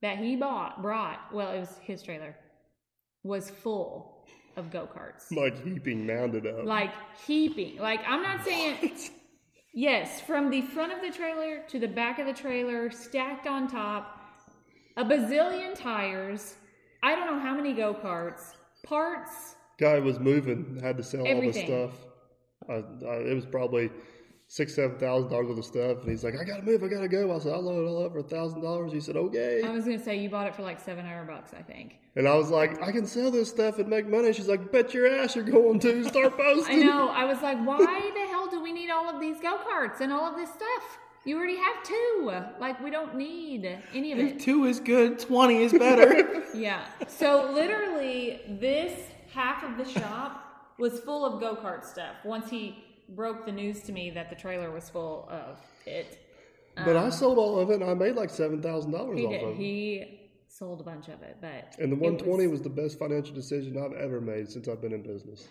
Speaker 4: that he bought, brought, well, it was his trailer, was full of go karts.
Speaker 3: like heaping mounded up.
Speaker 4: Like heaping. Like, I'm not saying. Yes, from the front of the trailer to the back of the trailer, stacked on top, a bazillion tires, I don't know how many go karts, parts.
Speaker 3: guy was moving, had to sell
Speaker 4: Everything.
Speaker 3: all the stuff. I, I, it was probably six, seven thousand dollars worth of stuff, and he's like, "I gotta move, I gotta go." I said, "I'll load it all up for a thousand dollars." He said, "Okay,"
Speaker 4: I was going to say, you bought it for like 700 bucks, I think.
Speaker 3: and I was like, "I can sell this stuff and make money." She's like, "Bet your ass you're going to start
Speaker 4: I
Speaker 3: posting."
Speaker 4: know. Um, I was like, why the hell do we need all of these go karts and all of this stuff? You already have two. Like, we don't need any of it.
Speaker 2: Two is good, 20 is better.
Speaker 4: Yeah. So, literally, this half of the shop was full of go kart stuff once he broke the news to me that the trailer was full of it.
Speaker 3: But I sold all of it, and I made like seven thousand dollars
Speaker 4: He
Speaker 3: off
Speaker 4: did.
Speaker 3: of it.
Speaker 4: He sold a bunch of it, but.
Speaker 3: And the
Speaker 4: it
Speaker 3: one twenty was the best financial decision I've ever made since I've been in business.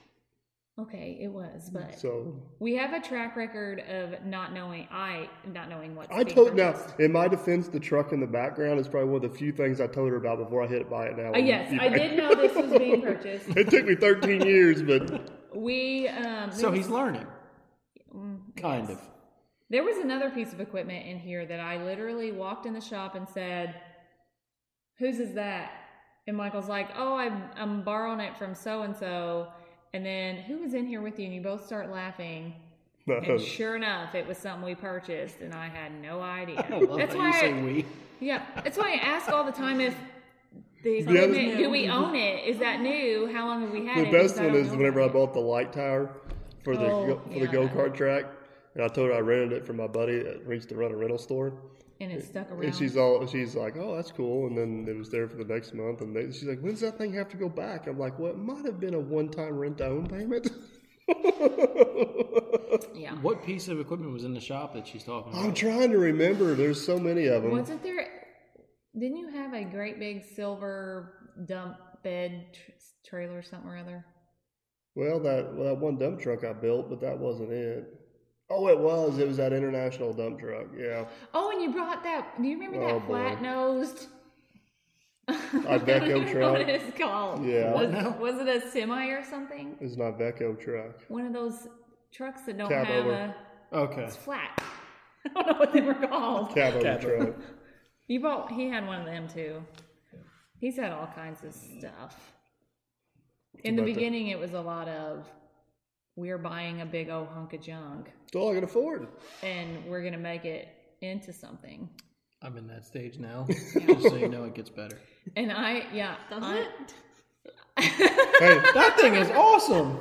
Speaker 4: Okay, it was, but.
Speaker 3: So
Speaker 4: We have a track record of not knowing I not knowing what
Speaker 3: I told now, in my defense, the truck in the background is probably one of the few things I told her about before I hit buy it now.
Speaker 4: Uh, yes, I did know this was being purchased.
Speaker 3: It took me 13 years, but
Speaker 4: We um
Speaker 2: so
Speaker 4: there
Speaker 2: he's
Speaker 4: was-
Speaker 2: learning.
Speaker 4: Mm, I
Speaker 2: Kind
Speaker 4: guess.
Speaker 2: of.
Speaker 4: There was another piece of equipment in here that I literally walked in the shop and said, "Whose is that?" And Michael's like, "Oh, I'm I'm borrowing it from so and so." And then who was in here with you? And you both start laughing.
Speaker 3: Uh-huh.
Speaker 4: And sure enough, it was something we purchased, and I had no idea.
Speaker 2: I love
Speaker 4: That's
Speaker 2: that
Speaker 4: why
Speaker 2: you say
Speaker 4: I-
Speaker 2: we.
Speaker 4: Yeah, that's why I ask all the time if the
Speaker 3: other-
Speaker 4: equipment, do we own it? Is that new? How long have we had
Speaker 3: the
Speaker 4: it?
Speaker 3: best
Speaker 4: Because I
Speaker 3: one
Speaker 4: don't
Speaker 3: is
Speaker 4: know
Speaker 3: whenever I
Speaker 4: about it.
Speaker 3: bought the light tower for the
Speaker 4: Oh,
Speaker 3: go- for the
Speaker 4: yeah.
Speaker 3: go kart track, and I told her I rented it from my buddy that used to run a rental store.
Speaker 4: and it stuck around.
Speaker 3: And she's all she's like, "Oh, that's cool." And then it was there for the next month, and they, she's like, "When's that thing have to go back?" I'm like, "Well, it might have been a one time rent to own payment."
Speaker 4: yeah.
Speaker 2: What piece of equipment was in the shop that she's talking
Speaker 3: I'm
Speaker 2: about?
Speaker 3: trying to remember. There's so many of them.
Speaker 4: Wasn't there? Didn't you have a great big silver dump bed tr- trailer or something or other?
Speaker 3: Well, that well, that one dump truck I built, but that wasn't it. Oh, it was. It was that international dump truck. Yeah,
Speaker 4: Oh, and you brought that. Do you remember
Speaker 3: Oh, boy.
Speaker 4: that flat nosed? I
Speaker 3: Iveco
Speaker 4: don't know
Speaker 3: truck.
Speaker 4: what it's called.
Speaker 3: Yeah.
Speaker 4: Was,
Speaker 3: What
Speaker 2: now?
Speaker 4: was it a semi or something?
Speaker 3: it's an Iveco truck.
Speaker 4: One of those trucks that don't
Speaker 3: Cab
Speaker 4: have
Speaker 3: over.
Speaker 4: a.
Speaker 2: Okay.
Speaker 4: It's flat. I don't know what they were called.
Speaker 3: Cab over
Speaker 2: Cab over.
Speaker 3: truck.
Speaker 4: You bought. He had one of them too. He's had all kinds of stuff. In the
Speaker 3: About the-
Speaker 4: beginning, it was a lot of we're buying a big old hunk of junk
Speaker 3: It's all I can afford.
Speaker 4: and we're gonna make it into something.
Speaker 2: I'm in that stage now. Just so you know, it gets better.
Speaker 4: And I, yeah, I,
Speaker 3: Hey,
Speaker 2: That thing is awesome.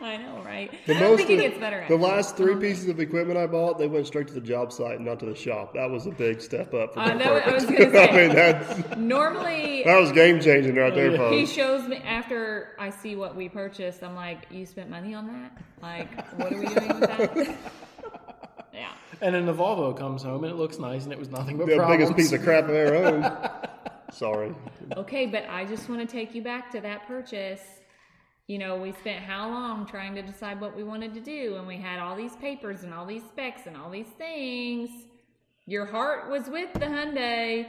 Speaker 4: I know, right?
Speaker 3: the
Speaker 4: I
Speaker 3: most
Speaker 4: don't think it Uh-huh.
Speaker 3: of-
Speaker 4: gets better.
Speaker 3: the
Speaker 4: actually.
Speaker 3: last three pieces of equipment I bought, they went straight to the job site and not to the shop. That was a big step up. For
Speaker 4: Uh,
Speaker 3: me.
Speaker 4: that was- I was gonna say.
Speaker 3: I mean, that
Speaker 4: Normally,
Speaker 3: that was game changing right there,
Speaker 4: he
Speaker 3: folks.
Speaker 4: shows me after I see what we purchased. I'm like, you spent money on that? Like, what are we doing with that? yeah.
Speaker 2: And then the Volvo comes home and it looks nice and it was nothing but
Speaker 3: The
Speaker 2: problems.
Speaker 3: biggest piece of crap I ever owned. Sorry.
Speaker 4: Okay, but I just want to take you back to that purchase. You know, we spent how long trying to decide what we wanted to do, and we had all these papers and all these specs and all these things. Your heart was with the Hyundai,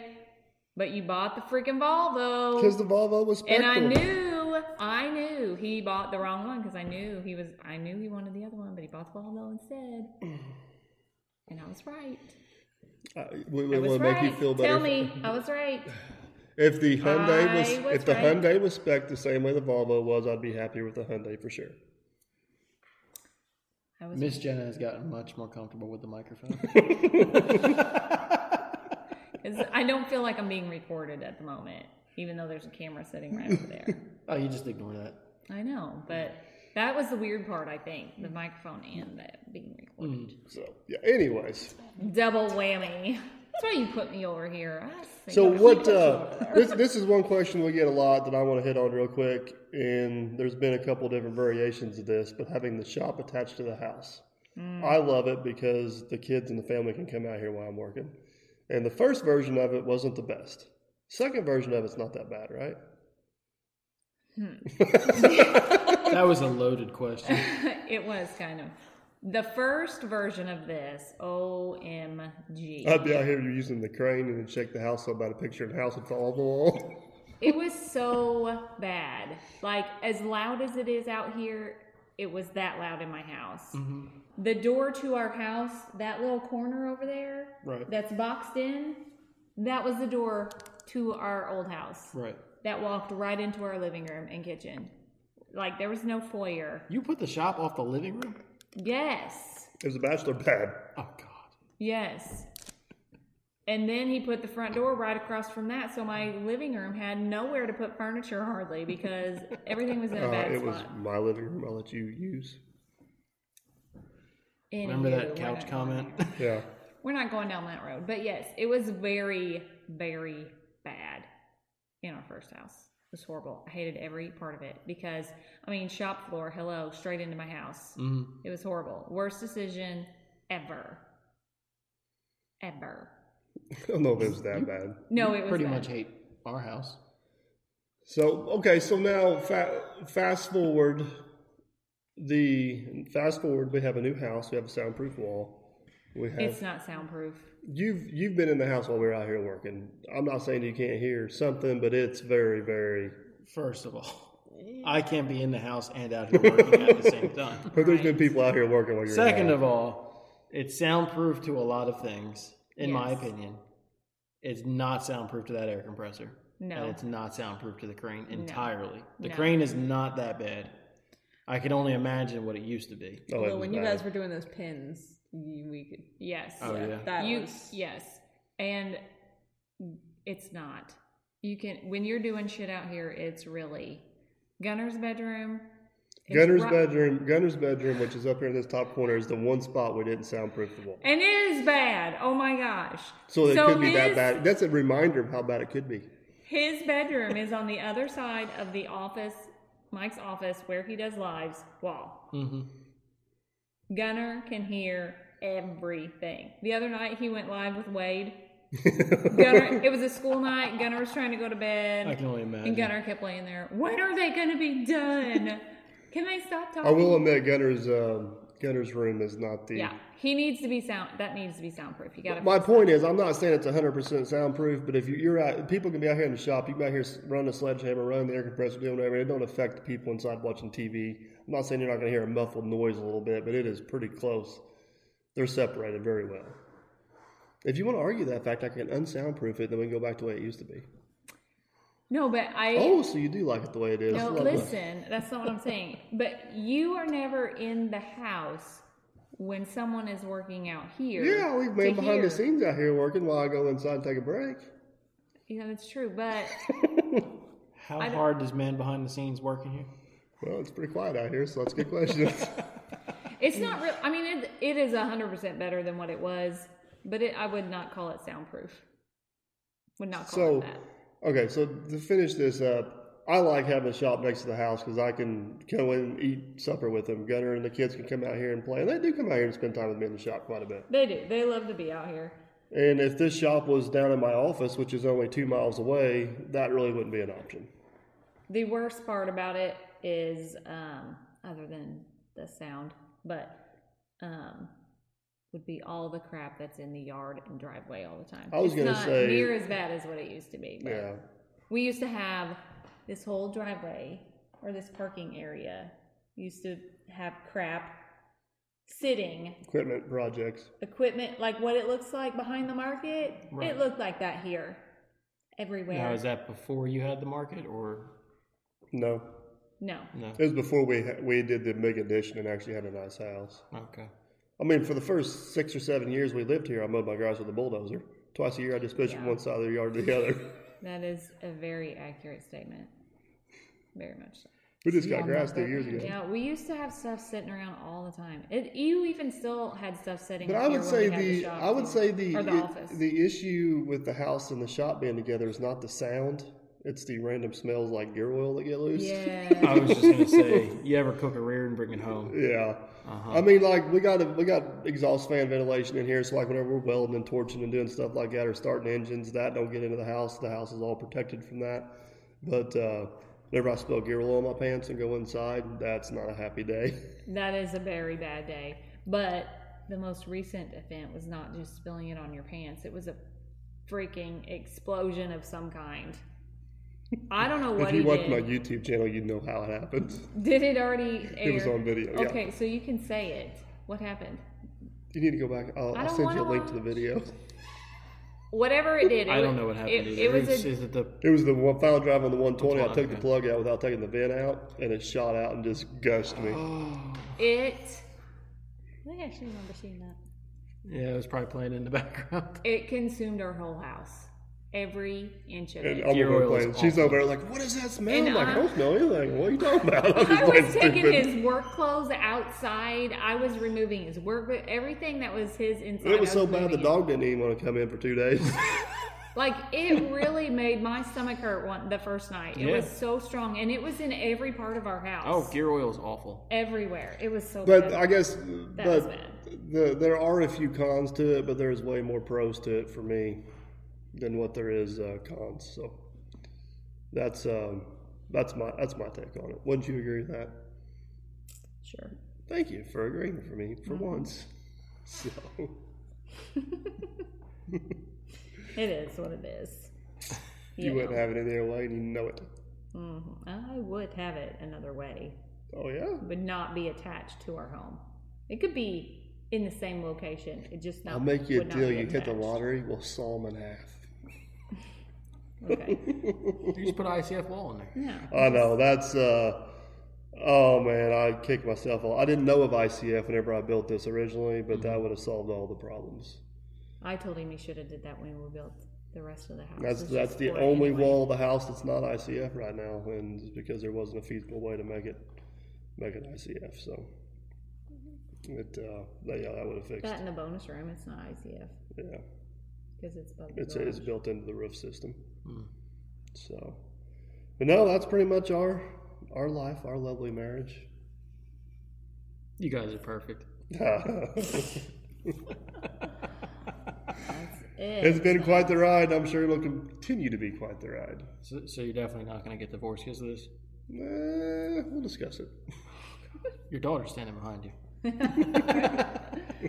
Speaker 4: but you bought the freaking Volvo.
Speaker 3: Because the Volvo was
Speaker 4: and I
Speaker 3: spectrum.
Speaker 4: knew, I knew he bought the wrong one because I knew he was, I knew he wanted the other one, but he bought the Volvo instead. And I was right.
Speaker 3: Uh, we
Speaker 4: I
Speaker 3: we
Speaker 4: was
Speaker 3: want to
Speaker 4: right.
Speaker 3: make you feel better.
Speaker 4: Tell me, I was right.
Speaker 3: If the Hyundai
Speaker 4: I
Speaker 3: was,
Speaker 4: was
Speaker 3: if the
Speaker 4: right.
Speaker 3: Hyundai was spec the same way the Volvo was, I'd be happier with the Hyundai for sure.
Speaker 4: I was
Speaker 2: Miss Jenna has gotten much more comfortable with the microphone.
Speaker 4: Is- I don't feel like I'm being recorded at the moment, even though there's a camera sitting right over there.
Speaker 2: oh, you just ignore that.
Speaker 4: I know, but That was the weird part, I think. The microphone and that being recorded.
Speaker 3: So yeah. Anyways,
Speaker 4: Double whammy. That's why you put me over here. I think
Speaker 3: so what? Uh, this this is one question we get a lot that I want to hit on real quick, and there's been a couple different variations of this, but having the shop attached to the house,
Speaker 4: Mm.
Speaker 3: I love it because the kids and the family can come out here while I'm working. And the first version of it wasn't the best. Second version of it's not that bad, right?
Speaker 2: That was a loaded question.
Speaker 4: it was kind of the first version of this. OMG.
Speaker 3: I'd be out here using the crane and then shake the house up about a picture of the house and fall off the wall.
Speaker 4: It was so bad. Like as loud as it is out here, it was that loud in my house.
Speaker 3: Mm-hmm.
Speaker 4: The door to our house, that little corner over there,
Speaker 3: Right.
Speaker 4: that's boxed in, that was the door to our old house.
Speaker 2: Right.
Speaker 4: That walked right into our living room and kitchen. Like there was no foyer.
Speaker 2: You put the shop off the living room?
Speaker 4: Yes.
Speaker 3: It was a bachelor pad.
Speaker 2: Oh god.
Speaker 4: Yes. And then he put the front door right across from that, so my living room had nowhere to put furniture hardly because everything was in a
Speaker 3: Uh,
Speaker 4: bad
Speaker 3: it was
Speaker 4: spot.
Speaker 3: my living room. I'll let you use.
Speaker 2: Remember
Speaker 4: Anywho, we're
Speaker 2: that couch
Speaker 4: not going
Speaker 2: comment?
Speaker 4: there.
Speaker 3: Yeah.
Speaker 4: We're not going down that road, but yes, it was very, very bad in our first house. It was horrible. I hated every part of it because, I mean, shop floor, hello, straight into my house.
Speaker 2: Mm.
Speaker 4: It was horrible. Worst decision ever. Ever.
Speaker 3: I don't know if it was that bad.
Speaker 4: No, it was
Speaker 2: Pretty
Speaker 4: bad.
Speaker 2: much hate our house.
Speaker 3: So okay, so now fa- fast forward. The fast forward, we have a new house. We have a soundproof wall. We have
Speaker 4: It's not soundproof.
Speaker 3: you've you've been in the house while we were out here working. I'm not saying you can't hear something, but it's very very.
Speaker 2: First of all, I can't be in the house and out here working at the same time.
Speaker 3: But there's been people out here working while you're
Speaker 2: Second
Speaker 3: out.
Speaker 2: of all, it's soundproof to a lot of things, in my
Speaker 4: Yes.
Speaker 2: opinion. It's not soundproof to that air compressor.
Speaker 4: No.
Speaker 2: And it's not soundproof to the crane entirely. The
Speaker 4: No.
Speaker 2: crane is not that bad. I can only imagine what it used to be.
Speaker 3: Oh, it
Speaker 6: Although
Speaker 3: was
Speaker 6: when you
Speaker 3: bad.
Speaker 6: guys were doing those pins, you, we could.
Speaker 4: Yes.
Speaker 2: Oh, yeah.
Speaker 6: That
Speaker 4: you
Speaker 6: was-
Speaker 4: yes and it's not you can when you're doing shit out here it's really gunner's bedroom is
Speaker 3: Gunner's
Speaker 4: ri-
Speaker 3: bedroom, Gunner's bedroom, which is up here in this top corner, is the one spot we didn't soundproof the wall.
Speaker 4: and it is bad oh my gosh
Speaker 3: So it could be that
Speaker 4: his-
Speaker 3: bad. That's a reminder of how bad it could be.
Speaker 4: his bedroom is on the other side of the office mike's office where he does lives wall
Speaker 2: Mm-hmm.
Speaker 3: Mm-hmm.
Speaker 4: gunner can hear everything the other night he went live with wade gunner it was a school night gunner was trying to go to bed
Speaker 2: I can only imagine.
Speaker 4: And Gunnar kept laying there. When are they going to be done? Can I stop talking?
Speaker 3: I will admit, Gunner's um, Gunner's room is not the.
Speaker 4: Yeah, he needs to be sound. That needs to be soundproof. You got to.
Speaker 3: My point is, I'm not saying it's 100% soundproof, but if you, you're out, people can be out here in the shop. You can be out here s- running a sledgehammer, running the air compressor, doing whatever. It don't affect the people inside watching TV. I'm not saying you're not going to hear a muffled noise a little bit, but it is pretty close. They're separated very well. If you want to argue that fact, I can unsoundproof it, then we can go back to the way it used to be.
Speaker 4: No, but I.
Speaker 3: Oh, so you do like it the way it is.
Speaker 4: no,
Speaker 3: Love that.
Speaker 4: listen. That's not what I'm saying. But you are never in the house when someone is working out here.
Speaker 3: Yeah, I leave
Speaker 4: to
Speaker 3: man behind
Speaker 4: hear.
Speaker 3: the scenes out here working while I go inside and take a break.
Speaker 4: Yeah, that's true. But
Speaker 2: How hard does man behind the scenes working here?
Speaker 3: Well, it's pretty quiet out here, so that's a good question.
Speaker 4: it's not real. I mean, it, it is 100% better than what it was. But it, I would not call it soundproof. Would not call
Speaker 3: So,
Speaker 4: it that.
Speaker 3: okay, so to finish this up, I like having a shop next to the house because I can go in and eat supper with them. Gunner and the kids can come out here and play, and they do come out here and spend time with me in the shop quite a bit.
Speaker 4: They do. They love to be out here.
Speaker 3: And if this shop was down in my office, which is only two miles away, that really wouldn't be an option.
Speaker 4: The worst part about it is, um, other than the sound, but um, would be all the crap that's in the yard and driveway all the time.
Speaker 3: I was
Speaker 4: It's
Speaker 3: gonna
Speaker 4: not
Speaker 3: say-
Speaker 4: near as bad as what it used to be. But
Speaker 3: Yeah,
Speaker 4: We used to have this whole driveway or this parking area used to have crap sitting
Speaker 3: equipment projects.
Speaker 4: equipment like what it looks like behind the market.
Speaker 2: Right.
Speaker 4: It looked like that here, everywhere.
Speaker 2: Now, is that before you had the market or
Speaker 3: No,
Speaker 4: no,
Speaker 2: no?
Speaker 3: it was before we ha- we did the big addition and actually had a nice house.
Speaker 2: Okay.
Speaker 3: I mean, for the first six or seven years we lived here, I mowed my grass with a bulldozer. Twice a year, I just pushed from one side of the yard to the other.
Speaker 4: That is a very accurate statement. Very much so.
Speaker 3: We just got
Speaker 7: I'm
Speaker 3: grass
Speaker 7: not
Speaker 3: two
Speaker 7: that
Speaker 3: years ago.
Speaker 4: Yeah, we used to have stuff sitting around all the time. It, you even still had stuff sitting.
Speaker 3: But I
Speaker 4: here
Speaker 3: would
Speaker 4: when
Speaker 3: say
Speaker 4: we had
Speaker 3: the,
Speaker 4: shop
Speaker 3: I would
Speaker 4: too,
Speaker 3: say the
Speaker 4: or the
Speaker 3: it-
Speaker 4: office.
Speaker 3: the issue with the house and the shop being together is not the sound; it's the random smells like gear oil that get loose.
Speaker 4: yeah,
Speaker 2: I was just gonna say, you ever cook a rear and bring it home? Uh-huh.
Speaker 3: Yeah. I mean, like we got a, we got exhaust fan ventilation in here, so like whenever we're welding and torching and doing stuff like that, or starting engines, that don't get into the house. The house is all protected from that. But uh, whenever I spill gear oil on my pants and go inside, that's not a happy day.
Speaker 4: that is a very bad day. But the most recent event was not just spilling it on your pants; it was a freaking explosion of some kind. I don't know what
Speaker 3: if you
Speaker 4: he
Speaker 3: watch
Speaker 4: did.
Speaker 3: my YouTube channel, you know how it happens.
Speaker 4: Did it already air?
Speaker 3: It was on video. Yeah.
Speaker 4: Okay, so you can say it. What happened?
Speaker 3: You need to go back. I'll,
Speaker 4: I
Speaker 3: I'll
Speaker 4: don't
Speaker 3: send you a
Speaker 4: wanna
Speaker 3: link to the video.
Speaker 4: Whatever it did, it
Speaker 2: I
Speaker 4: wa-
Speaker 2: don't know what happened
Speaker 4: It,
Speaker 2: either.
Speaker 4: it was
Speaker 2: Is-
Speaker 4: a
Speaker 2: is it the
Speaker 3: It was the one final drive on the 120. I
Speaker 2: That's
Speaker 3: took
Speaker 2: why,
Speaker 3: the
Speaker 2: okay.
Speaker 3: plug out without taking the vent out, and it shot out and just gushed
Speaker 4: Oh,
Speaker 3: me.
Speaker 4: it
Speaker 5: I think I actually remember seeing that.
Speaker 2: yeah, it was probably playing in the background.
Speaker 4: it consumed our whole house, every inch of
Speaker 3: And
Speaker 4: it.
Speaker 3: I'm
Speaker 2: Gear
Speaker 3: over
Speaker 2: oil is
Speaker 3: playing. She's
Speaker 2: awful.
Speaker 3: over there like, what is that smell?
Speaker 4: And
Speaker 3: I'm like, I
Speaker 4: I-
Speaker 3: don't know anything. What are you talking about? I'm just
Speaker 4: I
Speaker 3: playing
Speaker 4: was taking
Speaker 3: stupid.
Speaker 4: his work clothes outside. I was removing his work, everything that was his inside.
Speaker 3: It was
Speaker 4: I
Speaker 3: so bad the
Speaker 4: moving it.
Speaker 3: dog didn't even want to come in for two days.
Speaker 4: Like it really made my stomach hurt one the first night. It
Speaker 2: Yeah.
Speaker 4: was so strong, and it was in every part of our house.
Speaker 2: Oh, gear oil is awful.
Speaker 4: everywhere. It was so.
Speaker 3: but
Speaker 4: bad.
Speaker 3: I guess,
Speaker 4: was
Speaker 3: but
Speaker 4: bad.
Speaker 3: the, there are a few cons to it, but there's way more pros to it for me than what there is uh, cons. So that's um, that's my that's my take on it. Wouldn't you agree with that?
Speaker 5: Sure.
Speaker 3: Thank you for agreeing for me
Speaker 4: Mm-hmm.
Speaker 3: for once. So,
Speaker 4: it is what it is.
Speaker 3: you wouldn't have it any other way, and you know it.
Speaker 4: Mm-hmm. I would have it another way.
Speaker 3: Oh yeah,
Speaker 4: Would not be attached to our home. It could be in the same location. It just not.
Speaker 3: I'll make you a
Speaker 4: would not
Speaker 3: deal.
Speaker 4: be
Speaker 3: You hit the
Speaker 4: attached.
Speaker 3: lottery, we'll saw them in half.
Speaker 4: Okay.
Speaker 2: You just put ICF wall in there.
Speaker 4: No.
Speaker 3: I know that's. uh Oh man, I kicked myself. Off. I didn't know of ICF whenever I built this originally, but
Speaker 4: Mm-hmm.
Speaker 3: that would have solved all the problems.
Speaker 4: I told him he should have did that when we built the rest of the house.
Speaker 3: That's
Speaker 4: It's
Speaker 3: that's
Speaker 4: just
Speaker 3: the
Speaker 4: for it
Speaker 3: only
Speaker 4: anyway.
Speaker 3: wall of the house that's not ICF right now, and it's because there wasn't a feasible way to make it make it ICF. So, it uh, that, yeah, that would have fixed.
Speaker 4: Mm-hmm. That in the bonus room, it's not ICF
Speaker 3: Yeah,
Speaker 4: because it's above the
Speaker 3: it's
Speaker 4: garage.
Speaker 3: it's built into the roof system. So, but no, that's pretty much our our life, our lovely marriage.
Speaker 2: You guys are perfect.
Speaker 3: It's been quite the ride. I'm sure it'll continue to be quite the ride.
Speaker 2: So, so you're definitely not going to get divorced because of this.
Speaker 3: Eh, we'll discuss it.
Speaker 2: Your daughter's standing behind you.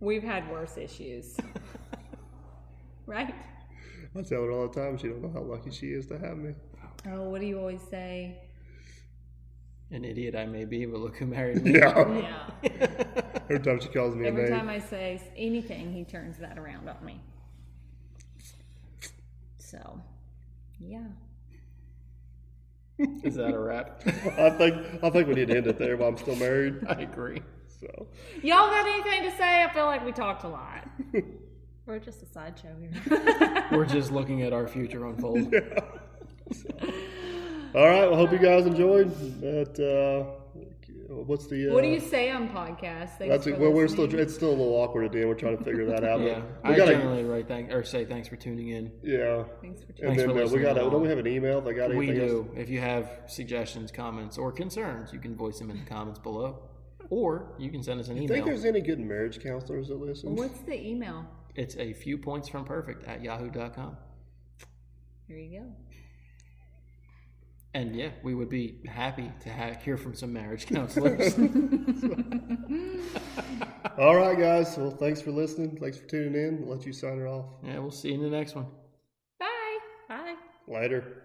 Speaker 4: We've had worse issues, right?
Speaker 3: I tell her all the time she don't know how lucky she is to have me.
Speaker 4: Oh, what do you always say?
Speaker 2: An idiot I may be, but look who married me.
Speaker 3: Yeah.
Speaker 4: Yeah.
Speaker 3: Every time she calls me a name.
Speaker 4: Every time I say anything, he turns that around on me. So, yeah.
Speaker 2: Is that a wrap?
Speaker 3: I think I think we need to end it there while I'm still married.
Speaker 2: I agree.
Speaker 3: So
Speaker 4: Y'all got anything to say? I feel like we talked a lot.
Speaker 5: We're just a sideshow here.
Speaker 2: We're just looking at our future unfold.
Speaker 3: all right, well hope you guys enjoyed. That uh, what's the uh,
Speaker 4: What do you say on podcasts? Thanks
Speaker 3: that's
Speaker 4: for
Speaker 3: well we're still
Speaker 4: listening.
Speaker 3: it's still a little awkward at the end. We're trying to figure that out. but
Speaker 2: Yeah,
Speaker 3: We
Speaker 2: I
Speaker 3: gotta
Speaker 2: generally write thank or say thanks for tuning in.
Speaker 3: Yeah.
Speaker 4: Thanks for
Speaker 3: And
Speaker 2: Thanks
Speaker 3: then
Speaker 2: for
Speaker 3: uh, we
Speaker 2: listening
Speaker 3: got to
Speaker 2: along.
Speaker 3: don't we have an email if I got
Speaker 2: We
Speaker 3: anything else?
Speaker 2: do. If you have suggestions, comments, or concerns, you can voice them in the comments below, or you can send us an
Speaker 3: You think
Speaker 2: email.
Speaker 3: there's any good marriage counselors that listen?
Speaker 4: What's the email?
Speaker 2: It's a few points from perfect at yahoo.com.
Speaker 4: Here you go.
Speaker 2: And yeah, we would be happy to ha hear from some marriage counselors.
Speaker 3: All right, guys. Well, thanks for listening. Thanks for tuning in. I'll let you sign it off
Speaker 2: yeah, we'll see you in the next one.
Speaker 4: Bye.
Speaker 5: Bye.
Speaker 3: later.